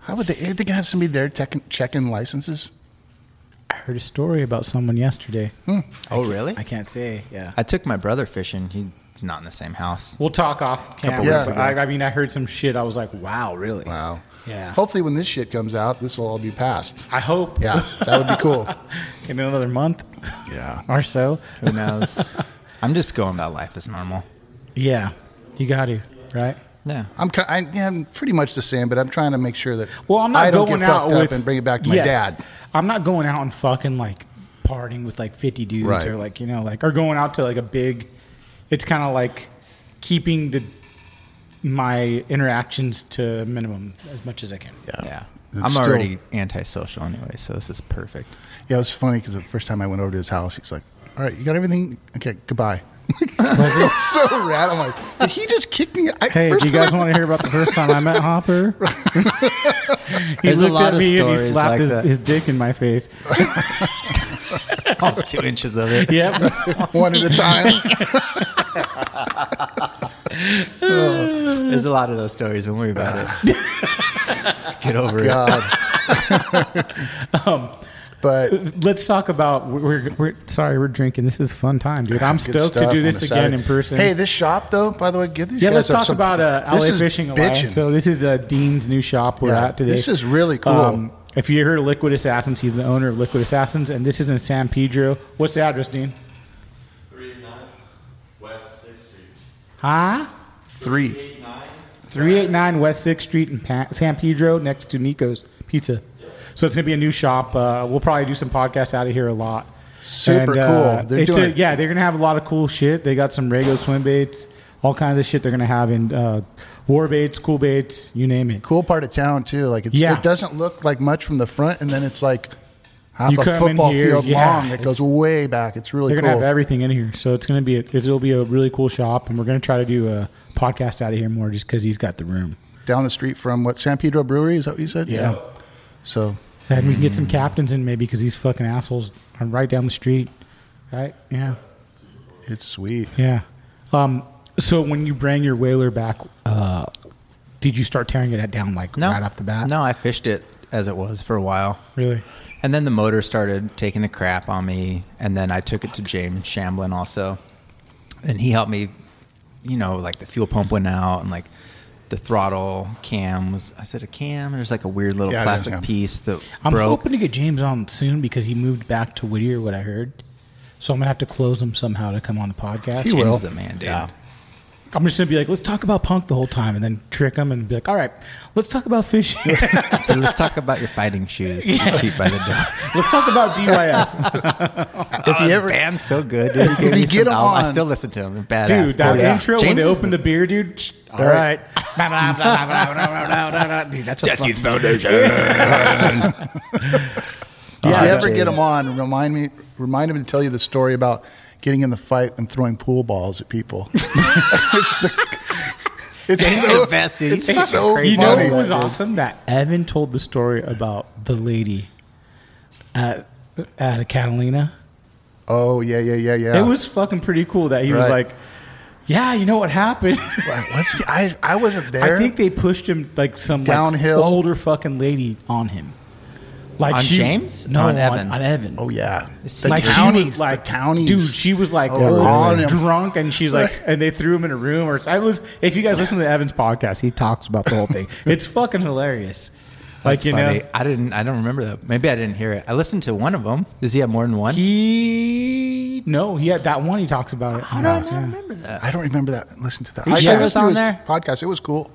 Speaker 4: How would they? Are they gonna have somebody there checking, checking licenses?
Speaker 2: I heard a story about someone yesterday.
Speaker 4: Hmm.
Speaker 3: oh, really?
Speaker 2: I can't say. Yeah.
Speaker 3: I took my brother fishing. He's not in the same house.
Speaker 2: We'll talk off camera.
Speaker 4: weeks
Speaker 2: but
Speaker 4: ago.
Speaker 2: I, I mean, I heard some shit. I was like, wow, really? Yeah.
Speaker 4: Hopefully, when this shit comes out, this will all be passed.
Speaker 2: I hope.
Speaker 4: Yeah, that would be cool.
Speaker 2: In another month
Speaker 4: Yeah.
Speaker 2: or so.
Speaker 3: Who knows? I'm just going about life as normal.
Speaker 2: Yeah. You got to, right?
Speaker 3: Yeah.
Speaker 4: I'm, ki- I, yeah, I'm pretty much the same, but I'm trying to make sure that
Speaker 2: Well, I'm not
Speaker 4: I don't
Speaker 2: going
Speaker 4: get
Speaker 2: out
Speaker 4: fucked
Speaker 2: with,
Speaker 4: up and bring it back to my
Speaker 2: Yes.
Speaker 4: dad.
Speaker 2: I'm not going out and fucking like partying with like 50 dudes
Speaker 4: Right.
Speaker 2: or like, you know, like, or going out to like a big, it's kind of like keeping the, my interactions to a minimum as much as I can.
Speaker 4: Yeah.
Speaker 3: Yeah.
Speaker 4: It's
Speaker 3: I'm
Speaker 4: still-
Speaker 3: already antisocial anyway, so this is perfect.
Speaker 4: Yeah, it was funny because the first time I went over to his house, he's like, "All right, you got everything? Okay, goodbye." it was so rad. I'm like, did he just kick me? I,
Speaker 2: Hey,
Speaker 4: first
Speaker 2: do you
Speaker 4: time
Speaker 2: guys
Speaker 4: I-
Speaker 2: want to hear about the first time I met Hopper? he
Speaker 3: There's a
Speaker 2: looked
Speaker 3: lot
Speaker 2: at
Speaker 3: of
Speaker 2: me and he
Speaker 3: stories
Speaker 2: slapped
Speaker 3: like
Speaker 2: his,
Speaker 3: that.
Speaker 2: his dick in my face.
Speaker 3: All two inches of it.
Speaker 2: Yep.
Speaker 4: one at a time?
Speaker 3: There's a lot of those stories. Don't worry about it. just get over
Speaker 4: God.
Speaker 2: Um,
Speaker 4: but
Speaker 2: Let's talk about. We're, we're sorry, we're drinking. This is a fun time, dude. I'm
Speaker 4: Good
Speaker 2: stoked to
Speaker 4: stuff
Speaker 2: do
Speaker 4: on
Speaker 2: this
Speaker 4: a
Speaker 2: again
Speaker 4: Saturday.
Speaker 2: in person.
Speaker 4: Hey, this shop though, by the way, give these
Speaker 2: yeah,
Speaker 4: guys
Speaker 2: let's
Speaker 4: up
Speaker 2: talk
Speaker 4: some-
Speaker 2: about uh,
Speaker 4: This
Speaker 2: LA
Speaker 4: is
Speaker 2: Fishing
Speaker 4: bitchin'.
Speaker 2: Alliance. So this is uh, Dean's new shop we're
Speaker 4: Yeah,
Speaker 2: at today. Um,
Speaker 4: this is really cool.
Speaker 2: if you heard of Liquid Assassins, he's the owner of Liquid Assassins, and this is in San Pedro. What's the address, Dean?
Speaker 5: Three eight nine West Sixth Street.
Speaker 2: Huh?
Speaker 4: three.
Speaker 5: Eight nine.
Speaker 2: 389 West 6th Street in pa- San Pedro next to Nico's Pizza. So it's going to be a new shop. Uh, we'll probably do some podcasts out of here a lot. uh,
Speaker 4: Super cool. They're
Speaker 2: it's
Speaker 4: doing
Speaker 2: a-
Speaker 4: it.
Speaker 2: Yeah, they're going to have a lot of cool shit. They got some Rego swim baits, all kinds of shit they're going to have in uh, war baits, cool baits, you name it.
Speaker 4: Cool part of town too. Like it's,
Speaker 2: Yeah.
Speaker 4: it doesn't look like much from the front, and then it's like half
Speaker 2: You come
Speaker 4: a
Speaker 2: in
Speaker 4: football
Speaker 2: here,
Speaker 4: field
Speaker 2: yeah,
Speaker 4: long that goes way back. It's really
Speaker 2: They're
Speaker 4: cool.
Speaker 2: going to have everything in here. So it's going to be a, it'll be a really cool shop and we're going to try to do a podcast out of here more just cuz he's got the room.
Speaker 4: Down the street from what San Pedro Brewery is that what you said?
Speaker 2: Yeah.
Speaker 4: So
Speaker 2: And we can get some captains in maybe cuz these fucking assholes are right down the street. Right? Yeah.
Speaker 4: it's sweet.
Speaker 2: Yeah. Um, so when you bring your whaler back, uh, did you start tearing it down like
Speaker 3: No.
Speaker 2: right off the bat?
Speaker 3: No, I fished it as it was for a while.
Speaker 2: Really?
Speaker 3: And then the motor started taking a crap on me. And then I took it to James Shamblin also. and he helped me you know like the fuel pump went out and like the throttle cam was i said a cam there's like a weird little
Speaker 4: Yeah, it is a
Speaker 3: plastic
Speaker 4: cam.
Speaker 3: piece that
Speaker 2: I'm
Speaker 3: broke
Speaker 2: hoping to get James on soon because he moved back to Whittier, what I heard. So I'm gonna have to close him somehow to come on the podcast.
Speaker 4: He
Speaker 3: James
Speaker 4: will.
Speaker 3: the man dude
Speaker 4: Yeah.
Speaker 2: I'm just gonna be like, let's talk about punk the whole time, and then trick him and be like, all right, let's talk about fish.
Speaker 3: so let's talk about your fighting shoes you keep by the door
Speaker 2: let's talk about DYF,
Speaker 4: If
Speaker 2: Uh,
Speaker 4: you ever,
Speaker 3: band's so good dude. He gave
Speaker 4: If you
Speaker 3: me
Speaker 4: get
Speaker 3: some album. i
Speaker 4: on-
Speaker 3: still listen to him They're badass
Speaker 2: dude. That
Speaker 3: Oh, yeah.
Speaker 2: intro when
Speaker 3: James
Speaker 2: they
Speaker 3: is
Speaker 2: open the beer, dude. All right,
Speaker 4: right.
Speaker 2: dude. That's a fucking,
Speaker 4: if
Speaker 2: yeah.
Speaker 4: you ever get him on, remind me, remind him to tell you the story about getting in the fight and throwing pool balls at people. it's the, it's
Speaker 3: the
Speaker 4: so,
Speaker 3: best, dude. He's
Speaker 4: It's so
Speaker 3: crazy.
Speaker 2: You know
Speaker 4: funny.
Speaker 2: what was awesome? That Evan told the story about the lady at at Catalina.
Speaker 4: Oh yeah, yeah, yeah, yeah.
Speaker 2: It was fucking pretty cool that he was
Speaker 4: Right.
Speaker 2: like, "Yeah, you know what happened."
Speaker 4: Wow, What's the, I? I wasn't there.
Speaker 2: I think they pushed him like some like,
Speaker 4: Downhill?
Speaker 2: older fucking lady on him. Like
Speaker 3: On
Speaker 2: she-
Speaker 3: James?
Speaker 2: no,
Speaker 3: Or on
Speaker 2: on,
Speaker 3: Evan?
Speaker 2: on Evan.
Speaker 4: oh yeah,
Speaker 3: It's
Speaker 4: the
Speaker 3: like
Speaker 2: like
Speaker 4: townies,
Speaker 2: she was like
Speaker 4: the townies,
Speaker 2: dude. She was like
Speaker 4: Oh,
Speaker 2: old,
Speaker 4: really?
Speaker 2: drunk, and she's like, and they threw him in a room. Or it's- I was. If you guys listen to Evan's podcast, he talks about the whole thing. it's fucking hilarious. Like you
Speaker 3: funny.
Speaker 2: know,
Speaker 3: I didn't. I don't remember that. Maybe I didn't hear it. I listened to one of them. Does he have more than one?
Speaker 2: he no, he had that one. He talks about it.
Speaker 3: I don't remember that.
Speaker 4: Uh, I don't remember that. Listen to that.
Speaker 3: He
Speaker 4: I,
Speaker 3: showed
Speaker 4: I
Speaker 3: us
Speaker 4: listened to
Speaker 3: on
Speaker 4: his
Speaker 3: there?
Speaker 4: podcast. It was cool.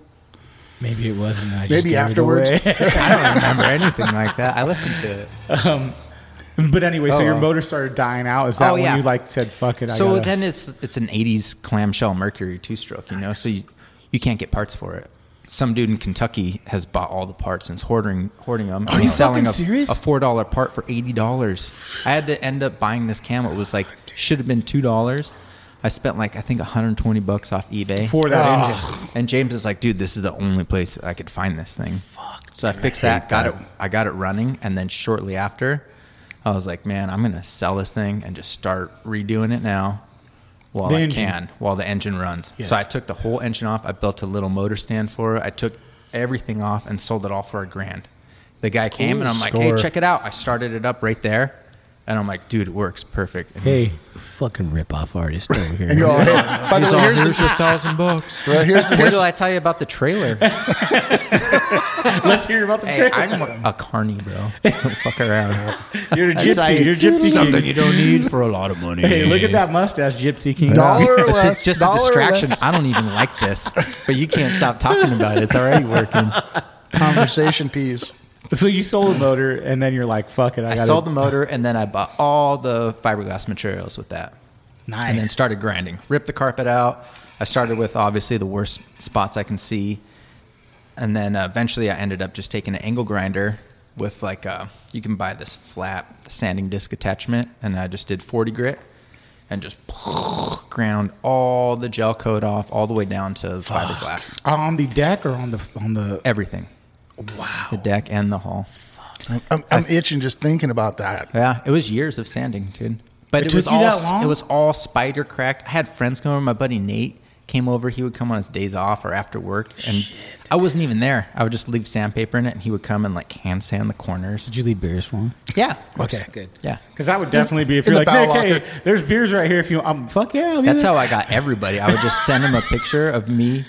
Speaker 2: Maybe it wasn't. I just
Speaker 4: Maybe
Speaker 2: gave it
Speaker 4: afterwards.
Speaker 2: away.
Speaker 3: I don't remember anything like that. I listened to it.
Speaker 2: But anyway, so your motor started dying out. Is that
Speaker 3: Oh, yeah.
Speaker 2: when you like said, "Fuck it"?
Speaker 3: So
Speaker 2: I gotta-
Speaker 3: then it's it's an '80s clamshell Mercury two-stroke, you know. So you, you can't get parts for it. Some dude in Kentucky has bought all the parts and is hoarding hoarding them. Are
Speaker 2: you
Speaker 3: selling
Speaker 2: fucking
Speaker 3: a,
Speaker 2: serious?
Speaker 3: a four dollar part for eighty dollars? I had to end up buying this cam. It was like should have been two dollars. I spent like I think 120 bucks off eBay
Speaker 2: for that engine,
Speaker 3: And James is like, dude, this is the only place I could find this thing. Fuck. So I fixed that, got it I got it running, and then shortly after, I was like, man, I'm gonna sell this thing and just start redoing it now while
Speaker 2: The
Speaker 3: I
Speaker 2: engine.
Speaker 3: can, while the engine runs.
Speaker 2: Yes.
Speaker 3: So I took the whole engine off, I built a little motor stand for it, I took everything off and sold it all for a grand. The guy came and I'm like, hey,
Speaker 4: score.
Speaker 3: check it out. I started it up right there. And I'm like, dude, it works perfect. And he's-
Speaker 2: Hey, fucking ripoff artist over here.
Speaker 4: And you're all, hey, by the
Speaker 3: he's
Speaker 4: way,
Speaker 3: all,
Speaker 4: here's
Speaker 3: here's
Speaker 4: the,
Speaker 3: your thousand bucks.
Speaker 4: right, here's the,
Speaker 3: Wait
Speaker 4: here's,
Speaker 3: till I tell you about the trailer.
Speaker 2: Let's hear about the
Speaker 3: Hey,
Speaker 2: trailer.
Speaker 3: I'm a carny, bro. Don't fuck around.
Speaker 2: you're a
Speaker 3: That's how
Speaker 2: gypsy. You're a gypsy.
Speaker 3: Something you
Speaker 2: king.
Speaker 3: don't need for a lot of money.
Speaker 2: Hey, look at that mustache, gypsy king.
Speaker 4: Dollar or
Speaker 3: It's, it's
Speaker 4: less,
Speaker 3: just a
Speaker 4: dollar or
Speaker 3: distraction.
Speaker 4: less.
Speaker 3: I don't even like this, but you can't stop talking about it. It's already working.
Speaker 4: conversation piece.
Speaker 2: So you sold a motor, and then you're like, "Fuck it, I,
Speaker 3: I
Speaker 2: gotta,
Speaker 3: sold the motor and then I bought all the fiberglass materials with that.
Speaker 2: Nice.
Speaker 3: And then started grinding. Ripped the carpet out. I started with obviously the worst spots I can see. And then uh, eventually I ended up just taking an angle grinder with like, a, you can buy this flat sanding disc attachment. And I just did 40 grit and just ground all the gel coat off all the way down to the fiberglass.
Speaker 2: on the deck or on the on the.
Speaker 3: Everything.
Speaker 2: Wow.
Speaker 3: The deck and the hull.
Speaker 4: I'm, I'm itching just thinking about that.
Speaker 3: Yeah, it was years of sanding, dude. But
Speaker 2: It
Speaker 3: it, was
Speaker 2: took you
Speaker 3: all
Speaker 2: that long?
Speaker 3: it was all spider cracked. I had friends come over. My buddy Nate came over. He would come on his days off or after work, and I wasn't even there. I would just leave sandpaper in it, and he would come and like hand sand the corners.
Speaker 2: Did you leave beers for him?
Speaker 3: Yeah. of course.
Speaker 2: Okay, good.
Speaker 3: Yeah.
Speaker 2: Because that would definitely be if
Speaker 4: In
Speaker 2: you're
Speaker 4: the
Speaker 2: like, Nick,
Speaker 4: bow
Speaker 2: hey,
Speaker 4: locker.
Speaker 2: there's beers right here. If you, I'm fuck yeah. I'll be
Speaker 3: That's
Speaker 2: there."
Speaker 3: how I got everybody. I would just send them a picture of me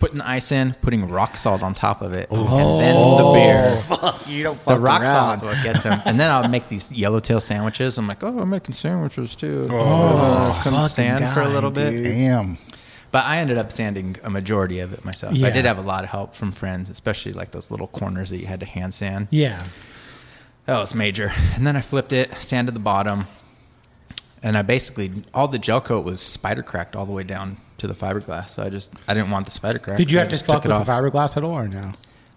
Speaker 3: putting ice in, putting rock salt on top of it, and then the
Speaker 2: Oh.
Speaker 3: beer.
Speaker 2: you don't fuck
Speaker 3: The rock
Speaker 2: around.
Speaker 3: salt is what gets them. And then I'll make these yellowtail sandwiches. I'm like, oh, I'm making sandwiches too.
Speaker 4: Oh,
Speaker 3: Come
Speaker 2: fucking
Speaker 3: sand for a
Speaker 2: guy,
Speaker 3: little bit.
Speaker 2: dude.
Speaker 4: Damn.
Speaker 3: But I ended up sanding a majority of it myself.
Speaker 2: Yeah.
Speaker 3: I did have a lot of help from friends, especially like those little corners that you had to hand sand.
Speaker 2: Yeah.
Speaker 3: That was major. And then I flipped it, sanded the bottom, and I basically all the gel coat was spider cracked all the way down to the fiberglass. So I just I didn't want the spider crack.
Speaker 2: Did you
Speaker 3: so I
Speaker 2: have to
Speaker 3: just took
Speaker 2: fuck
Speaker 3: it
Speaker 2: with the
Speaker 3: off.
Speaker 2: fiberglass at all or no?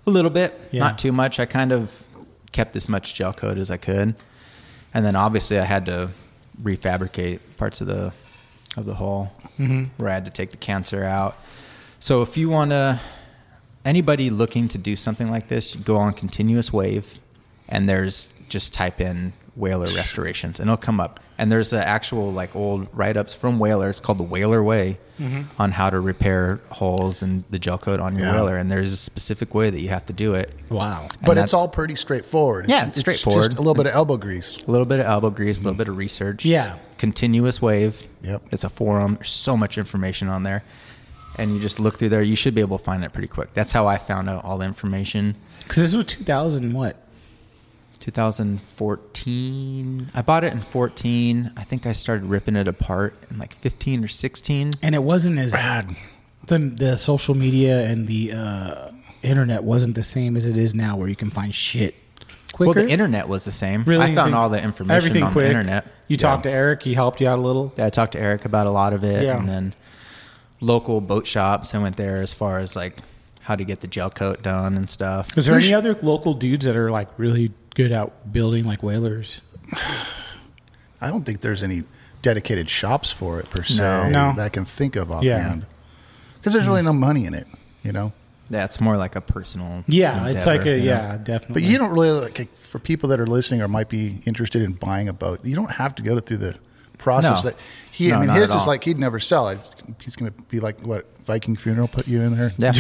Speaker 3: A little bit,
Speaker 2: Yeah.
Speaker 3: not too much. I kind of kept as much gel coat as I could, and then obviously I had to refabricate parts of the of the hull where I had to take the cancer out. So if you want to, anybody looking to do something like this, you go on continuous wave, and there's just type in whaler restorations, and it'll come up. And there's an actual like old write ups from Whaler. It's called the Whaler Way on how to repair hulls and the gel coat on your
Speaker 4: Mm-hmm. Yeah.
Speaker 3: whaler and there's a specific way that you have to do it.
Speaker 2: Wow.
Speaker 4: But
Speaker 3: that-
Speaker 4: it's all pretty straightforward.
Speaker 3: Yeah, it's
Speaker 4: just
Speaker 3: straightforward.
Speaker 4: a little bit of elbow grease.
Speaker 3: A little bit of elbow grease, a little bit of research.
Speaker 2: Yeah.
Speaker 3: continuous wave.
Speaker 4: Mm-hmm. Yep.
Speaker 3: It's a forum. There's so much information on there. And you just look through there, you should be able to find that pretty quick. That's how I found out all the information.
Speaker 2: Because this was 2000 what?
Speaker 3: 2014. I bought it in 14. I think I started ripping it apart in like 15 or 16.
Speaker 2: And it wasn't as
Speaker 4: Rad.
Speaker 2: the the social media and the uh, internet wasn't the same as it is now, where you can find shit quicker.
Speaker 3: Well, the internet was the same.
Speaker 2: Really,
Speaker 3: I found
Speaker 2: everything-
Speaker 3: all the information
Speaker 2: everything
Speaker 3: on
Speaker 2: quick.
Speaker 3: the internet.
Speaker 2: You talked to Eric. He helped you out a little.
Speaker 3: Yeah, I talked to Eric about a lot of it,
Speaker 2: Yeah.
Speaker 3: and then local boat shops. I went there as far as like how to get the gel coat done and stuff.
Speaker 2: Is there any other local dudes that are like really good at building like whalers?
Speaker 4: I don't think there's any dedicated shops for it per se
Speaker 3: No.
Speaker 2: No.
Speaker 4: that I can think of offhand. Because there's really no money in it, you know.
Speaker 3: Yeah, it's more like a personal.
Speaker 2: Yeah, it's like
Speaker 3: endeavor,
Speaker 2: a
Speaker 3: you know?
Speaker 2: yeah, definitely.
Speaker 4: But you don't really like for people that are listening or might be interested in buying a boat. You don't have to go through the process
Speaker 3: No.
Speaker 4: that he.
Speaker 3: No,
Speaker 4: I mean,
Speaker 3: not
Speaker 4: his
Speaker 3: at
Speaker 4: is
Speaker 3: all.
Speaker 4: like he'd never sell it. He's going to be like what Viking funeral put you in there.
Speaker 3: Yeah.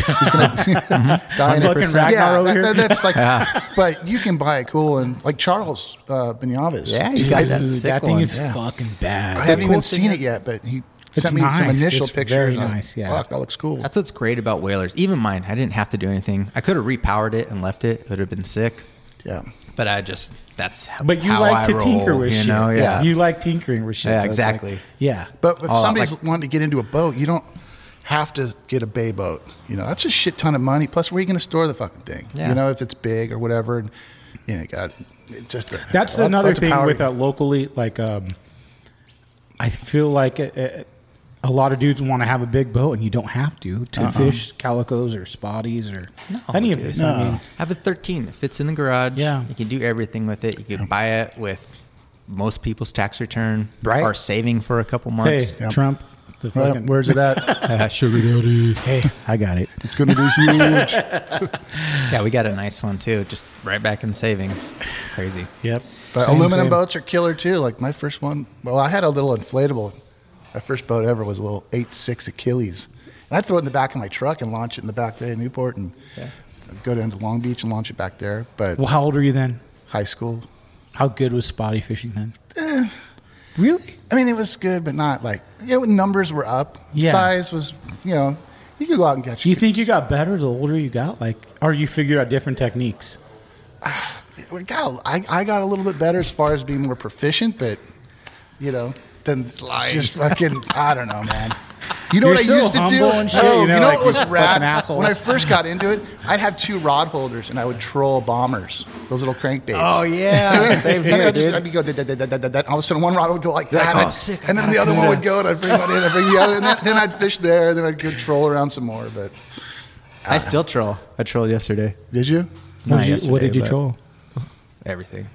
Speaker 4: die in a
Speaker 2: fucking
Speaker 4: percent.
Speaker 2: Ragnar
Speaker 4: yeah,
Speaker 2: over
Speaker 4: that-
Speaker 2: here.
Speaker 4: that- that's like. But you can buy it cool and like Charles uh, Benavides.
Speaker 3: Yeah, you
Speaker 2: Dude,
Speaker 3: got that sick
Speaker 2: that thing
Speaker 3: one.
Speaker 2: is
Speaker 4: yeah.
Speaker 2: fucking
Speaker 4: I
Speaker 2: bad.
Speaker 4: haven't even
Speaker 3: cool thing
Speaker 4: seen
Speaker 3: is-
Speaker 4: it yet, but he
Speaker 2: It's
Speaker 4: sent me some
Speaker 2: nice.
Speaker 4: initial
Speaker 2: It's
Speaker 4: pictures.
Speaker 2: very
Speaker 4: and I'm like,
Speaker 2: nice, yeah.
Speaker 4: "Fuck, that looks cool.
Speaker 3: That's what's great about whalers. Even mine, I didn't have to do anything. I could have repowered it and left it. It would have been sick.
Speaker 4: yeah.
Speaker 3: But I just that's how,
Speaker 2: But you
Speaker 3: how
Speaker 2: like
Speaker 3: I
Speaker 2: to
Speaker 3: roll,
Speaker 2: tinker with
Speaker 3: you
Speaker 2: shit.
Speaker 3: know? Yeah.
Speaker 2: You like tinkering with shit.
Speaker 3: Yeah,
Speaker 2: so it's like-
Speaker 3: exactly.
Speaker 2: yeah.
Speaker 4: But if
Speaker 3: Oh,
Speaker 4: somebody's
Speaker 3: like-
Speaker 4: wanting to get into a boat, you don't have to get a bay boat. You know, that's a shit ton of money. Plus, where are you going to store the fucking thing?
Speaker 3: Yeah.
Speaker 4: You know, if it's big or whatever. And, you know, God, it's just a,
Speaker 2: That's
Speaker 4: lot-
Speaker 2: another
Speaker 4: lots of
Speaker 2: thing
Speaker 4: power.
Speaker 2: with a locally like um I feel like a, a, a lot of dudes want to have a big boat and you don't have to to fish calicos or spotties or any of
Speaker 3: Uh-uh. dude,
Speaker 2: this. I mean,
Speaker 3: I have a 13. It fits in the garage.
Speaker 2: Yeah.
Speaker 3: You can do everything with it. You can buy it with most people's tax return
Speaker 2: Right.
Speaker 3: or saving for a couple
Speaker 2: hey,
Speaker 3: months.
Speaker 2: Trump, the
Speaker 4: Well,
Speaker 2: fucking,
Speaker 4: where's it at?
Speaker 3: sugar daddy.
Speaker 2: hey, I got it.
Speaker 4: it's going to be huge.
Speaker 3: Yeah, we got a nice one too. Just right back in savings. It's crazy.
Speaker 2: Yep.
Speaker 4: But
Speaker 2: Same,
Speaker 4: aluminum
Speaker 2: same.
Speaker 4: boats are killer too. Like my first one, well, I had a little inflatable. My first boat ever was a little eight six Achilles, and I throw it in the back of my truck and launch it in the back bay of Newport, and go down to Long Beach and launch it back there. But
Speaker 2: Well, how old were you then?
Speaker 4: high school,
Speaker 2: How good was spotty fishing then? really?
Speaker 4: I mean, it was good, but not like yeah. when Numbers were up.
Speaker 2: Yeah.
Speaker 4: Size was, you know, you could go out and catch.
Speaker 2: Do you think you got better the older you got? Like, or you figured out different techniques?
Speaker 4: we got? a- I, I got a little bit better as far as being more proficient, but you know, then just fucking. I don't know, man. You know
Speaker 2: You're
Speaker 4: what
Speaker 2: so
Speaker 4: I used to do?
Speaker 2: humble and shit,
Speaker 4: oh,
Speaker 2: you
Speaker 4: you
Speaker 2: know,
Speaker 4: know,
Speaker 2: like
Speaker 4: what was
Speaker 2: you're a
Speaker 4: rad?
Speaker 2: fucking asshole.
Speaker 4: When I first got into it, I'd have two rod holders and I would troll bombers, those little crankbaits.
Speaker 3: Oh yeah. Same
Speaker 4: And
Speaker 3: here,
Speaker 4: I'd, just,
Speaker 3: dude.
Speaker 4: I'd be go da, da, da, da, da, da, da. All of a sudden, one rod would go like
Speaker 3: You're like,
Speaker 4: that,
Speaker 3: "Oh,
Speaker 4: and-
Speaker 3: sick, I
Speaker 4: and then
Speaker 3: gotta
Speaker 4: the other
Speaker 3: do
Speaker 4: one would
Speaker 3: that."
Speaker 4: go, and I'd bring one in, I'd bring the other, and then, then I'd fish there, and then I'd go troll around some more. But
Speaker 3: I still troll. I trolled yesterday.
Speaker 4: did you?
Speaker 3: Not
Speaker 2: what did you, what
Speaker 3: yesterday,
Speaker 2: did you
Speaker 3: but
Speaker 2: troll?
Speaker 3: Everything.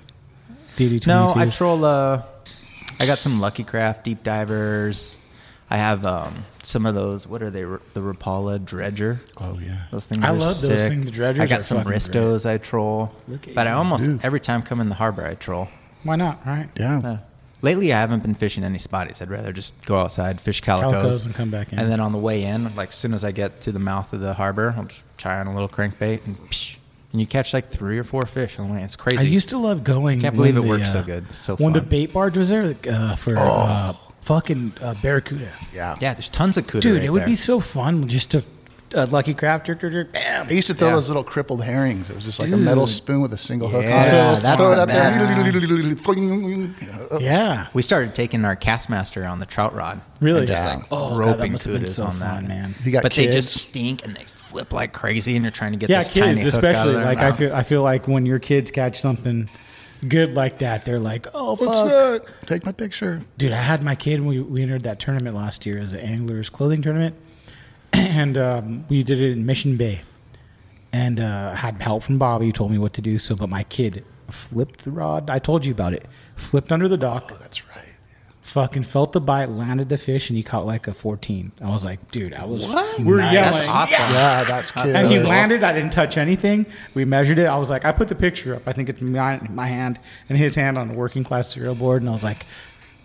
Speaker 2: DD22s.
Speaker 3: No, I troll. Uh, I got some Lucky Craft deep divers. I have um, some of those. What are they? The Rapala dredger.
Speaker 4: Oh yeah.
Speaker 3: Those things.
Speaker 2: I
Speaker 3: are
Speaker 2: love those
Speaker 3: sick.
Speaker 2: things. The dredgers
Speaker 3: I
Speaker 2: are
Speaker 3: got some
Speaker 2: fucking
Speaker 3: Ristos. I troll.
Speaker 2: Look at
Speaker 3: but I
Speaker 2: you.
Speaker 3: almost every time come in the harbor. I troll.
Speaker 2: Why not? Right?
Speaker 4: Yeah.
Speaker 3: Uh, lately, I haven't been fishing any spotties. I'd rather just go outside, fish calicos,
Speaker 2: Calicos and come back in.
Speaker 3: And then on the way in, like as soon as I get to the mouth of the harbor, I'll just try on a little crankbait and. Psh, and you catch like three or four fish. I'm like, it's crazy.
Speaker 2: I used to love going.
Speaker 3: Can't believe
Speaker 2: when
Speaker 3: it
Speaker 2: the, uh,
Speaker 3: works so good. It's so
Speaker 2: when the
Speaker 3: fun.
Speaker 2: bait barge was there uh, for uh, fucking uh, barracuda,
Speaker 4: Yeah.
Speaker 3: Yeah, there's tons of cooter.
Speaker 2: dude,
Speaker 3: right
Speaker 2: it would
Speaker 3: there.
Speaker 2: be so fun just to uh, lucky craft. Jerk, jerk, jerk, bam.
Speaker 4: I used to throw
Speaker 3: Yeah.
Speaker 4: those little crippled herrings. It was just like a metal
Speaker 2: Dude.
Speaker 4: spoon with a single hook
Speaker 3: Yeah,
Speaker 4: on
Speaker 3: So
Speaker 4: it.
Speaker 3: that's
Speaker 4: throw
Speaker 3: the
Speaker 4: it up Uh, there.
Speaker 2: Yeah,
Speaker 3: We started taking our castmaster on the trout rod.
Speaker 2: Really?
Speaker 3: And just
Speaker 4: Yeah.
Speaker 3: like
Speaker 2: Oh, God, that
Speaker 3: roping
Speaker 2: must have been
Speaker 3: kudas
Speaker 2: so
Speaker 3: on that.
Speaker 2: fun, man.
Speaker 4: You got
Speaker 3: but they just
Speaker 4: kids?
Speaker 3: stink and they flip like crazy, and you're trying to get
Speaker 2: yeah,
Speaker 3: this tiny
Speaker 2: kids
Speaker 3: hook out
Speaker 2: especially.
Speaker 3: of their
Speaker 2: Like I
Speaker 3: mouth.
Speaker 2: feel, I feel like when your kids catch something good like that, they're like, "Oh fuck,
Speaker 4: What's that? Take my picture.
Speaker 2: dude, I had my kid. when We, we entered that tournament last year as an anglers clothing tournament, and um, we did it in Mission Bay. And uh, had help from Bobby, who told me what to do. So, but my kid flipped the rod. I told you about it. Flipped under the dock,
Speaker 4: That's right.
Speaker 2: fucking felt the bite, landed the fish, and he caught like a fourteen. I was like, dude, I was.
Speaker 4: What?
Speaker 2: We're
Speaker 4: Nice.
Speaker 2: yelling.
Speaker 3: That's awesome.
Speaker 4: Yeah, that's
Speaker 3: That's
Speaker 4: cute.
Speaker 2: And he
Speaker 3: Yeah.
Speaker 2: landed. I didn't touch anything. We measured it. I was like, I put the picture up. I think it's my, my hand and his hand on a working class cereal board. And I was like,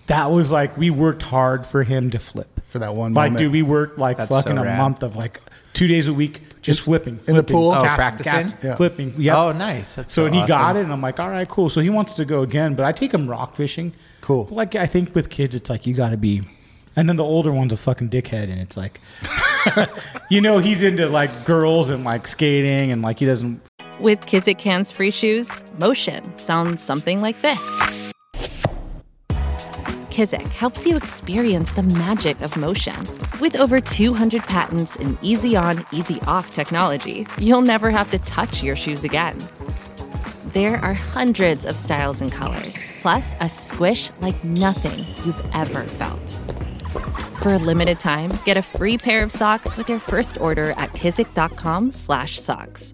Speaker 2: that was like, we worked hard for him to flip.
Speaker 4: For that one
Speaker 2: Like,
Speaker 4: moment.
Speaker 2: dude, we worked like
Speaker 3: That's
Speaker 2: fucking
Speaker 3: so
Speaker 2: a
Speaker 3: rad.
Speaker 2: month of like two days a week just
Speaker 4: In-
Speaker 2: flipping.
Speaker 4: in the
Speaker 2: flipping,
Speaker 4: pool? Oh,
Speaker 2: casting,
Speaker 3: practicing?
Speaker 2: casting,
Speaker 4: Yeah.
Speaker 2: Flipping. Yep.
Speaker 3: Oh, nice. That's
Speaker 2: so,
Speaker 3: so
Speaker 2: and he got
Speaker 3: awesome.
Speaker 2: it. And I'm like, all right, cool. So he wants to go again. But I take him rock fishing.
Speaker 4: Cool.
Speaker 2: Like I think with kids, it's like you got to be, and then the older one's a fucking dickhead, and it's like, you know, he's into like girls and like skating, and like he doesn't.
Speaker 6: With Kizikans free shoes, motion sounds something like this. Kizik helps you experience the magic of motion. With over 200 patents and easy on, easy off technology, you'll never have to touch your shoes again. There are hundreds of styles and colors, plus a squish like nothing you've ever felt. For a limited time, get a free pair of socks with your first order at kizik.com/socks.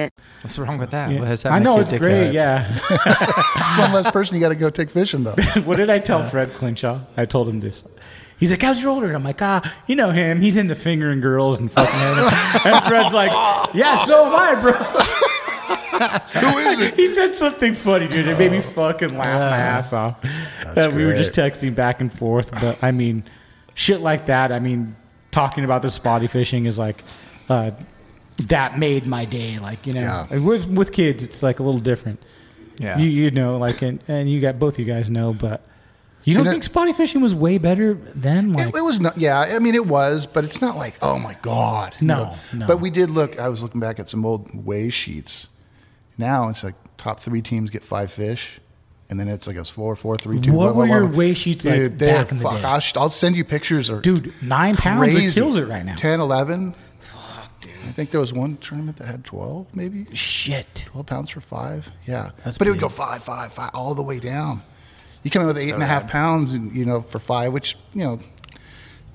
Speaker 3: What's wrong with that? What has that
Speaker 2: I
Speaker 3: make
Speaker 2: know
Speaker 3: you a
Speaker 2: it's great.
Speaker 3: dickhead?
Speaker 2: Yeah.
Speaker 4: It's one less person you got to go take fishing though.
Speaker 2: what did I tell Fred Clinshaw? I told him this. He's like, "How's your older?" I'm like, "Ah, you know him. He's into fingering girls and fucking." him." and Fred's like, "Yeah, so am I, bro."
Speaker 4: Who is it?
Speaker 2: he said something funny, dude. It made me fucking laugh my ass off. That we were just texting back and forth, but I mean, shit like that. I mean, talking about the spotty fishing is like, uh, that made my day. Like you know,
Speaker 4: Yeah.
Speaker 2: Like, with with kids, it's like a little different.
Speaker 3: Yeah.
Speaker 2: You you know, like and and you got both you guys know, but you don't
Speaker 4: know-
Speaker 2: think spotty fishing was way better then? Like
Speaker 4: It, it was not. Yeah, I mean it was, but it's not like oh my god. you
Speaker 2: No,
Speaker 4: know.
Speaker 2: no.
Speaker 4: But we did look. I was looking back at some old weigh sheets. Now it's like top three teams get five fish, and then it's like it's four, four, three, two.
Speaker 2: What
Speaker 4: blah, blah,
Speaker 2: were
Speaker 4: blah,
Speaker 2: your
Speaker 4: blah.
Speaker 2: weigh sheets like
Speaker 4: Dude, they-
Speaker 2: back in the
Speaker 4: fuck,
Speaker 2: day?
Speaker 4: I'll, sh- I'll send you pictures. Or
Speaker 2: dude, nine pounds it
Speaker 4: crazy.
Speaker 2: kills it right now.
Speaker 4: 10, 11. Fuck, dude. I think there was one tournament that had 12, maybe.
Speaker 2: Shit.
Speaker 4: 12 pounds for five. Yeah.
Speaker 2: That's
Speaker 4: but it would
Speaker 2: big.
Speaker 4: go five, five, five, all the way down. You come in with eight and a half pounds, and, you know, for five, which, you know,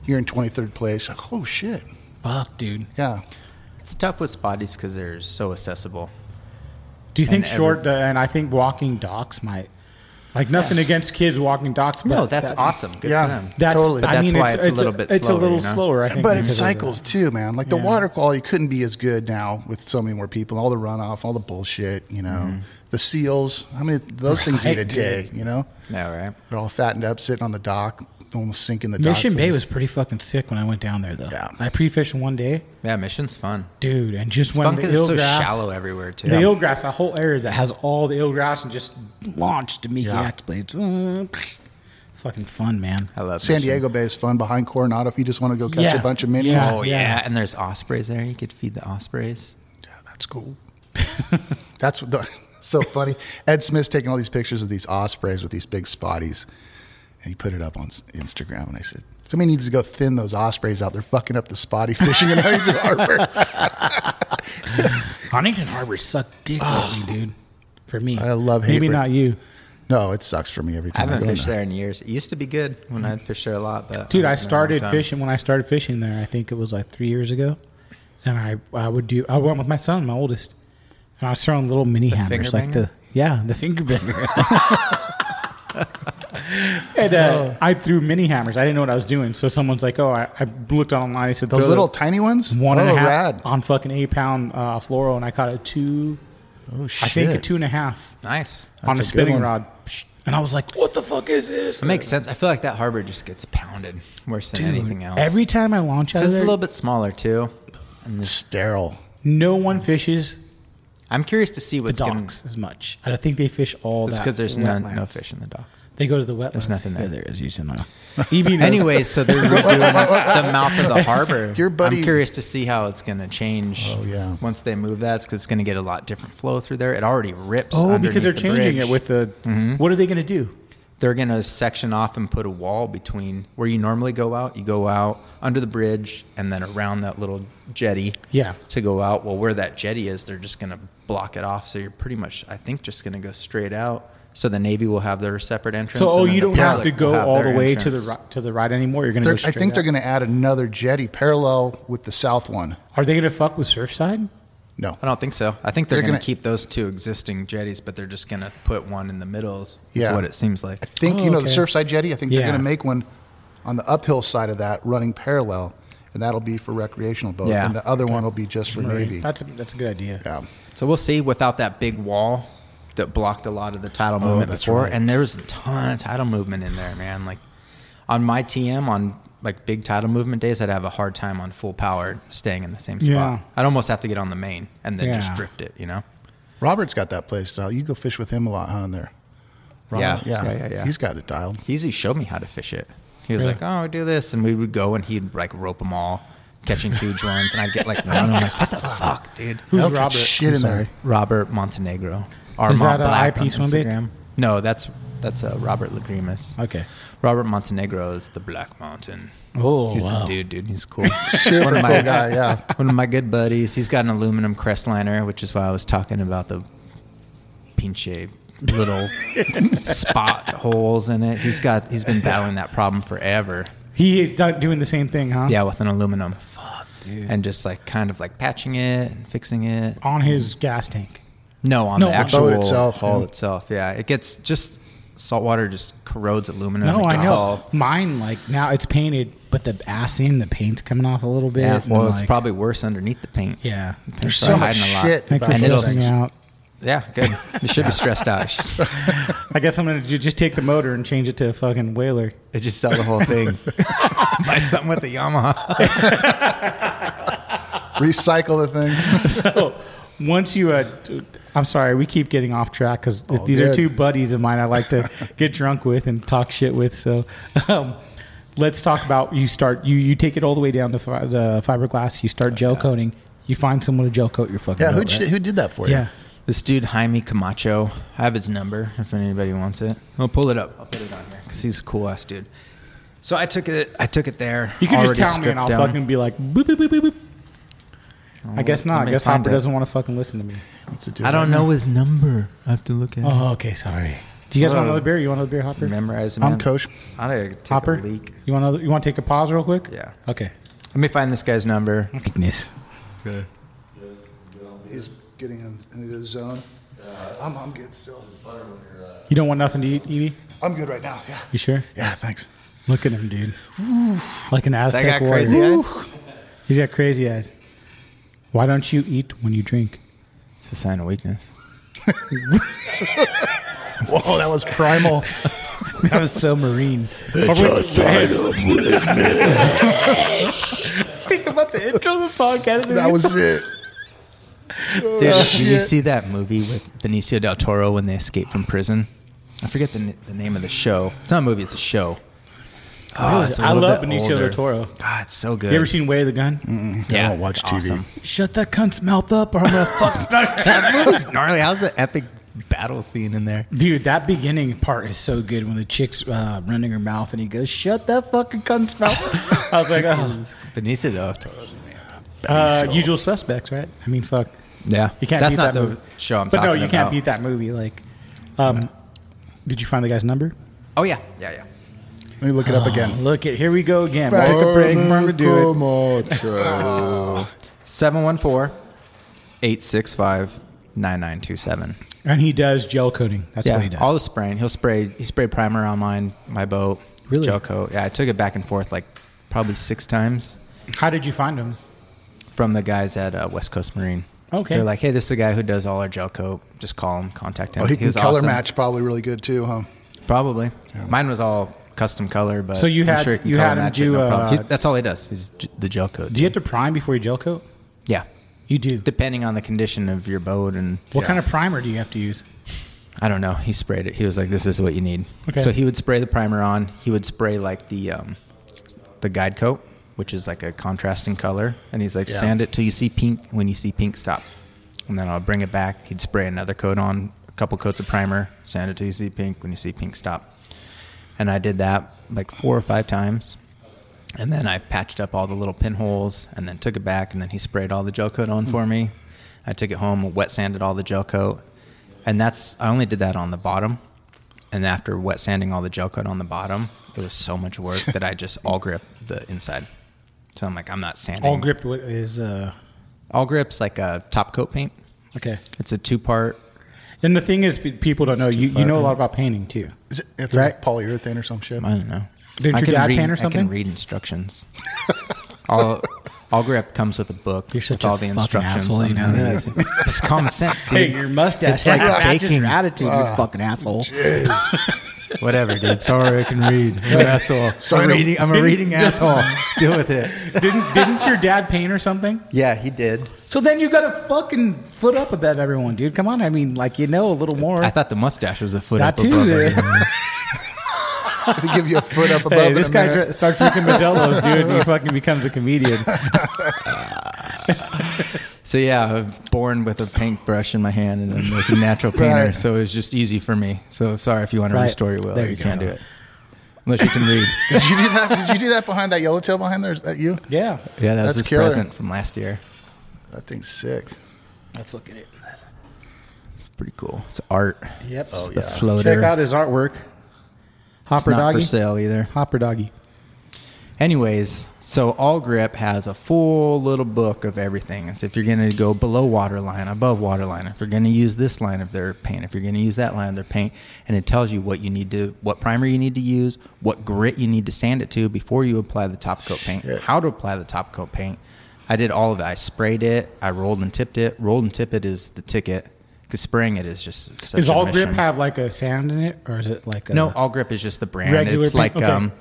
Speaker 4: you're in 23rd place. Like, oh, shit.
Speaker 2: Fuck, dude.
Speaker 4: Yeah.
Speaker 3: It's tough with spotties because they're so accessible.
Speaker 2: Do you think
Speaker 3: every-
Speaker 2: short uh, and I think walking docks might like nothing against kids walking docks, but
Speaker 3: No, Oh, that's, awesome. Good
Speaker 4: yeah.
Speaker 3: for them.
Speaker 2: That's
Speaker 4: Totally.
Speaker 2: I
Speaker 3: That's
Speaker 2: mean,
Speaker 3: why
Speaker 2: it's,
Speaker 3: it's a little bit
Speaker 2: It's
Speaker 3: slower,
Speaker 2: a little
Speaker 3: you know?
Speaker 2: slower, I think.
Speaker 4: But it
Speaker 2: because of the-
Speaker 4: cycles too, man. Like the
Speaker 2: Yeah.
Speaker 4: water quality couldn't be as good now with so many more people, all the runoff, all the bullshit, you know, the seals. How many those things eat a
Speaker 2: Mm-hmm. Right,
Speaker 4: day, you know?
Speaker 3: Yeah, right.
Speaker 4: They're all fattened up, sitting on the dock, almost sinking the dock.
Speaker 2: Mission
Speaker 4: for
Speaker 2: Bay
Speaker 4: them.
Speaker 2: was pretty fucking sick when I went down there, though.
Speaker 4: Yeah.
Speaker 2: I pre-fished one day,
Speaker 3: Yeah, mission's fun.
Speaker 2: dude, and just
Speaker 3: It's
Speaker 2: when
Speaker 3: fun
Speaker 2: the
Speaker 3: because it's
Speaker 2: eelgrass,
Speaker 3: so shallow everywhere too.
Speaker 2: the eelgrass, a whole area that has all the eelgrass, and just launched to Mickey
Speaker 4: Yeah.
Speaker 2: axe blades. uh, fucking fun, man.
Speaker 3: I love
Speaker 4: San
Speaker 3: Mission.
Speaker 4: Diego Bay is fun behind Coronado if you just want to go catch
Speaker 2: Yeah.
Speaker 4: a bunch of minions.
Speaker 2: Yeah.
Speaker 3: Oh yeah. and there's ospreys there. You could feed the ospreys.
Speaker 4: Yeah, that's cool. that's what the, so funny. Ed Smith's taking all these pictures of these ospreys with these big spotties, and he put it up on s- Instagram. And I said, somebody needs to go thin those ospreys out. They're fucking up the spotty fishing in Huntington Harbor.
Speaker 2: Huntington Harbor sucked dick lately, dude. For me,
Speaker 4: I love
Speaker 2: Maybe
Speaker 4: Hayward.
Speaker 2: not you,
Speaker 4: No, it sucks for me every
Speaker 3: I
Speaker 4: time.
Speaker 3: haven't
Speaker 4: go
Speaker 3: fished there in years. It used to be good when I'd fish there a lot, but
Speaker 2: dude. I
Speaker 3: haven't in a long
Speaker 2: started
Speaker 3: time.
Speaker 2: fishing when I started fishing there. I think it was like three years ago, and I I would do. I went with my son, my oldest, and I was throwing little mini hammers
Speaker 3: finger
Speaker 2: like the
Speaker 3: banger?
Speaker 2: yeah the finger banger. and uh, I threw mini hammers. I didn't know what I was doing. So someone's like, "Oh, I, I looked online." He said,
Speaker 4: Those
Speaker 2: "Throw
Speaker 4: little
Speaker 2: the
Speaker 4: tiny ones?
Speaker 2: one
Speaker 4: oh,
Speaker 2: and a half
Speaker 4: rad.
Speaker 2: on fucking eight pound uh, fluoro," and I caught a two.
Speaker 4: Oh,
Speaker 2: I
Speaker 4: shit.
Speaker 2: think a two and a half
Speaker 3: Nice.
Speaker 2: on
Speaker 4: That's
Speaker 2: a,
Speaker 4: a good
Speaker 2: spinning
Speaker 4: one.
Speaker 2: rod. Psh, And I was like, "What the fuck is this?"
Speaker 3: It makes sense. I feel like that harbor just gets pounded worse than anything else.
Speaker 2: Every time I launch out of
Speaker 3: it's a
Speaker 2: there,
Speaker 3: little bit smaller too.
Speaker 4: Sterile.
Speaker 2: no one fishes
Speaker 3: I'm curious to see
Speaker 2: the
Speaker 3: what's going.
Speaker 2: docks as much. I don't think they fish all
Speaker 3: It's
Speaker 2: that.
Speaker 3: because there's no,
Speaker 2: wetlands.
Speaker 3: no fish in the docks.
Speaker 2: They go to the wetlands. There's
Speaker 3: nothing there.
Speaker 2: there is usually no. EB knows.
Speaker 3: Anyway, so they're redoing the mouth of the harbor.
Speaker 4: Your buddy-
Speaker 3: I'm curious to see how it's going to change.
Speaker 4: Oh, yeah.
Speaker 3: Once they move that, because it's going to get a lot different flow through there. It already rips.
Speaker 2: oh, because
Speaker 3: underneath
Speaker 2: they're
Speaker 3: the
Speaker 2: changing
Speaker 3: bridge. Mm-hmm.
Speaker 2: it with the. What are they going to do?
Speaker 3: They're going to section off and put a wall between where you normally go out. You go out under the bridge and then around that little jetty.
Speaker 2: Yeah.
Speaker 3: To go out. Well, where that jetty is, they're just going to block it off. So you're pretty much, I think, just going to go straight out. So the Navy will have their separate entrance.
Speaker 2: So,
Speaker 3: and
Speaker 2: oh,
Speaker 3: then
Speaker 2: you
Speaker 3: the
Speaker 2: don't have
Speaker 3: public
Speaker 2: to
Speaker 3: will
Speaker 2: go
Speaker 3: have
Speaker 2: all the
Speaker 3: their
Speaker 2: way to the
Speaker 3: entrance.
Speaker 2: ri- to the right anymore. You're going to
Speaker 4: They're-
Speaker 2: go
Speaker 4: I
Speaker 2: straight.
Speaker 4: think they're
Speaker 2: going
Speaker 4: going to add another jetty parallel with the south one.
Speaker 2: to. Are they going to fuck with Surfside?
Speaker 4: No.
Speaker 3: I don't think so. I think they're,
Speaker 4: They're
Speaker 3: going
Speaker 4: gonna-
Speaker 3: to keep those two existing jetties, but they're just going to put one in the middle. Is
Speaker 4: Yeah.
Speaker 3: what it seems like.
Speaker 4: I think
Speaker 2: Oh,
Speaker 4: you know the
Speaker 2: okay.
Speaker 4: Surfside Jetty. I think they're
Speaker 2: Yeah.
Speaker 4: going to make one on the uphill side of that, running parallel, and that'll be for recreational boat.
Speaker 3: Yeah.
Speaker 4: And the other one will be just for navy.
Speaker 2: That's a, that's a good idea.
Speaker 4: yeah.
Speaker 3: So we'll see without that big wall that blocked a lot of the tidal
Speaker 2: Oh,
Speaker 3: movement
Speaker 4: that's
Speaker 3: before.
Speaker 4: right.
Speaker 3: And there was a ton of tidal movement in there, man. Like on my TM on like big tidal movement days, I'd have a hard time on full power staying in the same spot.
Speaker 2: Yeah.
Speaker 3: I'd almost have to get on the main and then just
Speaker 2: Yeah.
Speaker 3: drift it, you know?
Speaker 4: Robert's got that place dialed. You go fish with him a lot, huh? In there.
Speaker 3: Yeah.
Speaker 4: yeah,
Speaker 3: Yeah, yeah, yeah.
Speaker 4: He's got it dialed.
Speaker 3: He usually showed me how to fish it. He was
Speaker 2: Really?
Speaker 3: like, "Oh, do this," and we would go, and he'd like rope them all, catching huge ones, and I'd get like one. and I'm like, "What the fuck, dude?"
Speaker 2: Who's
Speaker 4: Don't get
Speaker 2: Robert?
Speaker 4: Shit
Speaker 2: I'm
Speaker 4: in there.
Speaker 2: sorry.
Speaker 3: Robert Montenegro.
Speaker 2: Is that
Speaker 3: Armand
Speaker 2: a
Speaker 3: Black
Speaker 2: eyepiece
Speaker 3: on
Speaker 2: one, Bates?
Speaker 3: Instagram. No, that's that's uh, Robert Lagrimas.
Speaker 2: Okay.
Speaker 3: Robert Montenegro is the Black Mountain.
Speaker 2: Oh,
Speaker 3: he's
Speaker 2: wow.
Speaker 3: the dude, dude. He's cool. Super one of my,
Speaker 4: Cool guy, yeah.
Speaker 3: One of my good buddies. He's got an aluminum crestliner, which is why I was talking about the pinche little spot holes in it. He's got he's been battling that problem forever.
Speaker 2: He done- doing the same thing, huh?
Speaker 3: Yeah, with an aluminum. Fuck, dude. And just like kind of like patching it and fixing it.
Speaker 2: On his gas tank.
Speaker 3: No, on
Speaker 2: No,
Speaker 3: the
Speaker 2: the
Speaker 3: actual
Speaker 4: boat itself.
Speaker 3: hull
Speaker 4: Yeah.
Speaker 3: itself. Yeah, it gets just salt water just corrodes aluminum.
Speaker 2: No,
Speaker 3: It
Speaker 2: I
Speaker 3: gets
Speaker 2: know.
Speaker 3: all-
Speaker 2: Mine, like now it's painted, but the ass in the paint's coming off a little bit.
Speaker 3: yeah,
Speaker 2: and,
Speaker 3: well, it's
Speaker 2: like,
Speaker 3: probably worse underneath the paint.
Speaker 2: yeah.
Speaker 3: There's
Speaker 4: so much shit
Speaker 2: Thank
Speaker 4: about
Speaker 2: you
Speaker 3: And
Speaker 2: for
Speaker 3: it'll,
Speaker 2: helping out.
Speaker 3: yeah, good. You should be stressed out.
Speaker 2: I guess I'm gonna ju- just take the motor and change it to a fucking whaler.
Speaker 3: It just sell the whole thing. Buy something with a Yamaha.
Speaker 4: Recycle the thing.
Speaker 2: So once you, uh, d- I'm sorry, we keep getting off track because these are
Speaker 4: good.
Speaker 2: two buddies of mine I like to get drunk with and talk shit with. So um, let's talk about you start you you take it all the way down to fi- the fiberglass. You start gel coating. You find someone to gel coat your fucking
Speaker 4: yeah.
Speaker 2: boat,
Speaker 4: Who
Speaker 2: right?
Speaker 4: who did that for you?
Speaker 2: yeah.
Speaker 3: This dude Jaime Camacho. I have his number if anybody wants it. I'll pull it up. I'll put it on here because he's a cool ass dude. So I took it. I took it there.
Speaker 2: You can just
Speaker 3: already
Speaker 2: tell me and
Speaker 3: stripped
Speaker 2: I'll
Speaker 3: down.
Speaker 2: fucking be like boop boop boop boop. boop. I guess
Speaker 3: let
Speaker 2: not. I
Speaker 3: me
Speaker 2: guess
Speaker 3: find
Speaker 2: Hopper
Speaker 3: it.
Speaker 2: doesn't want to fucking listen to me.
Speaker 4: What's it do?
Speaker 3: I don't know his number. I have to look at. it.
Speaker 2: Oh, okay, sorry. Do you guys want another beer? You want another beer, Hopper?
Speaker 3: Memorize.
Speaker 4: I'm
Speaker 3: man.
Speaker 4: coach.
Speaker 3: I gotta take
Speaker 2: Hopper,
Speaker 3: a leak.
Speaker 2: you want to you want to take a pause real quick?
Speaker 3: Yeah.
Speaker 2: Okay.
Speaker 3: Let me find this guy's number.
Speaker 2: Goodness.
Speaker 4: He's getting in- into the zone. I'm, I'm good still.
Speaker 2: You don't want nothing to eat, Edie?
Speaker 4: I'm good right now. Yeah.
Speaker 2: You sure?
Speaker 4: Yeah. Thanks.
Speaker 2: Look at him, dude. Like an Aztec
Speaker 3: got
Speaker 2: warrior.
Speaker 3: crazy eyes?
Speaker 2: He's got crazy eyes. Why don't you eat when you drink?
Speaker 3: It's a sign of weakness.
Speaker 4: Whoa, that was primal.
Speaker 2: That was so marine. Think about the intro of the podcast.
Speaker 4: that was it.
Speaker 3: Dude, did you see that movie with Benicio del Toro when they escape from prison? I forget the, n- the name of the show. It's not a movie. It's a show. Oh, it's a
Speaker 2: I
Speaker 3: little
Speaker 2: love
Speaker 3: bit
Speaker 2: Benicio
Speaker 3: older.
Speaker 2: del Toro.
Speaker 3: God, it's so good.
Speaker 2: You ever seen Way of the Gun?
Speaker 3: Yeah,
Speaker 4: I don't watch
Speaker 3: it's
Speaker 4: TV.
Speaker 3: awesome.
Speaker 2: Shut that cunt's mouth up or I'm going to fuck
Speaker 3: that movie's gnarly. How's the epic battle scene in there?
Speaker 2: Dude, that beginning part is so good when the chick's uh, running her mouth and he goes, Shut that fucking cunt's mouth. I was like, oh.
Speaker 3: Benicio del Toro's man.
Speaker 2: uh, Usual Suspects, right? I mean, fuck.
Speaker 3: Yeah,
Speaker 2: You can't
Speaker 3: That's
Speaker 2: beat
Speaker 3: not
Speaker 2: that
Speaker 3: the
Speaker 2: movie.
Speaker 3: show I'm
Speaker 2: but no,
Speaker 3: talking
Speaker 2: you can't
Speaker 3: about.
Speaker 2: beat that movie. Like, um, did you find the guy's number?
Speaker 3: Oh yeah, yeah, yeah.
Speaker 4: Let me look it up again.
Speaker 2: Look at here we go again. We took a break for him to do it.
Speaker 3: 714-865-9927.
Speaker 2: And he does gel coating. That's
Speaker 3: Yeah,
Speaker 2: what he does.
Speaker 3: all the spraying. He'll spray. He sprayed primer on mine, my boat.
Speaker 2: Really?
Speaker 3: Gel coat. Yeah, I took it back and forth like probably six times
Speaker 2: How did you find him?
Speaker 3: from the guys at uh, West Coast Marine.
Speaker 2: Okay.
Speaker 3: They're like, hey, this is the guy who does all our gel coat. Just call him, contact him.
Speaker 4: Oh, he can
Speaker 3: was
Speaker 4: color
Speaker 3: awesome.
Speaker 4: match probably really good too, huh?
Speaker 3: Probably. Mine was all custom color, but
Speaker 2: So you
Speaker 3: I'm
Speaker 2: had-
Speaker 3: sure he can
Speaker 2: you
Speaker 3: color
Speaker 2: had him
Speaker 3: match it,
Speaker 2: do,
Speaker 3: no problem.
Speaker 2: uh,
Speaker 3: He's- that's all he does. He's j- the gel coat.
Speaker 2: Do you have to prime before you gel coat?
Speaker 3: yeah.
Speaker 2: You do.
Speaker 3: Depending on the condition of your boat and
Speaker 2: What kind of primer do you have to use?
Speaker 3: I don't know. He sprayed it. He was like, "This is what you need."
Speaker 2: Okay.
Speaker 3: So he would spray the primer on. He would spray like the um, the guide coat, which is like a contrasting color, and he's like, "Sand it till you see pink. When you see pink, stop." And then I'll bring it back. He'd spray another coat on, a couple coats of primer, sand it till you see pink. When you see pink, stop. And I did that like four or five times. And then I patched up all the little pinholes and then took it back and then he sprayed all the gel coat on for me. I took it home, wet sanded all the gel coat. And that's I only did that on the bottom. And after wet sanding all the gel coat on the bottom, it was so much work that I just all grip the inside. So I'm like, I'm not sanding.
Speaker 2: All gripped with is uh,
Speaker 3: All Grip's like a top coat paint.
Speaker 2: Okay.
Speaker 3: It's a two part.
Speaker 2: And the thing is, pe- people don't know you, you know a lot about painting too.
Speaker 4: Is it, it's
Speaker 2: Right.
Speaker 4: like polyurethane or some shit.
Speaker 3: I don't know.
Speaker 2: Didn't
Speaker 3: I
Speaker 2: your
Speaker 3: can
Speaker 2: dad
Speaker 3: read-
Speaker 2: paint or
Speaker 3: I
Speaker 2: something?
Speaker 3: can read instructions. all, all Grip comes with a book
Speaker 2: You're such
Speaker 3: with all
Speaker 2: a
Speaker 3: the
Speaker 2: fucking
Speaker 3: instructions.
Speaker 2: asshole,
Speaker 3: like,
Speaker 2: you know that.
Speaker 3: it's- it's common sense, dude. It's
Speaker 2: that-
Speaker 3: like
Speaker 2: that's just
Speaker 3: baking,
Speaker 2: your attitude, you fucking asshole.
Speaker 3: whatever, dude. Sorry, I can read. I'm an asshole.
Speaker 4: So I
Speaker 3: I'm,
Speaker 4: don't-
Speaker 3: reading, I'm a reading asshole. Deal with it.
Speaker 2: didn't didn't your dad paint or something?
Speaker 3: Yeah, he did.
Speaker 2: So then you got to fucking foot up about everyone, dude. Come on, I mean, like you know a little more.
Speaker 3: I thought the mustache was a foot
Speaker 2: That
Speaker 3: up
Speaker 2: too,
Speaker 3: above
Speaker 2: yeah.
Speaker 3: it.
Speaker 4: to give you a foot up above
Speaker 2: hey,
Speaker 4: in
Speaker 2: this
Speaker 4: a
Speaker 2: guy
Speaker 4: minute.
Speaker 2: dr- starts drinking Modelo's, dude, and he fucking becomes a comedian.
Speaker 3: So yeah, I was born with a paintbrush in my hand and I'm like a natural painter,
Speaker 4: Right.
Speaker 3: so it was just easy for me. So sorry if you want to
Speaker 2: Right.
Speaker 3: restore your will,
Speaker 2: There
Speaker 3: you,
Speaker 2: you go.
Speaker 3: can't do it unless you can read.
Speaker 4: Did you do that? Did you do that behind that yellowtail behind there? Is that you?
Speaker 2: yeah,
Speaker 3: yeah, that was
Speaker 4: That's
Speaker 3: his
Speaker 4: killer.
Speaker 3: present from last year.
Speaker 4: That thing's sick.
Speaker 2: let's look at it.
Speaker 3: It's pretty cool. It's art.
Speaker 2: Yep. Oh,
Speaker 3: It's the floater.
Speaker 2: Check out his artwork.
Speaker 3: Oh, it's
Speaker 2: Hopper
Speaker 3: not
Speaker 2: doggy.
Speaker 3: for sale either.
Speaker 2: Hopper doggy.
Speaker 3: Anyways, so All Grip has a full little book of everything. It's if you're going to go below waterline, above waterline, if you're going to use this line of their paint, if you're going to use that line of their paint, and it tells you what you need to, what primer you need to use, what grit you need to sand it to before you apply the top coat paint, how to apply the top coat paint. I did all of it. I sprayed it. I rolled and tipped it. Rolled and tipped it is the ticket because spraying it is just such
Speaker 2: Does
Speaker 3: a
Speaker 2: all grip
Speaker 3: mission.
Speaker 2: have like a sand in it, or is it like a
Speaker 3: No, All Grip is just the brand.
Speaker 2: Regular
Speaker 3: it's
Speaker 2: paint,
Speaker 3: like
Speaker 2: okay.
Speaker 3: um,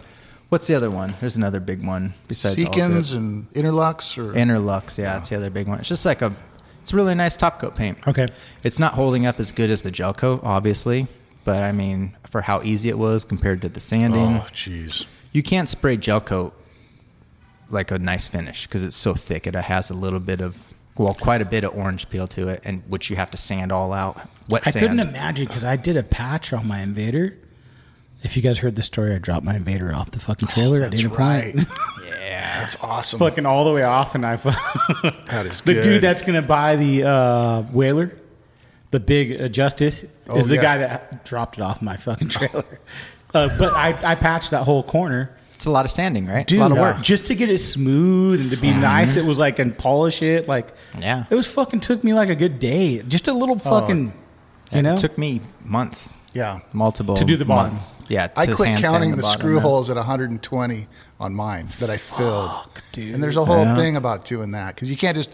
Speaker 3: what's the other one? There's another big one besides All Grip.
Speaker 4: Seekins and interlocks or
Speaker 3: Interlux, yeah, that's the other big one. It's just like a, it's a really nice top coat paint.
Speaker 2: Okay.
Speaker 3: It's not holding up as good as the gel coat, obviously, but I mean, for how easy it was compared to the sanding,
Speaker 4: oh jeez.
Speaker 3: you can't spray gel coat like a nice finish because it's so thick. It has a little bit of, well, quite a bit of orange peel to it, and which you have to sand all out. Wet
Speaker 2: I
Speaker 3: sand.
Speaker 2: couldn't imagine because I did a patch on my invader. If you guys heard the story, I dropped my invader off the fucking trailer. I
Speaker 4: Oh, That's
Speaker 2: didn't apply it.
Speaker 4: right. yeah, that's awesome.
Speaker 2: fucking all the way off, and I. fu-
Speaker 4: That is
Speaker 2: the
Speaker 4: good.
Speaker 2: dude that's gonna buy the uh, whaler, the big uh, Justice, is
Speaker 4: Oh,
Speaker 2: the
Speaker 4: yeah.
Speaker 2: guy that dropped it off my fucking trailer. uh, but I, I patched that whole corner.
Speaker 3: It's a lot of sanding, right?
Speaker 2: Dude, uh,
Speaker 3: it's a lot
Speaker 4: uh,
Speaker 3: of work.
Speaker 2: just to get it smooth and to be nice, it was like and polish it like
Speaker 3: Yeah.
Speaker 2: It was fucking took me like a good day, just a little
Speaker 4: Oh,
Speaker 2: fucking, you know.
Speaker 3: It took me months.
Speaker 4: Yeah.
Speaker 3: Multiple
Speaker 2: To do the bottom.
Speaker 3: months. Yeah.
Speaker 4: I
Speaker 3: to
Speaker 4: quit
Speaker 3: hand sand
Speaker 4: counting the,
Speaker 3: bottom,
Speaker 4: screw
Speaker 3: yeah.
Speaker 4: holes at 120 on mine that I filled.
Speaker 2: dude.
Speaker 4: And there's a whole
Speaker 3: Yeah.
Speaker 4: thing about doing that because you can't just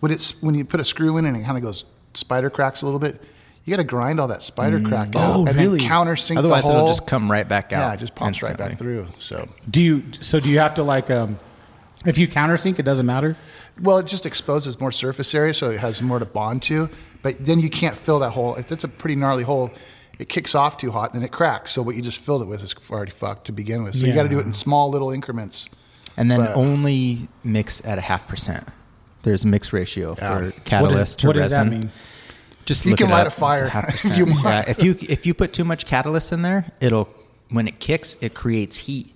Speaker 4: when it's when you put a screw in and it kind of goes spider cracks a little bit. You got to grind all that spider crack out and
Speaker 2: really?
Speaker 4: then countersink
Speaker 3: Mm. Oh, Otherwise,
Speaker 4: the hole.
Speaker 3: it'll just come right back out.
Speaker 4: Yeah, it just pops right back
Speaker 3: instantly.
Speaker 4: through. So,
Speaker 2: Do you so? Do you have to like um, if you countersink, it doesn't matter.
Speaker 4: well, it just exposes more surface area, so it has more to bond to. But then you can't fill that hole. If it's a pretty gnarly hole, it kicks off too hot, then it cracks. So what you just filled it with is already fucked to begin with. So you got to do it in small little increments.
Speaker 3: And then
Speaker 4: But-
Speaker 3: only mix at a half percent. There's a mix ratio
Speaker 4: Yeah.
Speaker 3: for catalyst to
Speaker 2: what does
Speaker 3: resin.
Speaker 2: that mean?
Speaker 3: Just
Speaker 4: You
Speaker 3: look
Speaker 4: can
Speaker 3: it
Speaker 4: light
Speaker 3: up.
Speaker 4: a fire
Speaker 3: It's half
Speaker 4: if
Speaker 3: percent.
Speaker 4: you want.
Speaker 3: Yeah, if you if you put too much catalyst in there, it'll when it kicks, it creates heat,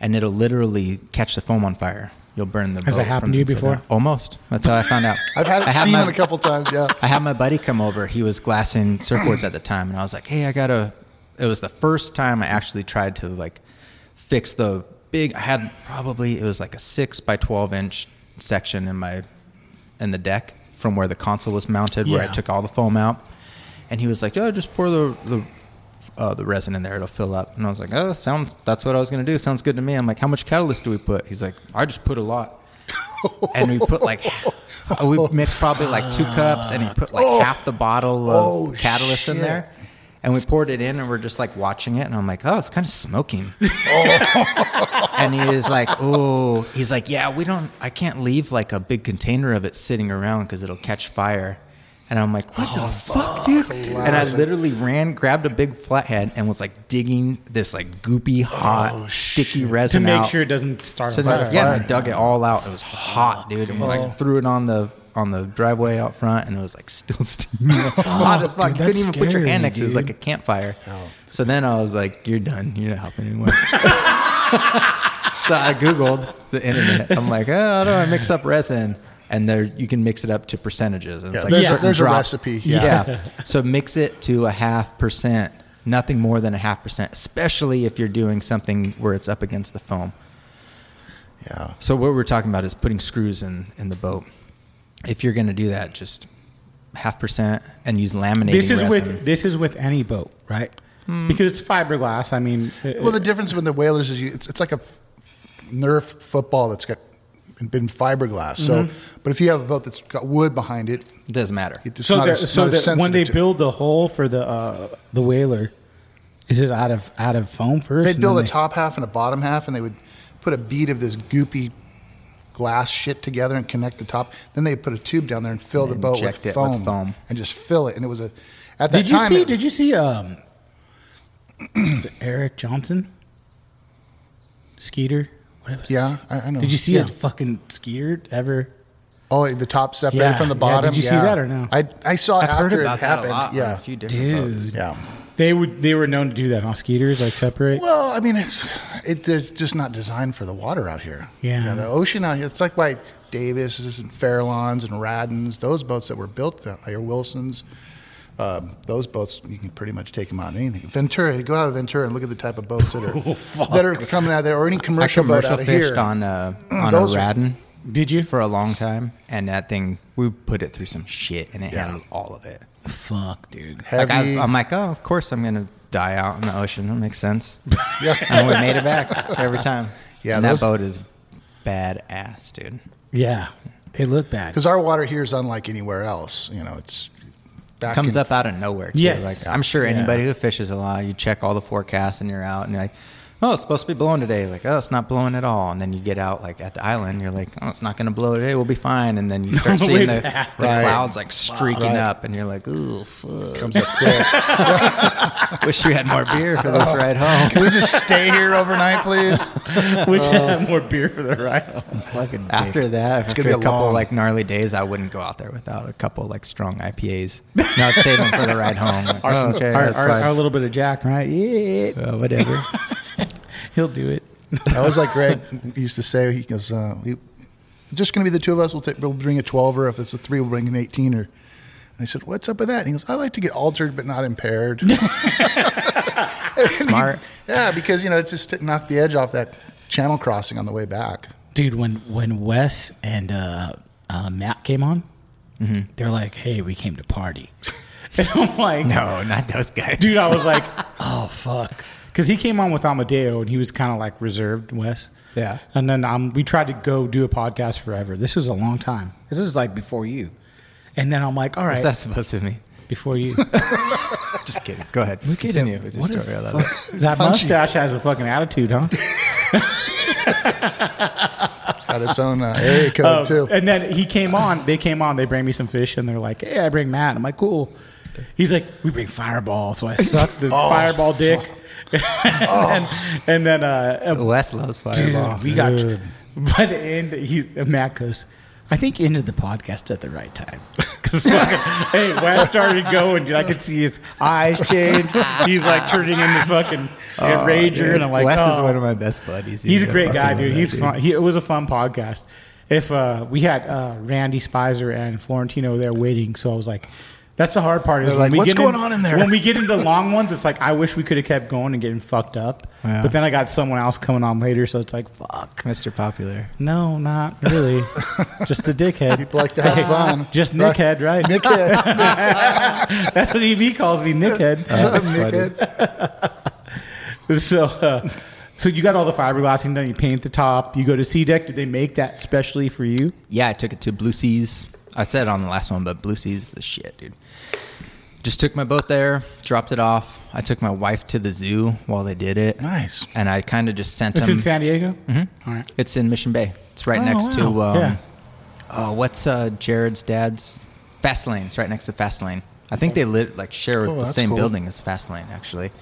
Speaker 3: and it'll literally catch the foam on fire. You'll burn the.
Speaker 2: Has
Speaker 3: boat
Speaker 2: that happened
Speaker 3: from
Speaker 2: to you
Speaker 3: the inside
Speaker 2: before?
Speaker 3: out. Almost. That's how I found out.
Speaker 4: I've had it
Speaker 3: I have
Speaker 4: steaming
Speaker 3: my-
Speaker 4: a couple times. Yeah.
Speaker 3: I had my buddy come over. He was glassing surfboards at the time, and I was like, "Hey, I gotta." It was the first time I actually tried to like fix the big. I had probably it was like a six by twelve inch section in my in the deck from where the console was mounted, where I
Speaker 2: Yeah.
Speaker 3: took all the foam out. And he was like, "Oh, just pour the the." Uh, the resin in there, it'll fill up. And I was like, oh, sounds, that's what I was going to do. Sounds good to me. I'm like, how much catalyst do we put? He's like, I just put a lot and we put like we mixed probably like two cups and he put like half the bottle of
Speaker 4: Oh,
Speaker 3: catalyst in
Speaker 4: shit.
Speaker 3: there and we poured it in and we're just like watching it and i'm like oh it's kind of smoking and he was like oh he's like yeah we don't i can't leave like a big container of it sitting around because it'll catch fire and i'm like what
Speaker 4: Oh,
Speaker 3: the fuck, dude and i literally ran grabbed a big flathead and was like digging this like goopy hot
Speaker 4: Oh,
Speaker 3: sticky
Speaker 2: To
Speaker 3: resin
Speaker 2: make
Speaker 3: out.
Speaker 2: sure it doesn't start
Speaker 3: So
Speaker 2: a fire.
Speaker 3: then, yeah, and I dug it all out. It was
Speaker 4: Oh,
Speaker 3: hot, dude. And we like threw it on the on the driveway out front, and it was like still steaming, hot as fuck.
Speaker 2: dude,
Speaker 3: You couldn't
Speaker 2: that's
Speaker 3: even put your
Speaker 2: scary,
Speaker 3: hand next. to It It was
Speaker 2: dude.
Speaker 3: like a campfire.
Speaker 4: Oh.
Speaker 3: So then I was like, "You're done. You're not helping anymore." so I googled the internet. I'm like, "Oh, how do I mix up resin?" And there, you can mix it up to percentages. And it's
Speaker 4: Yeah,
Speaker 3: like
Speaker 4: there's a-
Speaker 3: certain
Speaker 4: there's a
Speaker 3: drop-
Speaker 4: recipe, yeah.
Speaker 3: yeah. So mix it to a half percent, nothing more than a half percent, especially if you're doing something where it's up against the foam.
Speaker 4: Yeah.
Speaker 3: So what we're talking about is putting screws in in the boat. if you're going to do that, just half percent and use laminating
Speaker 2: This is
Speaker 3: resin.
Speaker 2: with this is with any boat, right? Because it's fiberglass. I mean, it-
Speaker 4: Well, the difference with the whalers is you, it's, it's like a Nerf football that's got been fiberglass. So, but if you have a boat that's got wood behind it,
Speaker 3: It doesn't matter.
Speaker 4: it's
Speaker 2: so
Speaker 4: not
Speaker 2: that,
Speaker 4: as,
Speaker 2: so
Speaker 4: not as
Speaker 2: that when they
Speaker 4: sensitive to-
Speaker 2: build the hull for the uh, the whaler, is it out of out of foam first?
Speaker 4: they'd
Speaker 2: and
Speaker 4: build
Speaker 2: then
Speaker 4: a
Speaker 2: they-
Speaker 4: top half and a bottom half, and they would put a bead of this goopy glass shit together and connect the top. Then they put a tube down there and fill the boat with
Speaker 3: inject it with
Speaker 4: foam,
Speaker 3: foam.
Speaker 4: and just fill it. And it was a at that
Speaker 2: Did you
Speaker 4: time.
Speaker 2: see?
Speaker 4: it-
Speaker 2: Did you see? Um, is it Eric Johnson, Skeeter. What was-
Speaker 4: Yeah, I- I know.
Speaker 2: Did you see
Speaker 4: Yeah.
Speaker 2: a fucking Skeeter ever?
Speaker 4: oh, the top separated
Speaker 2: Yeah,
Speaker 4: from the
Speaker 2: yeah,
Speaker 4: bottom.
Speaker 2: did you see that or no?
Speaker 4: I I saw it
Speaker 2: I've heard
Speaker 4: after
Speaker 3: About
Speaker 4: it
Speaker 3: that
Speaker 4: happened.
Speaker 3: a lot. on
Speaker 4: yeah,
Speaker 3: a few different
Speaker 2: Dude,
Speaker 3: boats.
Speaker 4: yeah.
Speaker 2: they would. They were known to do that on Skeeters, like separate.
Speaker 4: Well, I mean, it's it, it's just not designed for the water out here.
Speaker 2: Yeah.
Speaker 4: You know, the ocean out here. It's like why Davis's and Farallons and Radins, those boats that were built down here, Wilson's. Um, those boats, you can pretty much take them out on anything. Ventura, go out of Ventura and look at the type of boats that are that are coming out of there, or any
Speaker 3: Oh, I
Speaker 4: commercial, boat
Speaker 3: commercial
Speaker 4: out of
Speaker 3: fished
Speaker 4: here.
Speaker 3: on a on a
Speaker 4: Those are-
Speaker 3: radin
Speaker 2: Did you?
Speaker 3: for a long time, and that thing we put it through some shit, and it handled all of it.
Speaker 2: Fuck, dude.
Speaker 4: Heavy,
Speaker 3: Like I, I'm like, oh, of course I'm gonna die out in the ocean. That makes sense.
Speaker 4: yeah,
Speaker 3: and we made it back every time.
Speaker 4: Yeah,
Speaker 3: and
Speaker 4: those-
Speaker 3: that boat is badass, dude.
Speaker 2: Yeah, they look bad.
Speaker 4: because our water here is unlike anywhere else. You know, it's back
Speaker 3: Comes
Speaker 4: in-
Speaker 3: up out of nowhere. Too.
Speaker 2: Yes.
Speaker 3: like I'm sure anybody who fishes a lot, you check all the forecasts and you're out, and you're like, oh, it's supposed to be blowing today. Like, oh, it's not blowing at all. And then you get out like at the island, you're like, oh, it's not gonna blow today. We'll be fine. And then you start
Speaker 2: No way
Speaker 3: seeing the, the
Speaker 2: back.
Speaker 4: Right.
Speaker 3: clouds like streaking
Speaker 4: Right.
Speaker 3: up, and you're like, ooh, fuck.
Speaker 4: comes up quick.
Speaker 3: Wish we had more beer for this ride home.
Speaker 4: Can we just stay here overnight, please?
Speaker 2: we should have more beer for the ride. Fucking
Speaker 3: uh, After that, after
Speaker 4: gonna
Speaker 3: a,
Speaker 4: be a
Speaker 3: couple
Speaker 4: long-
Speaker 3: like gnarly days, I wouldn't go out there without a couple like strong IPAs. No, I'd save them for the ride home. Like, oh, okay,
Speaker 2: our,
Speaker 3: that's
Speaker 2: our,
Speaker 3: fine.
Speaker 2: our little bit of Jack, right? Yeah,
Speaker 3: Uh, whatever.
Speaker 2: he'll do it.
Speaker 4: I was like Greg used to say. He goes, uh, he, "Just going to be the two of us. We'll, take, we'll bring a twelve, or if it's a three, we'll bring an 18 or." And I said, "What's up with that?" And he goes, "I like to get altered but not impaired."
Speaker 3: Smart.
Speaker 4: yeah, because you know it just knocked the edge off that channel crossing on the way back.
Speaker 2: dude when when wes and uh, uh matt came on
Speaker 3: Mm-hmm.
Speaker 2: they're like hey we came to party and i'm like
Speaker 3: No, not those guys.
Speaker 2: dude i was like oh fuck because he came on with amadeo and he was kind of like reserved wes
Speaker 3: Yeah.
Speaker 2: and then um, we tried to go do a podcast forever this was a long time this was like before you and then i'm like all right
Speaker 3: What's that supposed to mean?
Speaker 2: before you
Speaker 3: Just kidding. Go ahead.
Speaker 2: Look at him.
Speaker 3: Continue with your
Speaker 2: What a
Speaker 3: story. I love it.
Speaker 2: fuck- that mustache has a fucking attitude huh
Speaker 4: It's got its own uh, area code too.
Speaker 2: Oh, And then he came on. They came on. They bring me some fish, and they're like, "Hey, I bring Matt." I'm like, "Cool." He's like, "We bring Fireball," so I sucked the Fireball dick, and, and then uh,
Speaker 3: Wes loves
Speaker 2: dude,
Speaker 3: fireball.
Speaker 2: we got by the end. He Matt goes. I think ended the podcast at the right time because hey, Wes started going. Dude, I could see his eyes change. He's like turning into fucking a rager, and I'm like,
Speaker 3: Wes is
Speaker 2: "Oh."
Speaker 3: one of my best buddies.
Speaker 2: He's a great
Speaker 3: fucking
Speaker 2: guy, dude.
Speaker 3: love
Speaker 2: He's
Speaker 3: that
Speaker 2: fun. He, it was a fun podcast. If uh, we had uh, Randy Spicer and Florentino there waiting, so I was like, "That's the hard part." Is
Speaker 4: They're
Speaker 2: when
Speaker 4: like,
Speaker 2: we
Speaker 4: "What's
Speaker 2: get
Speaker 4: going on in there?"
Speaker 2: When we get into long ones, it's like I wish we could have kept going and getting fucked up.
Speaker 3: Yeah.
Speaker 2: But then I got someone else coming on later, so it's like, fuck.
Speaker 3: Mr. Popular.
Speaker 2: No, not really. Just a dickhead.
Speaker 4: People like to have fun.
Speaker 2: Just nickhead, right?
Speaker 4: Nickhead.
Speaker 2: That's what EB calls me, nickhead.
Speaker 4: Nickhead.
Speaker 2: So, uh, so you got all the fiberglassing done. You paint the top. You go to C deck. Did they make that specially for you?
Speaker 3: Yeah, I took it to Blue Seas. I said it on the last one, but Blue Seas is the shit, dude. Just took my boat there, dropped it off. I took my wife to the zoo while they did it.
Speaker 4: Nice.
Speaker 3: And I kind of just sent
Speaker 2: It's
Speaker 3: them.
Speaker 2: in San Diego. Mm-hmm. right.
Speaker 3: It's in Mission Bay. It's right
Speaker 2: Oh,
Speaker 3: next to
Speaker 2: wow.
Speaker 3: um,
Speaker 2: Yeah.
Speaker 3: oh, what's uh, Jared's dad's Fast Lane. It's right next to Fast Lane. I think they lit like share
Speaker 4: Oh,
Speaker 3: the
Speaker 4: that's
Speaker 3: same
Speaker 4: cool.
Speaker 3: building as Fast Lane actually.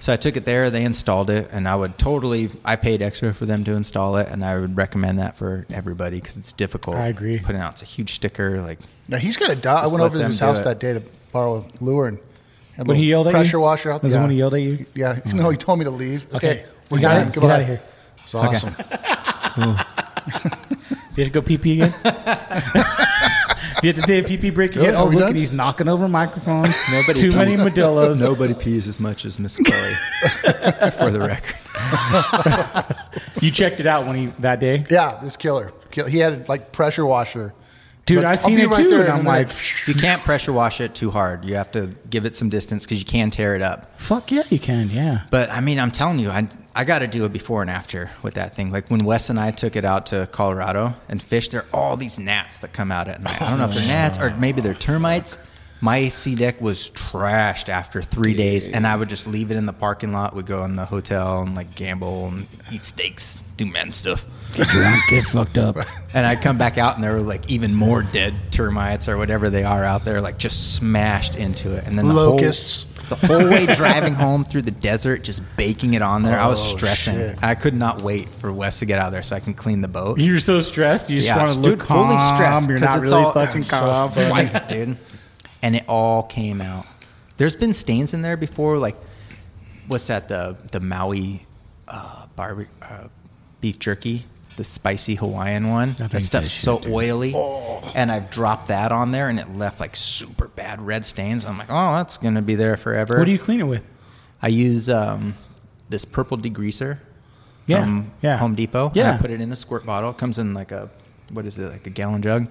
Speaker 3: So I took it there. They installed it, and I would totally. I paid extra for them to install it, and I would recommend that for everybody because it's difficult.
Speaker 2: I agree.
Speaker 3: Putting out it's a huge sticker. Like
Speaker 4: Now he's got a dog. I
Speaker 3: Just
Speaker 4: went
Speaker 3: let
Speaker 4: over to
Speaker 3: them
Speaker 4: his
Speaker 3: do
Speaker 4: house
Speaker 3: it.
Speaker 4: that day to borrow a lure and. had a
Speaker 2: When he
Speaker 4: little
Speaker 2: yelled at you?
Speaker 4: pressure washer out
Speaker 2: Was it
Speaker 4: there.
Speaker 2: when he yelled at you?
Speaker 4: Yeah. No, he told me to leave. Okay.
Speaker 2: Okay. We got
Speaker 4: done.
Speaker 2: it. Get
Speaker 4: Goodbye.
Speaker 2: out of here.
Speaker 4: It's awesome.
Speaker 2: Did you have to go pee pee again? Do you have to take a pee pee break again?
Speaker 4: Really? Are
Speaker 2: Oh,
Speaker 4: we
Speaker 2: look,
Speaker 4: done?
Speaker 2: and he's knocking over microphones. Too many Modillos.
Speaker 3: Nobody pees as much as Miss Chloe. for the record,
Speaker 2: You checked it out when he that day.
Speaker 4: Yeah, this killer. Kill, he had like pressure washer
Speaker 2: Dude,
Speaker 4: But
Speaker 2: I've
Speaker 4: I'll
Speaker 2: seen
Speaker 4: be
Speaker 2: it
Speaker 4: right
Speaker 2: too,
Speaker 4: there
Speaker 2: and
Speaker 4: in a
Speaker 2: I'm like,
Speaker 4: minute.
Speaker 3: You can't pressure wash it too hard. You have to give it some distance because you can tear it up.
Speaker 2: fuck yeah, you can, yeah.
Speaker 3: But I mean, I'm telling you, I I got to do a before and after with that thing. Like when Wes and I took it out to Colorado and fished, there are all these gnats that come out at night. I don't know if they're gnats or maybe they're termites. My sea deck was trashed after three days, and I would just leave it in the parking lot. Would go in the hotel and like gamble and eat steaks, do man stuff.
Speaker 2: Get drunk, get fucked up.
Speaker 3: And I'd come back out, and there were like even more dead termites or whatever they are out there, like just smashed into it. And then the whole-
Speaker 4: Locusts.
Speaker 3: the whole way driving home through the desert, just baking it on there. I was
Speaker 4: Oh,
Speaker 3: stressing.
Speaker 4: shit.
Speaker 3: I could not wait for Wes to get out of there so I can clean the boat.
Speaker 2: You're so stressed. You just want to look
Speaker 3: dude,
Speaker 2: calm.
Speaker 3: fully stressed.
Speaker 2: You're
Speaker 3: 'cause
Speaker 2: not
Speaker 3: it's
Speaker 2: really
Speaker 3: all-
Speaker 2: fucking
Speaker 3: it's so
Speaker 2: calm.
Speaker 3: white, dude. And it all came out. There's been stains in there before. Like, what's that? The the Maui uh, barbe- uh, beef jerky, the spicy Hawaiian one. That,
Speaker 2: ain't
Speaker 3: stuff's
Speaker 2: that shit,
Speaker 3: so
Speaker 2: dude. Oh.
Speaker 3: oily. And I've dropped that on there, and it left like super bad red stains. I'm like, oh, that's gonna be there forever.
Speaker 2: What do you clean it with?
Speaker 3: I use um, this purple degreaser
Speaker 2: Yeah,
Speaker 3: from
Speaker 2: yeah.
Speaker 3: Home Depot. and
Speaker 2: Yeah.
Speaker 3: I put it in a squirt bottle. It comes in like a, what is it, like a gallon jug.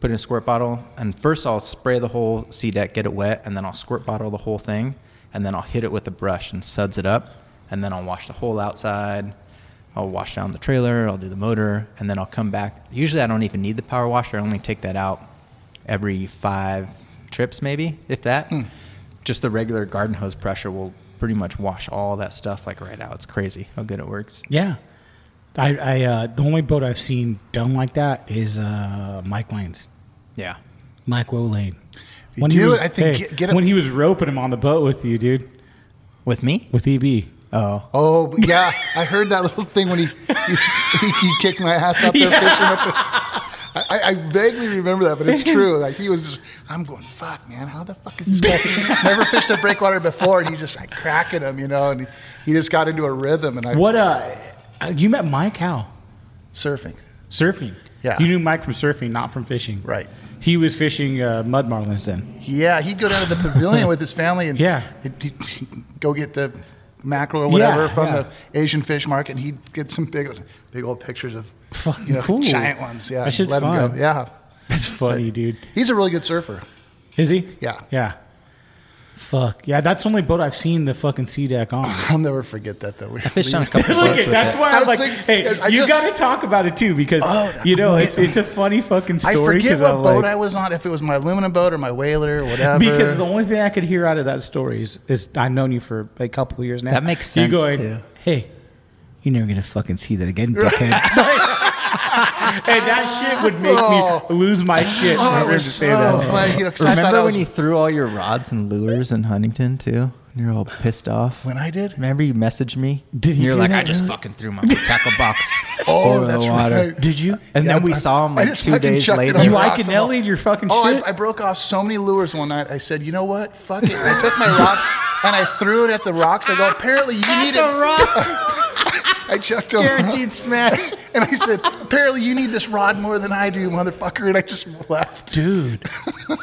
Speaker 3: Put it in a squirt bottle. And first I'll spray the whole sea deck, get it wet, and then I'll squirt bottle the whole thing. And then I'll hit it with a brush and suds it up. And then I'll wash the whole outside. I'll wash down the trailer. I'll do the motor. And then I'll come back. Usually I don't even need the power washer. I only take that out every five trips, maybe, if that.
Speaker 2: Hmm.
Speaker 3: Just the regular garden hose pressure will pretty much wash all that stuff like right out. It's crazy how good it works.
Speaker 2: Yeah. I, I uh, the only boat I've seen done like that is uh, Mike Lane's,
Speaker 3: Yeah.
Speaker 2: Mike Woe Lane.
Speaker 4: you do it, I think get- get a-
Speaker 2: when he was roping him on the boat with you, dude,
Speaker 3: With me?
Speaker 2: with E EB.
Speaker 3: Oh.
Speaker 4: Oh but yeah, I heard that little thing when he he, he, he kicked my ass out there fishing. With the, I, I vaguely remember that, but it's true. Like he was, I'm going fuck, man. How the fuck is this guy? Never fished a breakwater before, and he's just like cracking him, you know. And he, he just got into a rhythm, and I
Speaker 2: What uh, you met Mike how?
Speaker 4: surfing.
Speaker 2: Surfing.
Speaker 4: Yeah.
Speaker 2: You knew Mike from surfing, not from fishing.
Speaker 4: Right.
Speaker 2: He was fishing uh, mud marlins then.
Speaker 4: Yeah, he'd go down to the pavilion with his family and
Speaker 2: Yeah.
Speaker 4: he'd, he'd go get the mackerel or whatever
Speaker 2: Yeah,
Speaker 4: from
Speaker 2: yeah.
Speaker 4: the Asian fish market, and he'd get some big, big old pictures of
Speaker 2: Fucking
Speaker 4: you know,
Speaker 2: cool.
Speaker 4: giant ones. Yeah,
Speaker 2: That shit's
Speaker 4: let him
Speaker 2: fun.
Speaker 4: go. Yeah,
Speaker 2: That's funny, dude.
Speaker 4: he's a really good surfer.
Speaker 2: Is he?
Speaker 4: Yeah.
Speaker 2: Yeah. Fuck. Yeah, that's the only boat I've seen the fucking sea deck on.
Speaker 4: I'll never forget that though. We were
Speaker 3: Fished on a
Speaker 4: leaving-
Speaker 3: couple boats
Speaker 2: Look,
Speaker 3: with
Speaker 2: that's
Speaker 3: it.
Speaker 2: why
Speaker 4: I
Speaker 2: I'm
Speaker 4: was
Speaker 2: like,
Speaker 4: thinking-
Speaker 2: hey,
Speaker 4: yes, I
Speaker 2: you
Speaker 4: just-
Speaker 2: got to talk about it too because
Speaker 4: Oh,
Speaker 2: you know it's it's a funny fucking
Speaker 4: I
Speaker 2: story.
Speaker 4: forget
Speaker 2: 'cause
Speaker 4: what
Speaker 2: I'm
Speaker 4: boat
Speaker 2: like-
Speaker 4: I was on, if it was my aluminum boat or my whaler or whatever.
Speaker 2: Because the only thing I could hear out of that story is, is I've known you for a couple of years now.
Speaker 3: That makes
Speaker 2: You
Speaker 3: sense,
Speaker 2: going,
Speaker 3: too.
Speaker 2: hey, you're never gonna fucking see that again, dickhead. and that shit would make
Speaker 4: Oh.
Speaker 2: me lose my shit.
Speaker 4: oh,
Speaker 2: whenever
Speaker 4: it
Speaker 2: to
Speaker 4: was
Speaker 2: say
Speaker 4: so
Speaker 2: that.
Speaker 4: funny. You know, 'cause I thought
Speaker 3: Remember
Speaker 4: I was,
Speaker 3: when you threw all your rods and lures in Huntington too? And You're all pissed off.
Speaker 4: When I did?
Speaker 3: Remember you messaged me?
Speaker 2: Did he
Speaker 3: You're
Speaker 2: do
Speaker 3: like,
Speaker 2: that,
Speaker 3: I just
Speaker 2: really?
Speaker 3: fucking threw my tackle box
Speaker 4: Oh,
Speaker 3: over
Speaker 4: that's
Speaker 3: the water.
Speaker 4: right.
Speaker 2: Did you?
Speaker 3: And
Speaker 4: Yeah,
Speaker 3: then we
Speaker 4: I-
Speaker 3: saw him
Speaker 4: I
Speaker 3: like
Speaker 4: just
Speaker 3: two
Speaker 4: fucking
Speaker 3: days
Speaker 4: chucked it
Speaker 3: later.
Speaker 4: on
Speaker 2: You
Speaker 4: the
Speaker 2: like
Speaker 4: rocks
Speaker 2: an
Speaker 4: and all-
Speaker 2: Ellie, your fucking
Speaker 4: oh,
Speaker 2: shit?
Speaker 4: I, I broke off so many lures one night. I said, you know what? Fuck it. I took my rock and I threw it at the rocks. I go, apparently you need it. I chucked them.
Speaker 3: Guaranteed smash.
Speaker 4: And I said, apparently you need this rod more than I do, motherfucker. And I just left.
Speaker 2: dude.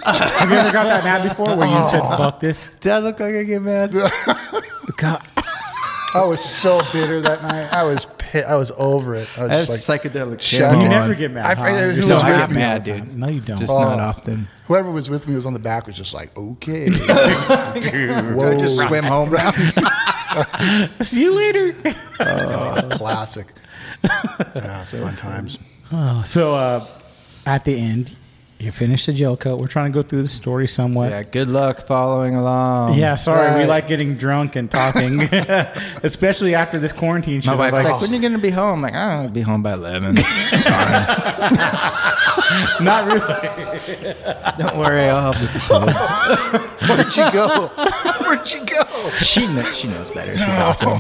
Speaker 2: Have you ever got that mad before where you said "fuck this"?
Speaker 3: Did I look like I get mad?
Speaker 2: God,
Speaker 4: I was so bitter that night. I was pit. I was over it. I was
Speaker 3: That's
Speaker 4: just like,
Speaker 3: psychedelic.
Speaker 4: Shut
Speaker 3: shit.
Speaker 2: you
Speaker 4: on.
Speaker 2: never get mad.
Speaker 4: I
Speaker 2: huh?
Speaker 4: forget
Speaker 2: You're
Speaker 4: who
Speaker 3: So
Speaker 4: was
Speaker 3: I
Speaker 4: with
Speaker 3: get
Speaker 4: me.
Speaker 3: mad, dude.
Speaker 2: No, you don't.
Speaker 3: Just not often.
Speaker 4: whoever was with me was on the back was just like, okay.
Speaker 3: I just swim home. Round.
Speaker 2: See you later.
Speaker 4: Classic. Yeah, it's fun times.
Speaker 2: Oh, so uh, at the end, you finish the jail coat. We're trying to go through the story somewhat.
Speaker 3: Yeah. Good luck following along.
Speaker 2: Yeah, sorry. We
Speaker 4: Right.
Speaker 2: like getting drunk and talking, especially after this quarantine.
Speaker 3: My
Speaker 2: shit.
Speaker 3: wife's
Speaker 2: I'm
Speaker 3: like,
Speaker 2: like,
Speaker 3: when are you gonna be home? I'm like, I'm gonna be home by eleven.
Speaker 2: not really.
Speaker 3: Don't worry, I'll help
Speaker 4: Where'd you go? Where'd you go?
Speaker 3: you. She knows. She knows better. She's awesome.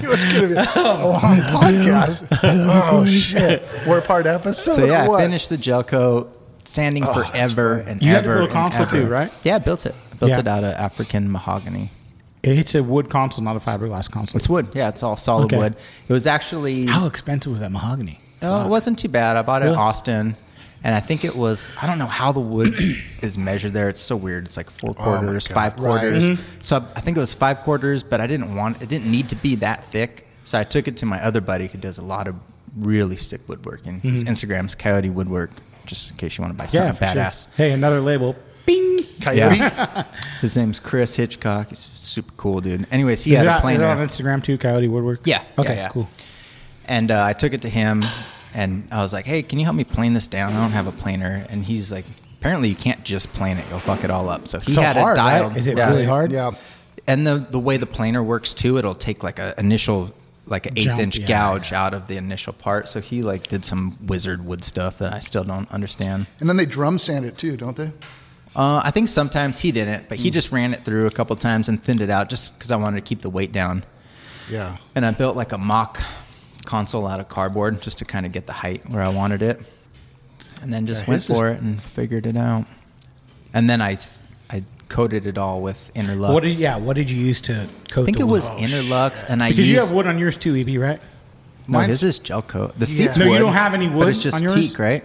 Speaker 4: It was going to be a long podcast. Oh, shit. Four part episode?
Speaker 3: So yeah,
Speaker 4: or what?
Speaker 3: I finished the Jelco sanding forever and
Speaker 2: Oh, You had to build
Speaker 3: ever.
Speaker 2: a
Speaker 3: and
Speaker 2: console too,
Speaker 3: ever.
Speaker 2: right?
Speaker 3: Yeah, I built it. I built
Speaker 2: Yeah.
Speaker 3: it out of African mahogany.
Speaker 2: It's a wood console, not a fiberglass console.
Speaker 3: It's wood. Yeah, it's all solid
Speaker 2: Okay.
Speaker 3: wood. It was actually.
Speaker 2: How expensive was that mahogany?
Speaker 3: No, it wasn't too bad. I bought it
Speaker 2: Really?
Speaker 3: in Austin, and I think it was I don't know how the wood is measured there. It's so weird. It's like four
Speaker 2: Oh
Speaker 4: my
Speaker 3: quarters,
Speaker 4: God.
Speaker 3: five
Speaker 4: Right.
Speaker 3: quarters.
Speaker 2: Mm-hmm.
Speaker 3: So I, I think it was five quarters, but I didn't want it didn't need to be that thick. So I took it to my other buddy who does a lot of really sick woodworking. His Instagram's Coyote Woodwork. just in case you want to buy
Speaker 2: Mm-hmm. Yeah,
Speaker 3: something
Speaker 2: for sure.
Speaker 3: badass.
Speaker 2: Hey, another label. Bing.
Speaker 4: Coyote.
Speaker 3: His name's Chris Hitchcock. He's super cool, dude. Anyways, he
Speaker 2: Is
Speaker 3: had
Speaker 2: it,
Speaker 3: a
Speaker 2: on,
Speaker 3: plane
Speaker 2: is it
Speaker 3: there.
Speaker 2: on Instagram too, Coyote Woodwork?
Speaker 3: Yeah, yeah,
Speaker 2: Okay.
Speaker 3: yeah.
Speaker 2: Cool.
Speaker 3: And uh, I took it to him, and I was like, "Hey, can you help me plane this down? I don't have a planer." And he's like, "Apparently, you can't just plane it; you'll fuck it all up." So he
Speaker 2: So
Speaker 3: had
Speaker 2: hard,
Speaker 3: it
Speaker 2: right?
Speaker 3: dialed.
Speaker 2: Is it really hard?
Speaker 4: Yeah.
Speaker 3: And the the way the planer works too, it'll take like a initial like an eighth
Speaker 2: Jump,
Speaker 3: inch
Speaker 2: yeah,
Speaker 3: gouge out of the initial part. So he like did some wizard wood stuff that I still don't understand.
Speaker 4: And then they drum sand it too, don't they?
Speaker 3: Uh, I think sometimes he didn't, but he
Speaker 2: Mm.
Speaker 3: just ran it through a couple times and thinned it out just because I wanted to keep the weight down.
Speaker 4: Yeah.
Speaker 3: And I built like a mock console out of cardboard just to kind of get the height where I wanted it. And then just
Speaker 4: Yeah,
Speaker 3: went
Speaker 4: his is-
Speaker 3: for it and figured it out. And then I, s- I coated it all with Interlux.
Speaker 2: What did yeah? What did you use to coat?
Speaker 3: I think
Speaker 2: the
Speaker 3: it was
Speaker 2: wood?
Speaker 3: Interlux, and I
Speaker 2: because
Speaker 3: used,
Speaker 2: you have wood on yours too, Eb, right?
Speaker 3: No,
Speaker 4: Mine's-
Speaker 3: his is gel coat. The seat's
Speaker 2: No, you
Speaker 3: wood,
Speaker 2: don't have any wood
Speaker 3: but it's just
Speaker 2: on yours?
Speaker 3: teak, right?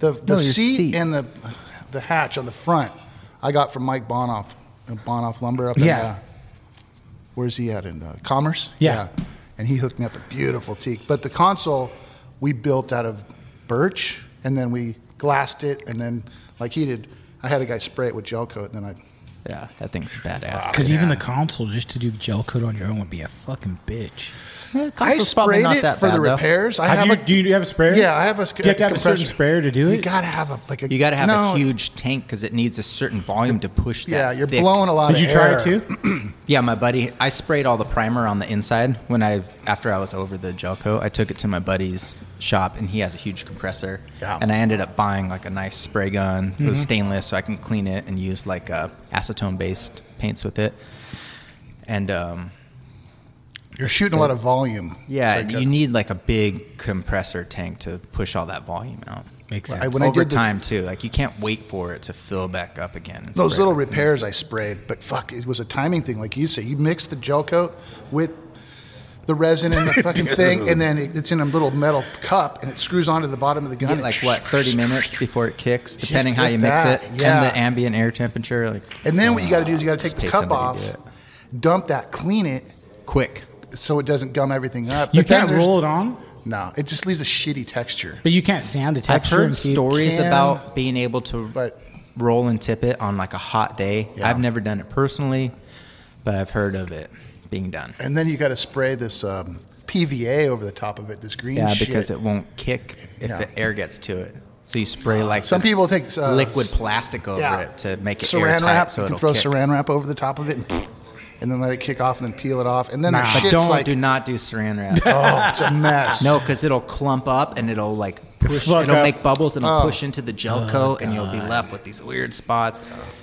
Speaker 4: The the
Speaker 3: your
Speaker 4: seat,
Speaker 3: seat.
Speaker 4: and the the hatch on the front, I got from Mike Bonoff, Bonoff Lumber up
Speaker 2: Yeah.
Speaker 4: in uh, where's he at in uh, Commerce?
Speaker 2: Yeah.
Speaker 4: and he hooked me up a beautiful teak. But the console we built out of birch, and then we glassed it, and then like he did, I had a guy spray it with gel coat, and then I
Speaker 3: Yeah, that thing's badass.
Speaker 2: Because even the console, just to do gel coat on your own, would be a fucking bitch.
Speaker 3: Yeah,
Speaker 4: I
Speaker 3: console's probably
Speaker 4: sprayed
Speaker 3: not
Speaker 4: it
Speaker 3: that
Speaker 4: for
Speaker 3: bad,
Speaker 4: the
Speaker 3: though.
Speaker 4: repairs. I
Speaker 2: Have
Speaker 4: have
Speaker 2: you-
Speaker 4: a,
Speaker 2: do you have a sprayer?
Speaker 4: Yeah, I have a.
Speaker 2: Do you have to have a certain
Speaker 4: compressor.
Speaker 2: sprayer to do
Speaker 4: You
Speaker 2: it?
Speaker 4: gotta have a like a.
Speaker 3: You got to have
Speaker 4: no,
Speaker 3: a huge tank because it needs a certain volume to push that.
Speaker 4: Yeah, you're
Speaker 3: thick-
Speaker 4: blowing a lot.
Speaker 2: Did
Speaker 4: of
Speaker 2: you try
Speaker 4: air.
Speaker 2: it too?
Speaker 3: Yeah, my buddy. I sprayed all the primer on the inside when I after I was over the gel coat. I took it to my buddy's shop, and he has a huge compressor.
Speaker 4: Yeah. Mm-hmm.
Speaker 3: And I ended up buying like a nice spray gun. It was stainless, so I can clean it and use like uh, acetone based paints with it. And um,
Speaker 4: You're shooting a lot of volume.
Speaker 3: yeah,
Speaker 4: It's like
Speaker 3: you
Speaker 4: a-
Speaker 3: need like a big compressor tank to push all that volume out.
Speaker 2: Makes
Speaker 4: I-
Speaker 2: sense.
Speaker 4: when I
Speaker 3: over
Speaker 4: did this-
Speaker 3: time too, like you can't wait for it to fill back up again. and
Speaker 4: Those
Speaker 3: spray
Speaker 4: little
Speaker 3: it.
Speaker 4: repairs I sprayed, but fuck, it was a timing thing. Like you say, you mix the gel coat with the resin and the fucking thing, and then it, it's in a little metal cup, and it screws onto the bottom of the
Speaker 3: You
Speaker 4: gun.
Speaker 3: get like what 30 minutes before it kicks depending
Speaker 4: If-
Speaker 3: how
Speaker 4: if
Speaker 3: you mix
Speaker 4: that,
Speaker 3: it
Speaker 4: yeah.
Speaker 3: and the ambient air temperature like
Speaker 4: And then what you got to do is you got to
Speaker 3: Just
Speaker 4: take the
Speaker 3: pay
Speaker 4: cup
Speaker 3: somebody to
Speaker 4: off,
Speaker 3: do
Speaker 4: dump that, clean it,
Speaker 3: quick
Speaker 4: so it doesn't gum everything up.
Speaker 2: you
Speaker 4: But then
Speaker 2: can't
Speaker 4: there's-
Speaker 2: roll it on,
Speaker 4: No, it just leaves a shitty texture.
Speaker 2: but you can't sand the
Speaker 3: i've
Speaker 2: texture.
Speaker 3: heard
Speaker 2: and keep-
Speaker 3: stories
Speaker 4: can,
Speaker 3: about being able to
Speaker 4: but-
Speaker 3: roll and tip it on like a hot day
Speaker 4: Yeah.
Speaker 3: i've never done it personally but i've heard of it being done
Speaker 4: And then you got to spray this um, PVA over the top of it, this green
Speaker 3: yeah
Speaker 4: shit.
Speaker 3: because it won't kick if
Speaker 4: Yeah.
Speaker 3: the air gets to it so you spray like
Speaker 4: Some
Speaker 3: this
Speaker 4: people take uh,
Speaker 3: liquid
Speaker 4: s-
Speaker 3: plastic over
Speaker 4: yeah.
Speaker 3: it to make it
Speaker 4: saran
Speaker 3: airtight
Speaker 4: wrap.
Speaker 3: so
Speaker 4: you can
Speaker 3: it'll
Speaker 4: throw
Speaker 3: kick.
Speaker 4: saran wrap over the top of it, and, and then let it kick off, and then peel it off, and then the
Speaker 3: but
Speaker 4: shit's
Speaker 3: don't
Speaker 4: like,
Speaker 3: do not do saran wrap
Speaker 4: oh, it's a mess.
Speaker 3: No, because it'll clump up and it'll like push.
Speaker 2: Fuck
Speaker 3: it'll
Speaker 2: up. Oh,
Speaker 3: make bubbles and it'll push into the gel coat, and you'll be left with these weird spots.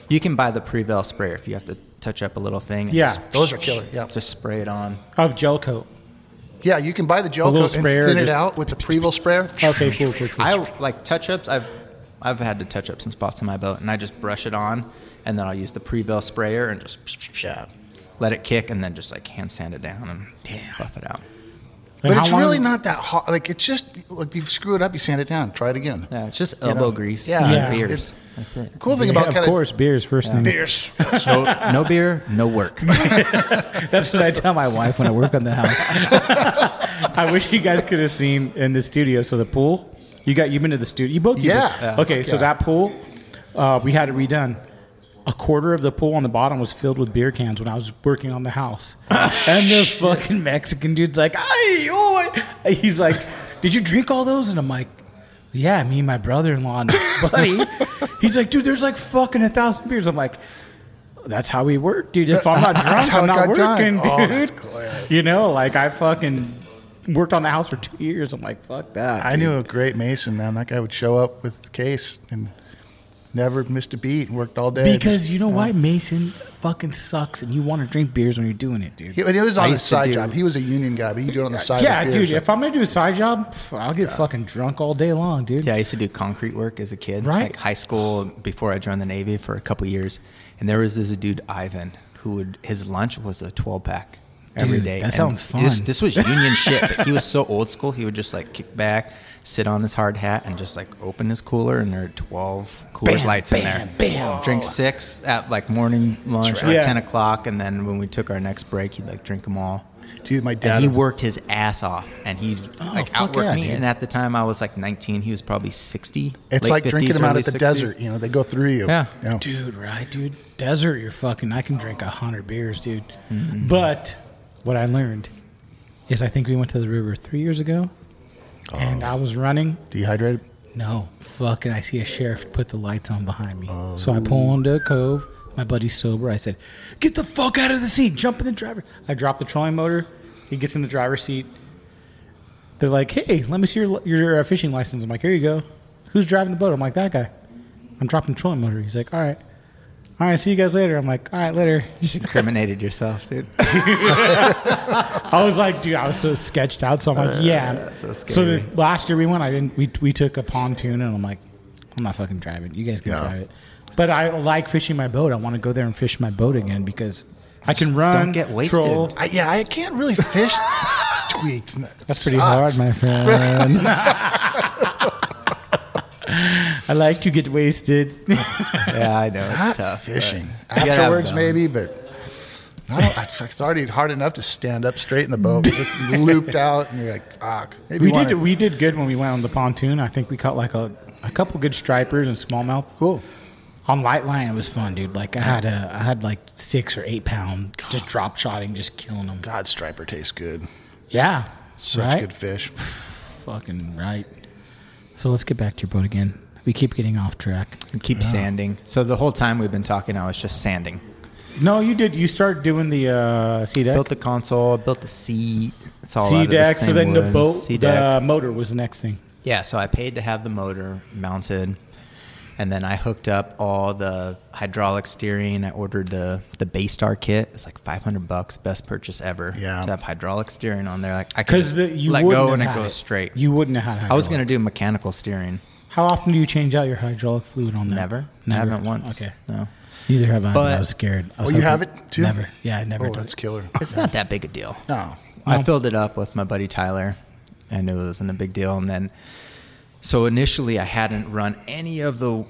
Speaker 3: You can buy the Prevail sprayer if you have to touch up a little thing. and
Speaker 2: Yeah,
Speaker 3: just-
Speaker 4: those are killer, yeah.
Speaker 3: just spray it on.
Speaker 2: of gel coat.
Speaker 4: yeah, you can buy the
Speaker 2: A
Speaker 4: gel
Speaker 2: little
Speaker 4: coat and
Speaker 2: sprayer,
Speaker 4: thin it
Speaker 2: just-
Speaker 4: out with the Previl sprayer.
Speaker 2: Okay, cool, cool, cool.
Speaker 3: I like touch ups. I've I've had to touch up some spots in my boat, and I just brush it on, and then I'll use the Prevail sprayer and just
Speaker 4: Yeah.
Speaker 3: let it kick, and then just like hand sand it down and buff it out.
Speaker 2: And
Speaker 4: But
Speaker 2: how
Speaker 4: it's
Speaker 2: long-
Speaker 4: really not that hard. Like it's just like you screw it up, you sand it down, try it again.
Speaker 3: Yeah, it's just elbow grease.
Speaker 4: Yeah.
Speaker 3: and
Speaker 2: Yeah.
Speaker 3: beers.
Speaker 4: It-
Speaker 3: That's it.
Speaker 4: Cool thing
Speaker 2: Yeah,
Speaker 4: about
Speaker 2: of
Speaker 4: kind
Speaker 2: course, beers first thing.
Speaker 4: beers.
Speaker 3: No, no beer, no work.
Speaker 2: That's what I tell my wife when I work on the house. I wish you guys could have seen in the studio. So the pool, you got you been to the studio. You both, you
Speaker 4: Yeah.
Speaker 2: did.
Speaker 4: Yeah.
Speaker 2: Okay, so
Speaker 4: Yeah.
Speaker 2: that pool, uh, we had it redone. A quarter of the pool on the bottom was filled with beer cans when I was working on the house, and the fucking Mexican dude's like, "Ay, oh!" I-" He's like, "Did you drink all those?" And I'm like, "Yeah, me and my brother-in-law and my buddy." He's like, "Dude, there's like fucking a thousand beers." I'm like. That's how we work, dude. If I'm not drunk,
Speaker 4: That's how
Speaker 2: I'm
Speaker 4: it
Speaker 2: not
Speaker 4: got done.
Speaker 2: working,
Speaker 4: Oh,
Speaker 2: dude.
Speaker 4: that's glad.
Speaker 2: you know, like I fucking worked on the house for two years. I'm like, fuck that.
Speaker 4: I
Speaker 2: dude.
Speaker 4: knew a great mason, man. That guy would show up with the case and never missed a beat and worked all day.
Speaker 2: because
Speaker 4: Oh.
Speaker 2: you know why Mason fucking sucks, and you want to drink beers when you're doing it, dude.
Speaker 4: He, and it was on
Speaker 3: I
Speaker 4: his
Speaker 3: used to
Speaker 4: side
Speaker 3: do-
Speaker 4: job. He was a union guy, but he did it on the side.
Speaker 2: Yeah,
Speaker 4: with
Speaker 2: dude.
Speaker 4: beers.
Speaker 2: If I'm gonna do a side job, pff, I'll get fucking drunk all day long, dude.
Speaker 3: Yeah, I used to do concrete work as a kid,
Speaker 2: Right.
Speaker 3: Like high school before I joined the Navy for a couple years, and there was this dude Ivan who would his lunch was a twelve pack every
Speaker 2: Dude,
Speaker 3: day.
Speaker 2: that
Speaker 3: And
Speaker 2: sounds
Speaker 3: This,
Speaker 2: fun.
Speaker 3: this was union shit, but he was so old school. He would just like kick back, sit on his hard hat, and just like open his cooler, and there are twelve Coors
Speaker 2: Bam,
Speaker 3: Lights in there.
Speaker 2: bam, bam.
Speaker 3: Drink six at like morning lunch,
Speaker 2: right.
Speaker 3: like
Speaker 2: Yeah.
Speaker 3: ten o'clock, and then when we took our next break, he'd like drink them all.
Speaker 4: Dude, my dad.
Speaker 3: And he worked his ass off, and he
Speaker 4: Oh,
Speaker 3: like
Speaker 2: fuck
Speaker 3: outworked
Speaker 2: yeah,
Speaker 3: me.
Speaker 2: dude.
Speaker 3: And at the time, I was like 19. He was probably 60.
Speaker 4: it's
Speaker 3: late
Speaker 4: like
Speaker 3: 50s,
Speaker 4: drinking them out
Speaker 3: early
Speaker 4: at the
Speaker 3: 60s.
Speaker 4: desert. You know, they go through you.
Speaker 3: Yeah.
Speaker 4: You know?
Speaker 2: Dude, right, dude. Desert, you're fucking. I can drink a hundred beers, dude.
Speaker 4: Mm-hmm.
Speaker 2: But what I learned is, I think we went to the river three years ago, and I was running.
Speaker 4: Dehydrated.
Speaker 2: No, fucking. I see a sheriff put the lights on behind me, so I pull into a cove. My buddy's sober. I said, "Get the fuck out of the seat! Jump in the driver." I drop the trolling motor. He gets in the driver's seat. They're like, "Hey, let me see your your uh, fishing license." I'm like, "Here you go." Who's driving the boat? I'm like, "That guy." I'm dropping the trolling motor. He's like, "All right." All right, see you guys later. I'm like, all right, later.
Speaker 3: Incriminated yourself, dude.
Speaker 2: I was like, dude, I was so sketched out. So I'm like, yeah. so
Speaker 3: scary.
Speaker 2: the last year we went, I didn't. We we took a pontoon, and I'm like, I'm not fucking driving. You guys can
Speaker 4: Yeah.
Speaker 2: drive it. But I like fishing my boat. I want to go there and fish my boat again because I can run.
Speaker 3: Oh. don't get wasted.
Speaker 2: troll.
Speaker 4: I, yeah, I can't really fish. Tweaked.
Speaker 2: That's pretty hard, my friend. I like to get wasted.
Speaker 3: yeah, I know. It's
Speaker 4: Not
Speaker 3: tough.
Speaker 4: fishing.
Speaker 3: gotta have
Speaker 4: Afterwards,
Speaker 3: balance.
Speaker 4: maybe, but. I don't, it's it's already hard enough to stand up straight in the boat, looped out, and you're like, "Fuck." Maybe
Speaker 2: We
Speaker 4: you wanna-
Speaker 2: did we did good when we went on the pontoon. I think we caught like a, a couple good stripers and smallmouth.
Speaker 4: Cool.
Speaker 2: On light line, it was fun, dude. Like I had a, I had like six or eight pound, just drop shotting, just killing them.
Speaker 4: God, striper tastes good.
Speaker 2: Yeah,
Speaker 4: Such
Speaker 2: right?
Speaker 4: good fish.
Speaker 2: Fucking right. So let's get back to your boat again. We keep getting off track.
Speaker 3: We keep sanding. So the whole time we've been talking, I was just sanding.
Speaker 2: No, you did. You started doing the uh, sea deck,
Speaker 3: Built the console, built the seat. It's all out
Speaker 2: sea
Speaker 3: of the
Speaker 2: deck. so
Speaker 3: same
Speaker 2: then the
Speaker 3: wood.
Speaker 2: boat,
Speaker 3: Sea
Speaker 2: the
Speaker 4: uh,
Speaker 3: deck.
Speaker 2: motor was the next thing.
Speaker 3: Yeah, so I paid to have the motor mounted, and then I hooked up all the hydraulic steering. I ordered the the Baystar kit. It's like five hundred bucks, best purchase ever.
Speaker 4: Yeah.
Speaker 3: to have hydraulic steering on there, like I could
Speaker 2: Because
Speaker 3: just
Speaker 2: the you
Speaker 3: let
Speaker 2: wouldn't
Speaker 3: go and it
Speaker 2: have had
Speaker 3: goes straight.
Speaker 2: You wouldn't have had.
Speaker 3: I was
Speaker 2: hydraulic.
Speaker 3: gonna do mechanical steering.
Speaker 2: How often do you change out your hydraulic fluid on that?
Speaker 3: Never,
Speaker 2: never.
Speaker 3: I haven't once.
Speaker 2: Okay,
Speaker 3: no.
Speaker 2: Neither have I.
Speaker 3: But-
Speaker 2: I was scared. I was
Speaker 4: Oh, you have it
Speaker 2: hoping-
Speaker 4: too?
Speaker 2: Never. Yeah, I never.
Speaker 4: Oh,
Speaker 2: did.
Speaker 4: that's killer.
Speaker 3: It's not that big a deal.
Speaker 4: No.
Speaker 3: I filled it up with my buddy Tyler, and it wasn't a big deal. And then, so initially, I hadn't run any of the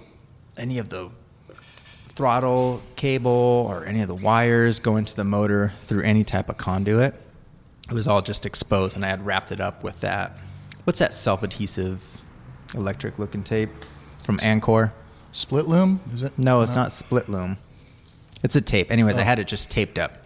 Speaker 3: any of the throttle cable or any of the wires going to the motor through any type of conduit. It was all just exposed, and I had wrapped it up with that. What's that self-adhesive electric-looking tape from Ancor?
Speaker 4: Split loom? Is it?
Speaker 3: No, it's not split loom. It's a tape. Anyways, I
Speaker 2: Oh.
Speaker 3: had it just taped up.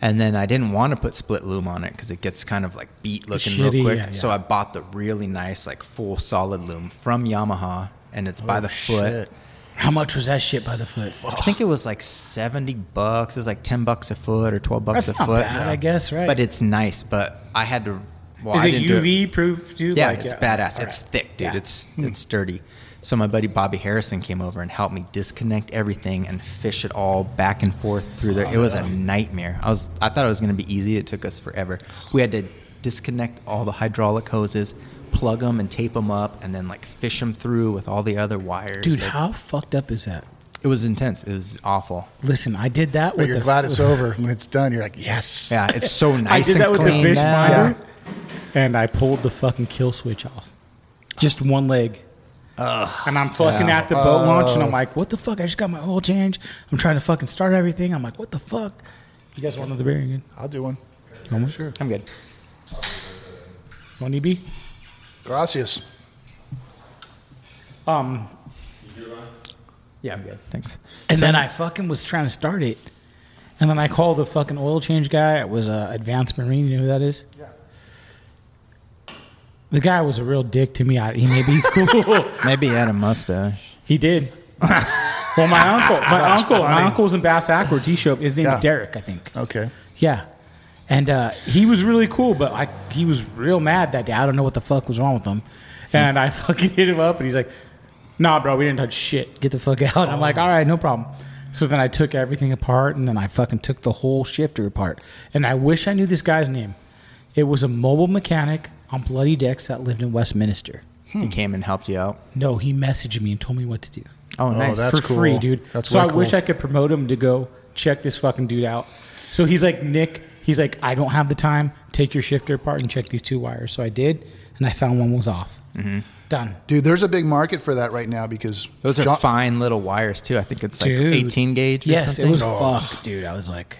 Speaker 3: And then I didn't want to put split loom on it because it gets kind of like beat looking
Speaker 2: Shitty,
Speaker 3: real quick.
Speaker 2: yeah,
Speaker 3: So
Speaker 2: yeah.
Speaker 3: I bought the really nice, like full solid loom from Yamaha and it's
Speaker 2: Oh,
Speaker 3: by the foot.
Speaker 4: Shit.
Speaker 2: How much was that shit by the foot?
Speaker 3: I think it was like 70 bucks. It was like 10 bucks a foot or 12 bucks
Speaker 2: That's
Speaker 3: a
Speaker 2: not
Speaker 3: foot.
Speaker 2: bad, I guess, right?
Speaker 3: But it's nice. But I had to. Well,
Speaker 2: Is
Speaker 3: I
Speaker 2: it
Speaker 3: didn't do
Speaker 2: UV proof too?
Speaker 3: yeah,
Speaker 2: Like, uh,
Speaker 3: it's badass.
Speaker 2: all
Speaker 3: It's
Speaker 2: right.
Speaker 3: thick, dude.
Speaker 2: Yeah.
Speaker 3: It's it's sturdy. So my buddy Bobby Harrison came over and helped me disconnect everything and fish it all back and forth through there. It was a nightmare. I was I thought it was going to be easy. It took us forever. We had to disconnect all the hydraulic hoses, plug them and tape them up, and then like fish them through with all the other wires.
Speaker 2: dude.
Speaker 3: Like,
Speaker 2: How fucked up is that?
Speaker 3: it was intense. It was awful.
Speaker 2: Listen, I did that.
Speaker 4: But
Speaker 2: with
Speaker 4: you're
Speaker 2: the,
Speaker 4: glad it's over. When it's done, you're like, yes.
Speaker 3: Yeah, it's so
Speaker 2: I
Speaker 3: nice
Speaker 2: did that
Speaker 3: and
Speaker 2: with the
Speaker 3: clean.
Speaker 2: fish
Speaker 3: now.
Speaker 2: finder, and I pulled the fucking kill switch off. Just one leg. and I'm fucking at the boat launch, and I'm like, "What the fuck? I just got my oil change. I'm trying to fucking start everything. I'm like, what the fuck? You guys want another beer again?
Speaker 4: I'll do one.
Speaker 2: Sure.
Speaker 3: I'm good.
Speaker 2: Want EB?
Speaker 4: Gracias.
Speaker 2: Um,
Speaker 3: Yeah, I'm good. Thanks.
Speaker 2: And then I fucking was trying to start it. And then I called the fucking oil change guy. It was uh, Advanced Marine. You know who that is? Yeah. The guy was a real dick to me. I, he maybe he's cool.
Speaker 3: Maybe he had a mustache.
Speaker 2: he did. well, my uncle, my uncle, my uncle's in Bass Ackwards. He showed. His name
Speaker 4: Yeah.
Speaker 2: is Derek, I think.
Speaker 4: Okay.
Speaker 2: Yeah. And uh, he was really cool, but I, he was real mad that day. I don't know what the fuck was wrong with him. And I fucking hit him up, and he's like, nah, bro, we didn't touch shit. Get the fuck out. I'm like, all right, no problem. So then I took everything apart, and then I fucking took the whole shifter apart. And I wish I knew this guy's name. It was a mobile mechanic on Bloody Decks that lived in Westminster.
Speaker 3: He came and helped you out.
Speaker 2: No, he messaged me and told me what to do
Speaker 3: Oh, nice.
Speaker 4: that's
Speaker 2: for
Speaker 4: cool.
Speaker 2: free, dude.
Speaker 4: That's
Speaker 2: so
Speaker 4: way
Speaker 2: I wish
Speaker 4: cool.
Speaker 2: I could promote him to go check this fucking dude out. So he's like, Nick, he's like, I don't have the time. Take your shifter apart and check these two wires. So I did, and I found one was off. Mm-hmm. Done.
Speaker 4: Dude, there's a big market for that right now because
Speaker 3: Those are
Speaker 4: John-
Speaker 3: fine little wires too. I think it's like
Speaker 2: Dude.
Speaker 3: 18 gauge. Or
Speaker 2: yes,
Speaker 4: Oh.
Speaker 3: something.
Speaker 2: it was fucked, dude. I was like,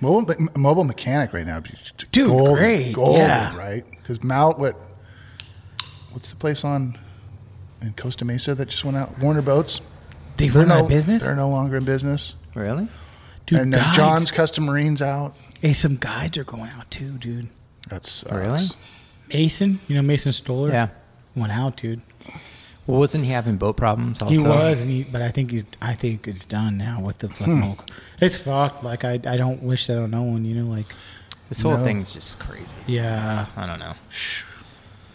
Speaker 4: Mobile, me- mobile mechanic right now, just
Speaker 2: Dude,
Speaker 4: golden,
Speaker 2: great,
Speaker 4: golden,
Speaker 2: yeah.
Speaker 4: right? Because Mal, what? What's the place on in Costa Mesa that just went out? Warner Boats.
Speaker 2: They
Speaker 4: They're
Speaker 2: run out
Speaker 4: no
Speaker 2: of business.
Speaker 4: They're no longer in business.
Speaker 3: Really?
Speaker 2: Dude,
Speaker 4: and uh,
Speaker 2: guides.
Speaker 4: John's Custom Marines out.
Speaker 2: Hey, some guides are going out too, dude.
Speaker 4: That's uh,
Speaker 3: Really?
Speaker 2: Mason, you know Mason Stoller.
Speaker 3: Yeah.
Speaker 2: went out, dude.
Speaker 3: Well, wasn't he having boat problems also?
Speaker 2: He was, and he, but I think he's. I think it's done now with the
Speaker 4: Hmm.
Speaker 2: fucking. whole- It's fucked. Like I, I don't wish that on no one. You know, like
Speaker 3: This whole
Speaker 4: No.
Speaker 3: thing's just crazy.
Speaker 2: yeah.
Speaker 3: I don't know.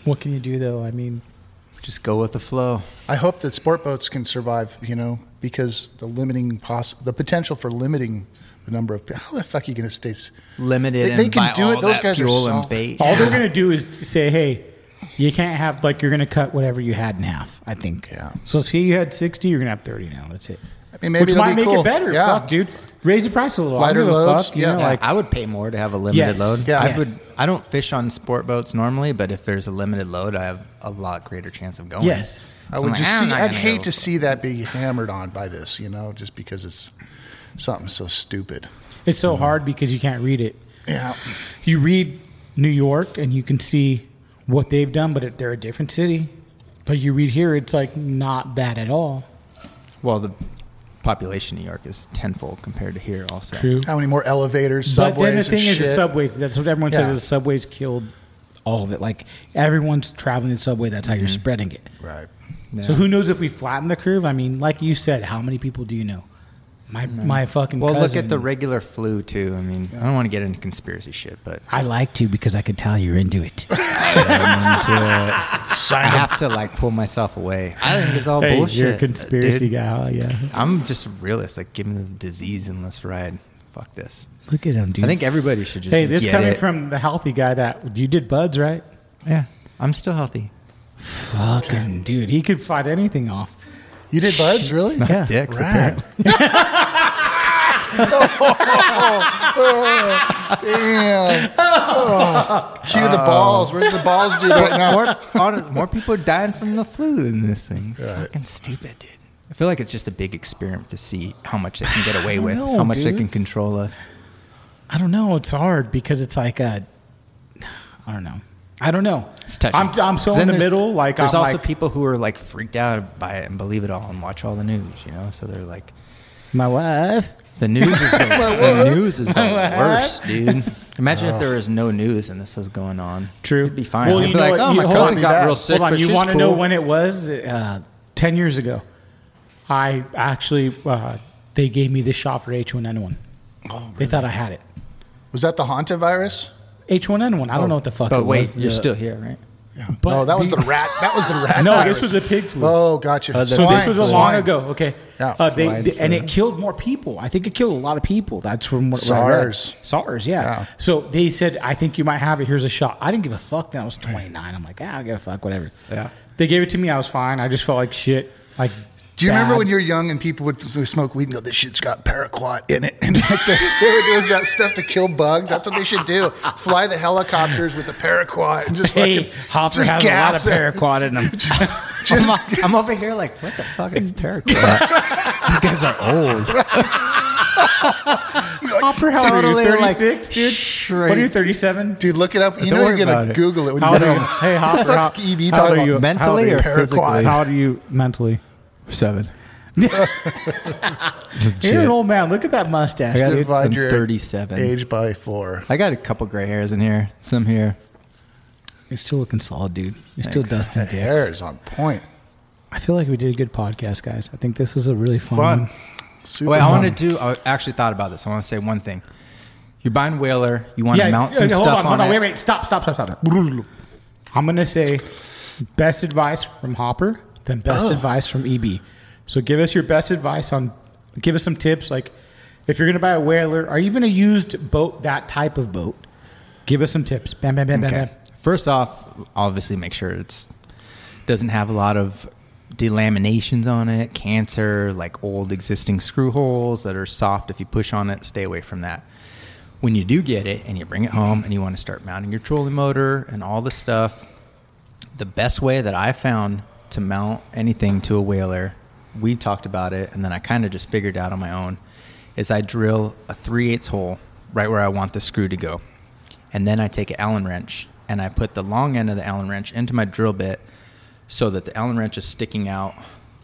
Speaker 2: What can you do though? I mean,
Speaker 3: Just go with the flow.
Speaker 4: I hope that sport boats can survive, you know, because the limiting poss- the potential for limiting the number of how the fuck are you going to stay s-
Speaker 3: Limited
Speaker 4: They- they
Speaker 3: and
Speaker 4: can
Speaker 3: buy
Speaker 4: do it.
Speaker 3: all
Speaker 4: Those
Speaker 3: that
Speaker 4: guys are
Speaker 3: fuel and
Speaker 4: solid.
Speaker 3: bait.
Speaker 2: all they're gonna do is to say, hey, you can't have like you're gonna cut whatever you had in half. I think.
Speaker 4: Yeah.
Speaker 2: So see, you had sixty. You're gonna have thirty now. That's it.
Speaker 4: I mean, maybe
Speaker 2: Which
Speaker 4: it'll
Speaker 2: might
Speaker 4: be
Speaker 2: make
Speaker 4: cool.
Speaker 2: it better.
Speaker 4: Yeah.
Speaker 2: Fuck, dude. Raise the price a little. I
Speaker 4: Lighter
Speaker 2: don't give a
Speaker 4: loads,
Speaker 2: fuck, you
Speaker 4: yeah.
Speaker 2: know,
Speaker 4: Yeah,
Speaker 2: like
Speaker 3: I would pay more to have a limited
Speaker 2: Yes.
Speaker 3: load.
Speaker 4: Yeah.
Speaker 3: I
Speaker 4: Yes.
Speaker 3: would. I don't fish on sport boats normally, but if there's a limited load, I have a lot greater chance of going.
Speaker 2: Yes.
Speaker 4: I
Speaker 3: So I'm
Speaker 4: would
Speaker 3: like,
Speaker 4: just
Speaker 3: "Ah, I'm
Speaker 4: see.
Speaker 3: not
Speaker 4: I'd
Speaker 3: gonna
Speaker 4: hate
Speaker 3: go."
Speaker 4: to see that be hammered on by this, you know, just because it's something so stupid.
Speaker 2: it's so hard because you can't read it.
Speaker 4: Yeah,
Speaker 2: You read New York and you can see what they've done, but it, they're a different city. But you read here, it's like not bad at all.
Speaker 3: Well, the population in New York is tenfold compared to here. Also,
Speaker 4: how many more elevators,
Speaker 2: But
Speaker 4: subways,
Speaker 2: then the thing
Speaker 4: and
Speaker 2: is, the
Speaker 4: shit?
Speaker 2: subways. That's what everyone
Speaker 4: Yeah.
Speaker 2: says. The subways killed all of it. Like everyone's traveling the subway. That's how you're
Speaker 4: Mm-hmm.
Speaker 2: spreading it.
Speaker 4: right?
Speaker 2: So who knows if we flatten the curve? I mean, like you said, how many people do you know? My my fucking.
Speaker 3: Well, look
Speaker 2: cousin.
Speaker 3: at the regular flu too. I mean, I don't want to get into conspiracy shit, but
Speaker 2: I like to because I can tell you're into it.
Speaker 3: I have to like pull myself away. I think it's all bullshit.
Speaker 2: you're a conspiracy
Speaker 3: dude.
Speaker 2: guy. Yeah.
Speaker 3: I'm just a realist. Like, give me the disease and let's ride. Fuck this.
Speaker 2: Look at him, dude.
Speaker 3: I think everybody should just.
Speaker 2: Hey, this
Speaker 3: get
Speaker 2: coming
Speaker 3: it.
Speaker 2: from the healthy guy that you did buds, right?
Speaker 3: Yeah, I'm still healthy.
Speaker 2: Fucking dude, he could fight anything off.
Speaker 4: You did buds, really?
Speaker 2: Yeah.
Speaker 3: Dicks,
Speaker 4: Rad.
Speaker 3: apparently.
Speaker 4: Damn. Oh, Cue the balls. Where's the balls dude right now?
Speaker 3: more, honest, more people are dying from the flu than this thing. It's fucking stupid, dude. I feel like it's just a big experiment to see how much they can get away with,
Speaker 2: know,
Speaker 3: how much they
Speaker 2: dude.
Speaker 3: can control us.
Speaker 2: I don't know. It's hard because it's like a. I don't know. I don't know.
Speaker 3: It's touching.
Speaker 2: I'm, I'm so
Speaker 3: 'Cause
Speaker 2: in the
Speaker 3: then there's-
Speaker 2: middle. Like
Speaker 3: there's
Speaker 2: I'm
Speaker 3: also
Speaker 2: like,
Speaker 3: people who are like freaked out by it and believe it all and watch all the news, you know. So they're like,
Speaker 2: my wife.
Speaker 3: the news is the, the news is the worst, dude. Imagine if there was no news and this was going on.
Speaker 2: True.
Speaker 3: it'd be fine.
Speaker 2: Well,
Speaker 3: I'd
Speaker 2: you
Speaker 3: be
Speaker 2: know
Speaker 3: like,
Speaker 2: what?
Speaker 3: oh,
Speaker 2: You-
Speaker 3: my
Speaker 2: hold
Speaker 3: cousin
Speaker 2: on.
Speaker 3: got real sick.
Speaker 2: Hold on,
Speaker 3: but
Speaker 2: you
Speaker 3: she's
Speaker 2: want to know
Speaker 3: cool."
Speaker 2: when it was? Uh, Ten years ago, I actually uh, they gave me this shot for H1N1. They thought I had it.
Speaker 4: Was that the Hantavirus?
Speaker 2: H1N1. I don't know what the fuck.
Speaker 3: But
Speaker 2: it
Speaker 3: wait,
Speaker 2: was.
Speaker 3: you're
Speaker 2: The-
Speaker 3: still here, right?
Speaker 4: Yeah.
Speaker 2: But
Speaker 4: no, that was
Speaker 2: the-
Speaker 4: the rat. That was the rat.
Speaker 2: No,
Speaker 4: virus.
Speaker 2: this was a pig flu.
Speaker 4: Oh, gotcha.
Speaker 2: so this was a long
Speaker 4: Swine.
Speaker 2: ago. Okay.
Speaker 4: Yeah.
Speaker 2: Uh, they,
Speaker 3: Swine
Speaker 2: they- and
Speaker 3: flu.
Speaker 2: it killed more people. I think it killed a lot of people. That's from what, what I read.
Speaker 4: SARS.
Speaker 2: SARS, yeah.
Speaker 4: Yeah.
Speaker 2: So they said, I think you might have it. Here's a shot. I didn't give a fuck. Then I was 29. I'm like, ah, I don't give a fuck, whatever.
Speaker 3: Yeah.
Speaker 2: They gave it to me. I was fine. I just felt like shit. Like,
Speaker 4: Do you remember
Speaker 2: bad.
Speaker 4: when you were young and people would s- smoke weed and go, "This shit's got paraquat in it," and like they, they would do that stuff to kill bugs? That's what they should do: fly the helicopters with the paraquat and just
Speaker 2: Hey,
Speaker 4: fucking
Speaker 2: Hopper
Speaker 4: just
Speaker 2: has a lot of
Speaker 4: gas it.
Speaker 2: paraquat in him.
Speaker 4: Just
Speaker 3: I'm over here like, what the fuck is paraquat? These guys are old.
Speaker 2: Hopper, how
Speaker 3: Totally,
Speaker 2: are you?
Speaker 3: like,
Speaker 2: 36, dude? What are you, 37?
Speaker 4: dude, look it up. You
Speaker 3: Don't
Speaker 4: know
Speaker 3: worry
Speaker 4: you're gonna
Speaker 3: about it.
Speaker 4: Google it when
Speaker 2: How
Speaker 4: you
Speaker 2: old
Speaker 4: get
Speaker 2: are you?
Speaker 4: home.
Speaker 2: Hey,
Speaker 4: What
Speaker 2: Hopper,
Speaker 4: the fuck's
Speaker 2: how,
Speaker 4: EB
Speaker 2: how old
Speaker 4: talking
Speaker 2: are you?
Speaker 4: about?
Speaker 3: Mentally
Speaker 2: how
Speaker 3: or
Speaker 2: old are you?
Speaker 3: physically?
Speaker 2: How old are you mentally?
Speaker 3: Seven.
Speaker 2: You're an old man. Look at that mustache,
Speaker 3: I got
Speaker 2: dude.
Speaker 4: Divide
Speaker 3: I'm
Speaker 4: your
Speaker 3: 37.
Speaker 4: Age by four.
Speaker 3: I got a couple gray hairs in here, some here.
Speaker 2: He's still looking solid, dude. He's still dusting dicks.
Speaker 4: Hair is on point.
Speaker 2: I feel like we did a good podcast, guys. I think this was a really fun, one.
Speaker 4: Super
Speaker 3: Wait, I
Speaker 4: fun.
Speaker 3: want to do. I actually thought about this. I want to say one thing. You're buying whaler. You want to mount some
Speaker 2: hold
Speaker 3: stuff
Speaker 2: on,
Speaker 3: on,
Speaker 2: hold on.
Speaker 3: it.
Speaker 2: Wait, wait, stop, stop, stop, stop. I'm gonna say best advice from Hopper, then best
Speaker 3: Oh.
Speaker 2: advice from EB. So give us your best advice on, give us some tips. Like, if you're gonna buy a whaler or even a used boat, that type of boat, give us some tips. Bam, bam, bam, bam,
Speaker 3: Okay.
Speaker 2: bam.
Speaker 3: First off, obviously make sure it's doesn't have a lot of delaminations on it, cancer, like old existing screw holes that are soft. If you push on it, stay away from that. When you do get it and you bring it home and you want to start mounting your trolling motor and all the stuff, the best way that I found to mount anything to a whaler, we talked about it, and then I kind of just figured out on my own, is I drill a 3 eighths hole right where I want the screw to go. And then I take an Allen wrench and I put the long end of the Allen wrench into my drill bit so that the Allen wrench is sticking out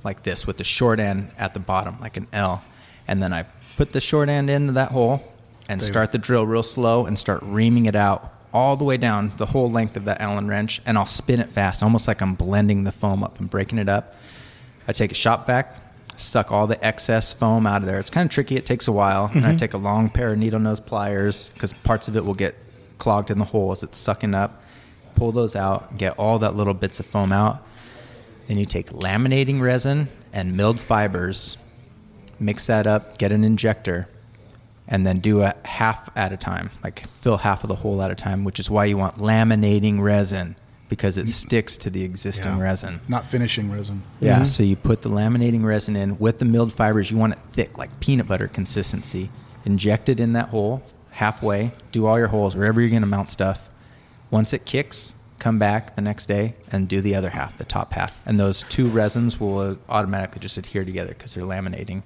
Speaker 3: like this with the short end at the bottom, like an L. And then I put the short end into that hole and start the drill real slow and start reaming it out all the way down the whole length of that Allen wrench. And I'll spin it fast, almost like I'm blending the foam up and breaking it up. I take a shop back, suck all the excess foam out of there. It's kind of tricky. It takes a while. And I take a long pair of needle nose pliers because parts of it will get clogged in the hole as it's sucking up. Pull those out, get all that little bits of foam out. Then you take laminating resin and milled fibers, mix that up, get an injector, and then do a half at a time, like fill half of the hole at a time, which is why you want laminating resin because it sticks to the existing
Speaker 4: Yeah.
Speaker 3: resin.
Speaker 4: Not finishing resin.
Speaker 3: Yeah. So you put the laminating resin in with the milled fibers. You want it thick, like peanut butter consistency. Inject it in that hole halfway. Do all your holes wherever you're going to mount stuff. Once it kicks, come back the next day and do the other half, the top half. And those two resins will uh, automatically just adhere together because they're laminating.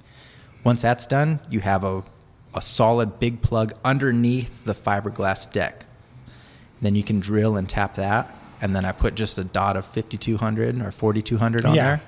Speaker 3: Once that's done, you have a, a solid big plug underneath the fiberglass deck then you can drill and tap that and then i put just a dot of 5200 or 4200 on
Speaker 2: Yeah.
Speaker 3: there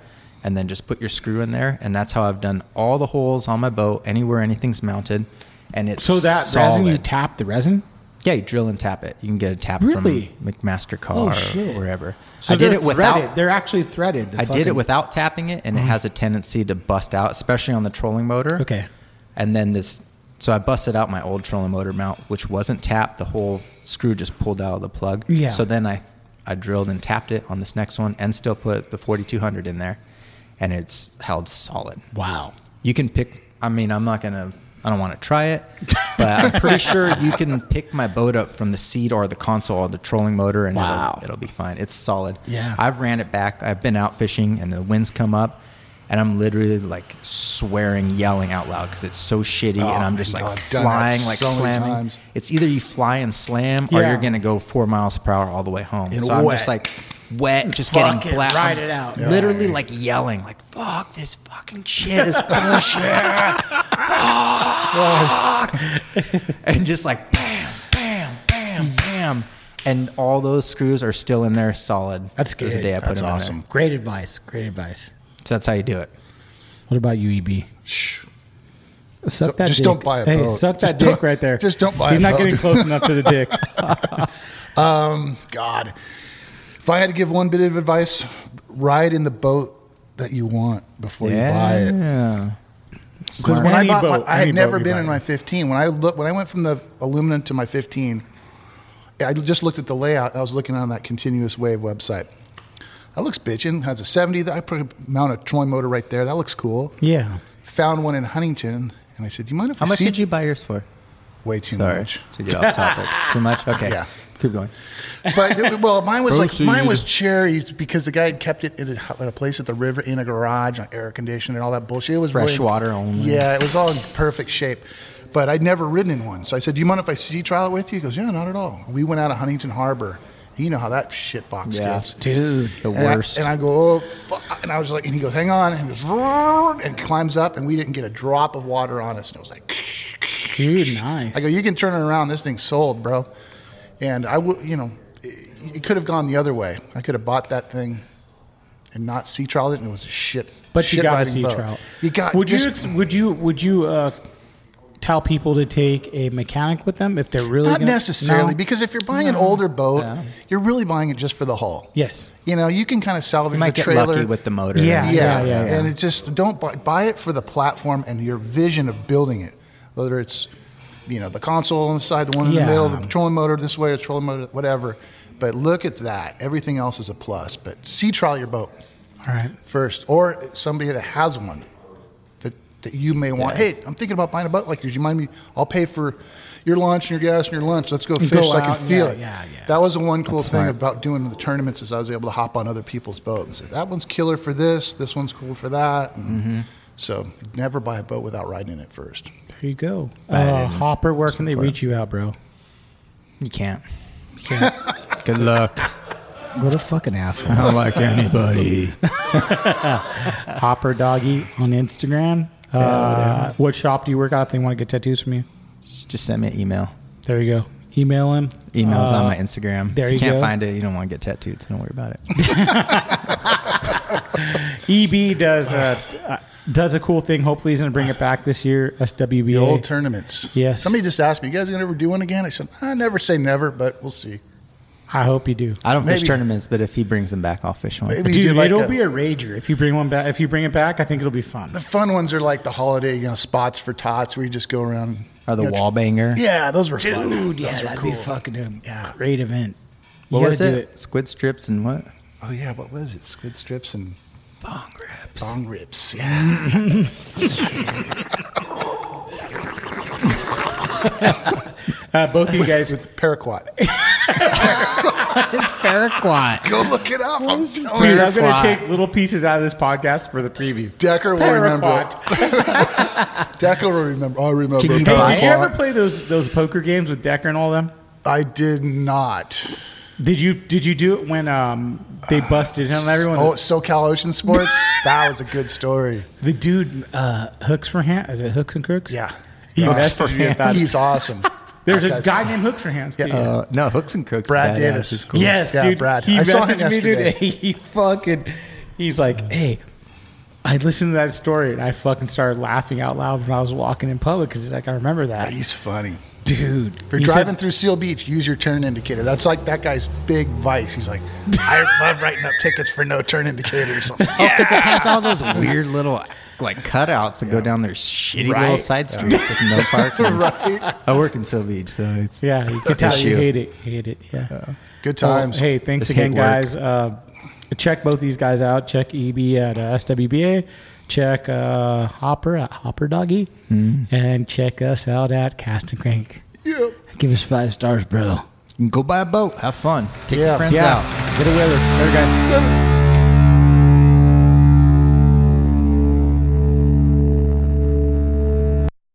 Speaker 3: and then just put your screw in there and that's how i've done all the holes on my boat anywhere anything's mounted and it's
Speaker 2: So that
Speaker 3: solid.
Speaker 2: resin, you tap the resin.
Speaker 3: yeah you drill and tap it you can get a tap
Speaker 2: Really?
Speaker 3: from mcmaster car
Speaker 2: Oh,
Speaker 3: or
Speaker 2: shit.
Speaker 3: wherever
Speaker 2: So
Speaker 3: i did
Speaker 2: they're
Speaker 3: it without
Speaker 2: threaded. They're actually threaded. the
Speaker 3: i did it
Speaker 2: fucking- Uh-huh.
Speaker 3: without tapping it and it has a tendency to bust out especially on the trolling motor
Speaker 2: Okay.
Speaker 3: and then this so i busted out my old trolling motor mount which wasn't tapped the whole screw just pulled out of the plug
Speaker 2: Yeah.
Speaker 3: so then i i drilled and tapped it on this next one and still put the 4200 in there and it's held solid
Speaker 2: Wow.
Speaker 3: you can pick i mean i'm not gonna i don't want to try it but i'm pretty sure you can pick my boat up from the seat or the console or the trolling motor and
Speaker 2: Wow.
Speaker 3: it'll, it'll be fine it's solid
Speaker 2: Yeah.
Speaker 3: i've ran it back i've been out fishing and the winds come up and i'm literally like swearing yelling out loud because it's so shitty and i'm just
Speaker 4: Oh my
Speaker 3: like
Speaker 4: God, I've done that
Speaker 3: flying like
Speaker 4: so many
Speaker 3: slamming
Speaker 4: times.
Speaker 3: it's either you fly and slam or
Speaker 2: Yeah.
Speaker 3: you're gonna go four miles per hour all the way home
Speaker 4: And
Speaker 3: so i'm
Speaker 4: wet.
Speaker 3: just like wet just
Speaker 2: Fuck it,
Speaker 3: getting black
Speaker 2: ride it out. Yeah.
Speaker 3: literally like yelling like fuck this fucking shit is bullshit and just like bam, bam, bam, bam, and all those screws are still in there, solid.
Speaker 2: That's
Speaker 3: It was The
Speaker 2: good.
Speaker 3: day I put
Speaker 4: That's
Speaker 3: them in there.
Speaker 4: awesome.
Speaker 2: Great advice. Great advice.
Speaker 3: So that's how you do it.
Speaker 2: What about you, E EB?
Speaker 4: Shh.
Speaker 2: Suck
Speaker 4: Don't-
Speaker 2: that
Speaker 4: just
Speaker 2: dick.
Speaker 4: don't buy a
Speaker 2: hey,
Speaker 4: boat.
Speaker 2: Suck that
Speaker 4: Just
Speaker 2: dick
Speaker 4: don't-
Speaker 2: right there.
Speaker 4: just don't buy
Speaker 2: He's
Speaker 4: a
Speaker 2: not
Speaker 4: boat.
Speaker 2: getting close enough to the dick.
Speaker 4: God. If I had to give one bit of advice, ride in the boat that you want before you buy it. Because when I
Speaker 2: Any
Speaker 4: bought, my-
Speaker 2: boat,
Speaker 4: I
Speaker 2: any
Speaker 4: had
Speaker 2: boat
Speaker 4: never
Speaker 2: you
Speaker 4: been
Speaker 2: buy.
Speaker 4: in my 15. When I look, when I went from the aluminum to my 15, I just looked at the layout. and I was looking on that continuous wave website. That looks bitching. Has a 70. that- I probably mount a trolling motor right there. That looks cool.
Speaker 2: yeah.
Speaker 4: Found one in Huntington, and I said, "Do you mind if
Speaker 3: How
Speaker 4: I
Speaker 3: much
Speaker 4: see
Speaker 3: did you buy yours for?
Speaker 4: Way too
Speaker 3: Sorry
Speaker 4: much.
Speaker 3: to get off topic. Too much. Okay.
Speaker 4: Yeah.
Speaker 3: Keep going.
Speaker 4: But it- well, mine was like mine was cherries because the guy had kept it at a, at a place at the river in a garage, like air conditioned and all that bullshit. It was
Speaker 3: Fresh
Speaker 4: really-
Speaker 3: water only.
Speaker 4: Yeah, it was all in perfect shape. But I'd never ridden in one, so I said, "Do you mind if I sea trial it with you?" He goes, "Yeah, not at all." We went out of Huntington Harbor. And you know how that shit box
Speaker 3: Yeah.
Speaker 4: gets,
Speaker 2: Dude.
Speaker 3: The
Speaker 4: and I-
Speaker 3: worst.
Speaker 4: and I go, oh, fuck. and I was like, and he goes, hang on, and he goes, "Roar," and climbs up, and we didn't get a drop of water on us, and it was like.
Speaker 2: Dude, nice.
Speaker 4: I go, you can turn it around. This thing's sold, bro. And I would, you know, it, it could have gone the other way. I could have bought that thing and not sea trialed it, and it was a shit.
Speaker 2: but you
Speaker 4: shit
Speaker 2: got to
Speaker 4: riding
Speaker 2: see
Speaker 4: boat.
Speaker 2: trout.
Speaker 4: You got.
Speaker 2: Would
Speaker 4: just-
Speaker 2: you ex- would you would you uh, tell people to take a mechanic with them if they're really
Speaker 4: not
Speaker 2: gonna-
Speaker 4: necessarily
Speaker 2: No?
Speaker 4: because if you're buying an older boat,
Speaker 3: Yeah.
Speaker 4: you're really buying it just for the hull.
Speaker 2: yes.
Speaker 4: You know, you can kind of salvage
Speaker 3: You might
Speaker 4: the
Speaker 3: get
Speaker 4: trailer.
Speaker 3: lucky with the motor.
Speaker 2: Yeah.
Speaker 4: yeah,
Speaker 2: yeah, yeah.
Speaker 4: and it just don't buy, buy it for the platform and your vision of building it, whether it's you know the console on the side, the one in
Speaker 2: Yeah.
Speaker 4: the middle, the petroleum motor this way, the petroleum motor whatever. But look at that; everything else is a plus. But sea trial your boat
Speaker 2: All right.
Speaker 4: first, or somebody that has one that that you may want. Hey, I'm thinking about buying a boat like yours. You mind me? I'll pay for your lunch and your gas and your lunch. Let's go fish. so I can
Speaker 2: out,
Speaker 4: feel
Speaker 2: yeah,
Speaker 4: it.
Speaker 2: yeah, yeah.
Speaker 4: That was the one cool
Speaker 3: That's
Speaker 4: thing
Speaker 3: smart.
Speaker 4: about doing the tournaments is I was able to hop on other people's boat and say that one's killer for this, this one's cool for that. And
Speaker 2: Mm-hmm.
Speaker 4: So never buy a boat without riding in it first.
Speaker 2: There you go. Uh, Hopper, where can they reach you out, bro?
Speaker 3: You can't. Good luck.
Speaker 2: What a fucking asshole.
Speaker 3: I don't like anybody.
Speaker 2: Hopper Doggy on Instagram. Uh, what shop do you work out if they want to get tattoos from you?
Speaker 3: Just send me an email.
Speaker 2: There you go. Email him.
Speaker 3: Email's
Speaker 2: Uh,
Speaker 3: on my Instagram.
Speaker 2: there
Speaker 3: If
Speaker 2: you
Speaker 3: can't
Speaker 2: go.
Speaker 3: find it. You don't want to get tattooed, so don't worry about it.
Speaker 2: EB does uh, uh, does a cool thing. Hopefully, he's going to bring it back this year. SWBA.
Speaker 4: The old tournaments.
Speaker 2: Yes.
Speaker 4: Somebody just asked me, you guys gonna ever do one again? I said, I never say never, but we'll see.
Speaker 2: I hope you do.
Speaker 3: I don't
Speaker 4: Maybe.
Speaker 3: fish tournaments, but if he brings them back, I'll fish one.
Speaker 4: Maybe you
Speaker 2: Dude,
Speaker 4: do like
Speaker 2: it'll
Speaker 4: a-
Speaker 2: be a rager if you bring one back. If you bring it back, I think it'll be fun.
Speaker 4: the fun ones are like the holiday, you know, spots for tots where you just go around.
Speaker 3: Or the
Speaker 4: you know,
Speaker 3: wall banger.
Speaker 4: Yeah, those were fun.
Speaker 2: Dude, yeah,
Speaker 4: Those were
Speaker 2: that'd be
Speaker 4: cool.
Speaker 2: fucking a
Speaker 4: Yeah.
Speaker 2: great event. You
Speaker 3: What
Speaker 2: gotta
Speaker 3: was
Speaker 2: do
Speaker 3: it? Squid strips and what?
Speaker 4: Oh yeah, what was it? Squid strips and
Speaker 3: Bong rips.
Speaker 4: bong rips. Yeah.
Speaker 2: Uh, both of you guys with
Speaker 4: Paraquat.
Speaker 3: It's paraquat.
Speaker 4: go look it up. I'm telling
Speaker 2: Dude,
Speaker 4: you.
Speaker 2: I'm going to take little pieces out of this podcast for the preview.
Speaker 4: Decker will remember.
Speaker 2: Paraquat.
Speaker 4: it. Decker will remember. I remember.
Speaker 3: Can you
Speaker 2: Hey,
Speaker 3: buy
Speaker 2: did you
Speaker 4: Paraquat.
Speaker 2: ever play those those poker games with Decker and all them?
Speaker 4: I did not.
Speaker 2: Did you did you do it when um they busted him? Everyone,
Speaker 4: Oh, SoCal Ocean Sports. that was a good story.
Speaker 2: the dude uh, hooks for hands. Is it hooks and crooks?
Speaker 4: Yeah.
Speaker 2: He
Speaker 4: Yeah.
Speaker 2: messed with me with that.
Speaker 4: He's awesome.
Speaker 2: There's
Speaker 4: That
Speaker 2: a
Speaker 4: guy's-
Speaker 2: guy named Hooks for Hands. Too.
Speaker 4: Yeah.
Speaker 3: Uh, no, hooks and crooks.
Speaker 4: Brad
Speaker 3: badass
Speaker 4: Davis.
Speaker 3: is cool.
Speaker 2: Yes,
Speaker 4: Yeah,
Speaker 2: dude.
Speaker 4: Brad.
Speaker 2: He
Speaker 4: I saw him
Speaker 2: messaged me today.
Speaker 4: yesterday.
Speaker 2: He fucking. He's like, hey, I listened to that story and I fucking started laughing out loud when I was walking in public because he's like, I remember that,
Speaker 4: He's funny.
Speaker 2: dude.
Speaker 4: If you're
Speaker 2: he said-
Speaker 4: driving through Seal Beach, use your turn indicator. That's like that guy's big vice. He's like, I love writing up tickets for no turn indicator or something.
Speaker 3: Oh, because it has all those weird little like cutouts that go down their shitty little
Speaker 2: Right.
Speaker 3: side streets with no parking.
Speaker 4: right.
Speaker 3: I work in Seal Beach, so it's
Speaker 2: yeah, you can
Speaker 3: an
Speaker 2: tell you
Speaker 3: issue.
Speaker 2: hate it, hate it. Yeah.
Speaker 4: Good
Speaker 2: Well,
Speaker 4: times.
Speaker 2: hey, thanks
Speaker 3: This
Speaker 2: again,
Speaker 3: hate work.
Speaker 2: guys. Uh, check both these guys out. Check EB at uh, SWBA. Check uh, Hopper at Hopper Doggy,
Speaker 4: Mm-hmm.
Speaker 2: and check us out at Cast and Crank.
Speaker 4: Yep.
Speaker 2: Give us five stars, bro.
Speaker 3: You can go buy a boat, have fun, take
Speaker 4: Yeah.
Speaker 3: your friends
Speaker 2: yeah,
Speaker 3: out.
Speaker 2: get a whaler. There, guys.
Speaker 4: Later.